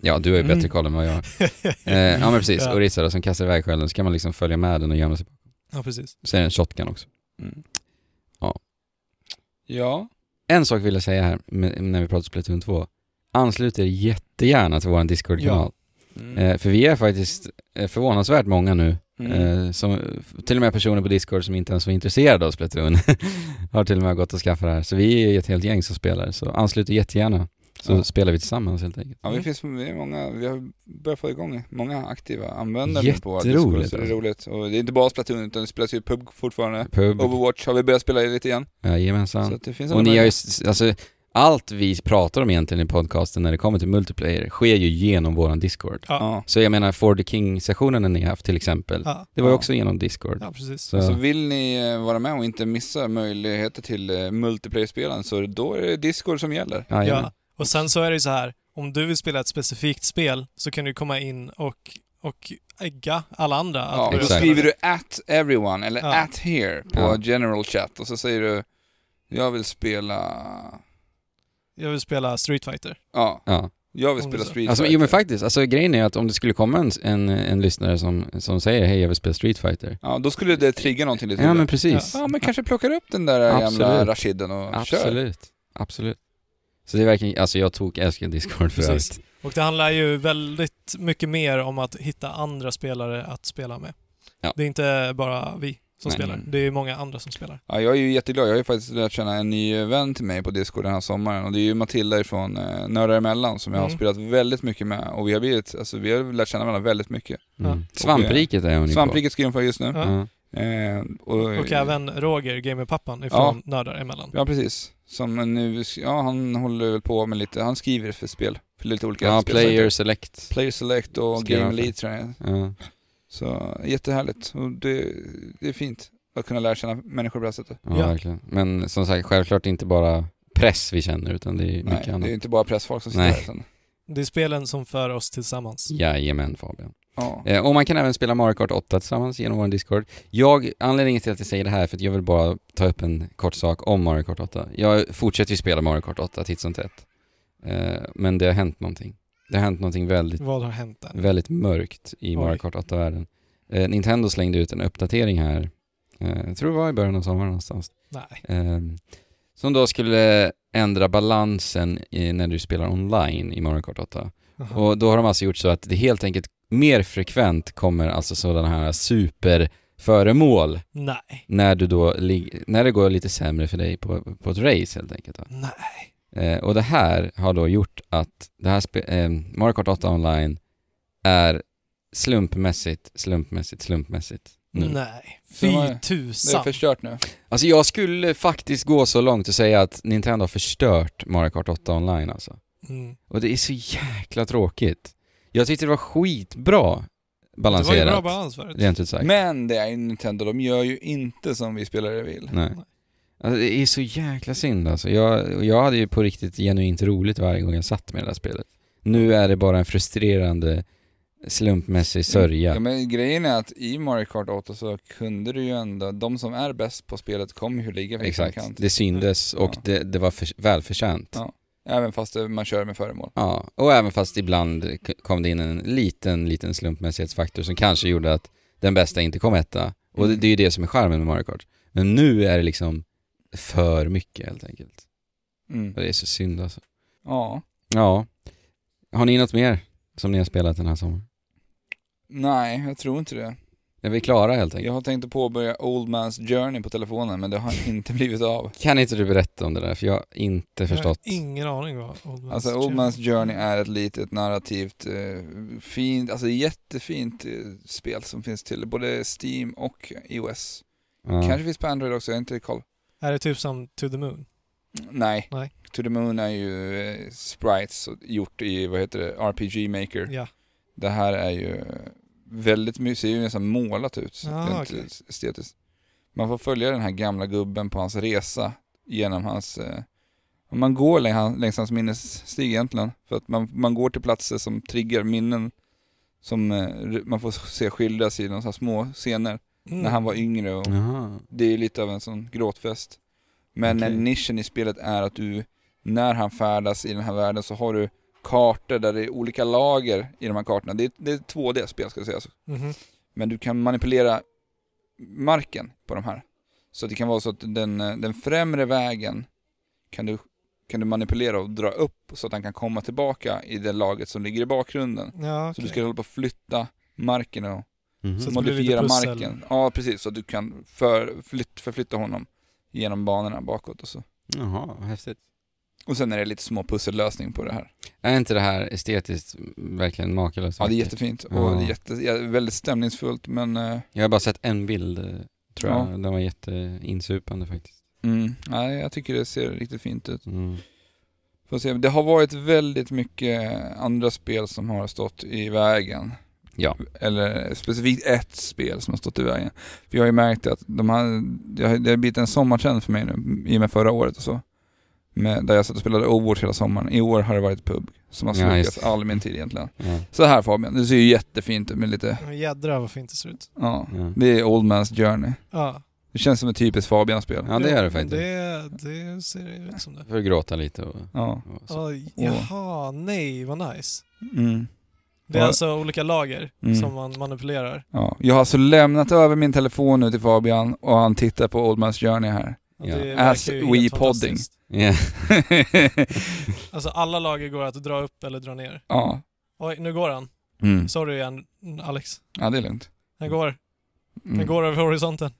Ja, du har ju bättre
Mm.
koll än vad jag har. (laughs) Eh, ja men precis,
Ja.
Orissa då, som kastar iväg skölden, så kan man liksom följa med den och gömma sig.
ja, precis.
Så är det en shotgun också.
Ja.
En sak vill jag säga här, med, när vi pratar Splatoon 2. Anslut er jättegärna till vår Discord-kanal.
Mm.
Eh, för vi är faktiskt eh, förvånansvärt många nu
Mm.
Eh, som, till och med personer på Discord som inte ens var intresserade av Splatoon (laughs) har till och med gått och skaffat det här. Så vi är ett helt gäng som spelar, så anslut er jättegärna. Så
Ja.
spelar vi tillsammans helt enkelt.
Ja, vi
Mm.
finns vi är många, vi har börjat få igång många aktiva användare nu på vår
Jätteroligt,
Discord, så det är
alltså. Mm.
roligt. Och det är inte bara Splatoon, utan det spelas ju PUB fortfarande.
Pub,
Overwatch har vi börjat spela lite igen. Så
jajamensan.
att det finns
Och
alla
ni har ju,
möjligheter.
s- alltså, allt vi pratar om egentligen i podcasten när det kommer till multiplayer sker ju genom våran Discord.
Ja.
Så jag menar, For the King-sessionen ni har haft till exempel,
Ja,
det var ju
Ja.
också genom Discord.
ja precis.
Så,
Så vill ni eh, vara med och inte missa möjligheter till eh, multiplayer-spelen så då är det Discord som gäller.
ja,
Ja. Och sen så är det ju så här, om du vill spela ett specifikt spel så kan du komma in och, och egga alla andra att
Ja,
börja
då
exakt.
spela
skriver
det.
du at everyone eller
Ja.
at here på
Ja.
general chat och så säger du jag vill spela
Jag vill spela Street Fighter.
Ja,
ja.
jag vill
Om
spela
det så.
Street
Alltså,
Fighter.
jo men faktiskt, alltså, grejen är att om det skulle komma en, en, en lyssnare som, som säger hej jag vill spela Street Fighter.
Ja, då skulle det trigga någonting lite.
Ja men precis.
ja, men kanske plockar upp den där gamla
Absolut.
Rashiden och kör.
Absolut. Absolut. Så det är verkligen, alltså jag tog älskar Discord för
Precis.
övrigt.
Och det handlar ju väldigt mycket mer om att hitta andra spelare att spela med.
Ja.
Det är inte bara vi som
Nej.
spelar. Det är ju många andra som spelar.
Ja, jag är ju jätteglad. Jag har ju faktiskt lärt känna en ny vän till mig på Discord den här sommaren och det är ju Matilda ifrån eh, Nördar emellan som jag har
Mm.
spelat väldigt mycket med och vi har blivit, alltså vi har lärt känna varandra väldigt mycket.
Mm.
Ja.
Svampriket är hon ju på.
Svampriket ska inför just nu.
Ja.
Ja.
Eh, och,
Och även Roger, gamerpappan, ifrån Nördar emellan.
Ja, precis. Som nu, ja han håller väl på med lite, han skriver för spel, för lite olika
ja,
spel.
Player Select.
Player Select och
Skriver
Game
han för.
Elite tror jag.
Ja.
Så jättehärligt. Och det, det är fint att kunna lära känna människor på det här sättet.
Ja,
Ja.
verkligen. Men som sagt, självklart inte bara press vi känner utan det är mycket
Nej,
annat.
det är inte bara pressfolk som sitter
Nej.
här sen.
Det är spelen som för oss tillsammans.
Jajamän Fabian.
Ja.
Eh, och man kan även spela Mario Kart 8 tillsammans genom vår Discord. Jag, anledningen till att jag säger det här är för att jag vill bara ta upp en kort sak om Mario Kart 8. Jag fortsätter ju spela Mario Kart 8 titt som tätt. Eh, men det har hänt någonting. Det har hänt någonting väldigt,
Vad har hänt där?
väldigt mörkt i Mario
Oj.
Kart 8-världen. Eh, Nintendo slängde ut en uppdatering här, eh, jag tror det var i början av sommaren någonstans,
Nej.
Ehm, som då skulle ändra balansen i, när du spelar online i Mario Kart 8.
Aha.
Och då har de alltså gjort så att det helt enkelt mer frekvent kommer alltså sådana här superföremål
Nej.
när, du då lig- när det går lite sämre för dig på, på ett race helt enkelt. Va?
Nej.
Eh, och det här har då gjort att det här spe- eh, Mario Kart 8 online är slumpmässigt, slumpmässigt, slumpmässigt nu.
Nej.
De
Fy
har- Det är
tusan.
förstört nu.
Alltså jag skulle faktiskt gå så långt och säga att Nintendo har förstört Mario Kart 8 online alltså.
Mm.
Och det är så jäkla tråkigt. Jag tyckte det var skitbra
Det var ju
balanserat,
bra balans förut.
rent ut sagt.
Men det är ju Nintendo, de gör ju inte som vi spelare vill.
Nej. Alltså, det är så jäkla synd alltså. Jag, och jag hade ju på riktigt genuint roligt varje gång jag satt med det där spelet. Nu är det bara en frustrerande slumpmässig sörja.
Mm. Ja, men grejen är att i Mario Kart 8 så kunde du ju ändå, de som är bäst på spelet kommer ju ligga vid
Exakt.
kant.
Det syndes och
Ja.
det, det var för, välförtjänt.
Ja. Även fast eh, man kör med föremål.
Ja, och även fast ibland k- kom det in en liten, liten slumpmässighetsfaktor som kanske gjorde att den bästa inte kom etta. Och
Mm.
det, det är ju det som är charmen med Mario Kart. Men nu är det liksom för mycket helt enkelt.
Mm.
Och det är så synd alltså.
Ja.
Ja. Har ni något mer som ni har spelat den här sommaren?
Nej, jag tror inte det.
Är vi klara helt enkelt?
Jag har tänkt att påbörja Old Man's Journey på telefonen, men det har (laughs) inte blivit av.
Kan inte du berätta om det där? För jag har inte
Jag har
förstått.
ingen aning vad Old Man's
Alltså Old Man's Journey är ett litet narrativt, eh, fint, alltså jättefint eh, spel som finns till både Steam och iOS.
Ja.
Kanske finns på Android också, jag har inte koll.
Är det typ som To the Moon?
Nej.
Nej.
To the Moon är ju eh, sprites och gjort i, vad heter det, RPG Maker.
Ja.
Det här är ju väldigt mysigt, det är ju nästan målat ut
Ah,
rent
okej.
estetiskt. Man får följa den här gamla gubben på hans resa genom hans... Eh, man går längs, han- längs hans minnesstig egentligen, för att man, man går till platser som triggar minnen som eh, r- man får se skildras i de så här små scener
Mm.
när han var yngre och
Jaha.
det är lite av en sån gråtfest. Men
Okej.
nischen i spelet är att du, när han färdas i den här världen så har du kartor där det är olika lager i de här kartorna. Det är, det är 2D-spel ska jag säga.
Mhm.
Men du kan manipulera marken på de här. Så det kan vara så att den, eh, den främre vägen kan du, kan du manipulera och dra upp så att han kan komma tillbaka i det laget som ligger i bakgrunden.
Ja,
Så
okej.
du ska hålla på att flytta marken och
Mhm.
Så att det blir lite
modifiera
pussel.
marken. Ja, precis. Så att du kan för, flytt, förflytta honom genom banorna bakåt och så.
Jaha, vad häftigt.
Och sen är det lite små pussellösning på det här.
Är inte det här estetiskt verkligen makalöst?
Ja, det är jättefint och
Ja.
det är jätte, ja, väldigt stämningsfullt men eh,
Jag har bara sett en bild, eh, tror jag.
Ja.
Den var jätteinsupande faktiskt.
mm, nej, jag tycker det ser riktigt fint ut.
Mm.
Får se. Det har varit väldigt mycket andra spel som har stått i vägen.
Ja.
Eller specifikt ett spel som har stått i vägen. För jag har ju märkt att de här, det har, det har blivit en sommartrend för mig nu i och med förra året och så. Med, där jag satt och spelade Overwatch hela sommaren. I år har det varit pub som har
Ja,
slukat
just det.
all min tid egentligen.
Ja.
Så här Fabian, det ser ju jättefint ut med lite,
Ja, Jädrar vad fint det ser ut.
ja.
Ja.
Det är Old Man's Journey.
Ja,
Det känns som ett typiskt Fabian-spel.
ja, det gör det faktiskt.
Det, det ser ut som det.
Får gråta lite och,
Ja.
och så.
Oj, jaha, nej vad nice.
Mm.
Det är
Ja.
alltså olika lager
Mm.
som man manipulerar.
Ja, jag har alltså lämnat över min telefon nu till Fabian och han tittar på Old Man's Journey här. (laughs)
Och
Ja.
Det verkar
As
ju
we
helt
podding.
fantastiskt.
Ja.
Alltså alla lager går att dra upp eller dra ner.
ja.
Oj, nu går han.
Mm.
Sorry igen, Alex.
ja, det är lugnt.
Den
Mm.
går. Den
Mm.
går över horisonten.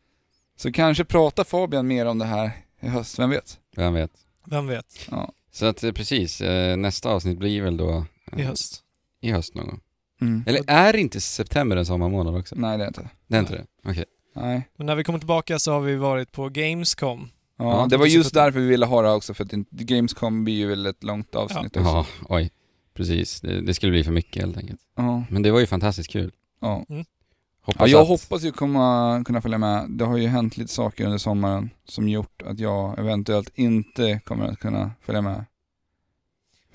Så kanske pratar Fabian mer om det här i höst, vem vet?
Vem vet.
Vem vet?
Så att eh, precis, eh, nästa avsnitt blir väl då eh,
I höst.
i höst någon gång.
Mm.
Eller är inte september en sommarmånad också?
Nej, det är inte.
Det är inte det? Okej.
Nej.
Men när vi kommer tillbaka så har vi varit på Gamescom.
Ja,
Ja,
det var
precis.
just därför vi ville ha det här också, för att inte- Gamescom blir ju väl ett långt avsnitt också.
Ja, oj. Precis, det, det skulle bli för mycket helt enkelt.
Ja.
Men det var ju fantastiskt kul.
Ja.
Hoppas
ja, jag
att...
hoppas ju komma, kunna följa med. Det har ju hänt lite saker under sommaren som gjort att jag eventuellt inte kommer att kunna följa med.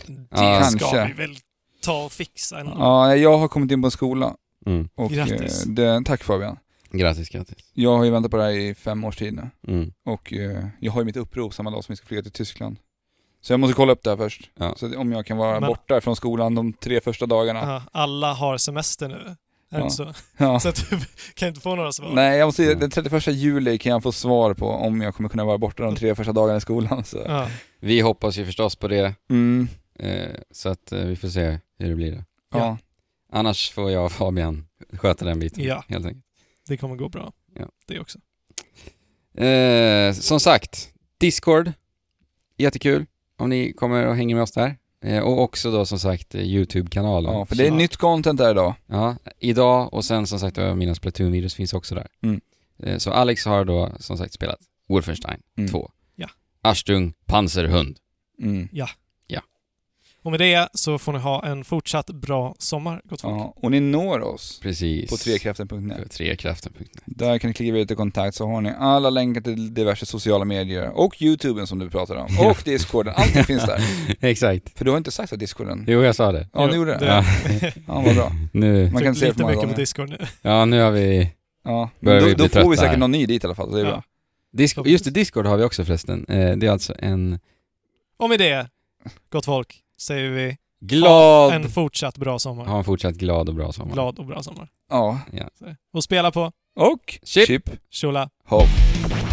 Det
Ja,
ska
kanske.
vi väl ta och fixa. ändå.
Ja, jag har kommit in på en skola
Mm.
och
Grattis.
eh, det, tack Fabian.
Grattis, grattis.
Jag har ju väntat på det här i fem års tid nu.
Mm.
Och eh, jag har ju mitt upprop samma dag som vi ska flyga till Tyskland. Så jag måste kolla upp det här först.
Ja.
Så att om jag kan vara
Men-
borta från skolan de tre första dagarna.
Ja, alla har semester nu. Är det
Ja.
inte så?
Ja.
Så att du (laughs) kan inte få några svar.
Nej, jag måste,
Ja.
den 31 juli kan jag få svar på om jag kommer kunna vara borta de tre första dagarna i skolan. Så.
Ja.
Vi hoppas ju förstås på det,
Mm,
eh, så att eh, vi får se hur det blir. Då.
ja.
Ja.
Annars får jag och Fabian sköta den biten
Ja.
helt enkelt.
Det kommer gå bra.
Ja.
Det också.
Eh, som sagt, Discord. Jättekul om ni kommer och hänger med oss där. Eh, och också då som sagt eh, YouTube-kanalen.
ja, för det är
Ja.
nytt content där idag.
Ja, idag och sen som sagt då, mina Splatoon-videos finns också där.
Mm.
Eh, Så Alex har då som sagt spelat Wolfenstein
Mm.
2.
Ja.
Arstung, Panserhund.
Mm.
Och med det så får ni ha en fortsatt bra sommar, gott folk.
Ja. Och ni når oss
Precis.
på trekraften.net.
På Trekraften.net.
Där kan ni kliva ut i kontakt så har ni alla länkar till diverse sociala medier och YouTuben som du pratade om. Och Discorden, allting finns där.
(laughs) Exakt.
För du har inte sagt att Discorden...
Jo, jag sa det.
Ja, du
Jo,
gjorde det.
Ja,
(laughs)
Ja, vad bra.
nu,
Man kan se det
typ
för
lite
många
mycket på
gånger.
Discord nu.
ja, nu har vi...
Ja. Men
Börjar vi
då,
bli
då får vi
trötta här.
säkert någon ny dit i alla fall, så det är
Ja.
bra.
Disco- just det, Discord har vi också förresten. Eh, Det är alltså en
Och med det, gott folk, säger vi
glad...
en fortsatt bra sommar.
Ha en fortsatt glad och bra sommar.
Glad och bra sommar.
Ja.
Så. Och spela på
Och...
Chip.
Chip.
Chola.
Hopp.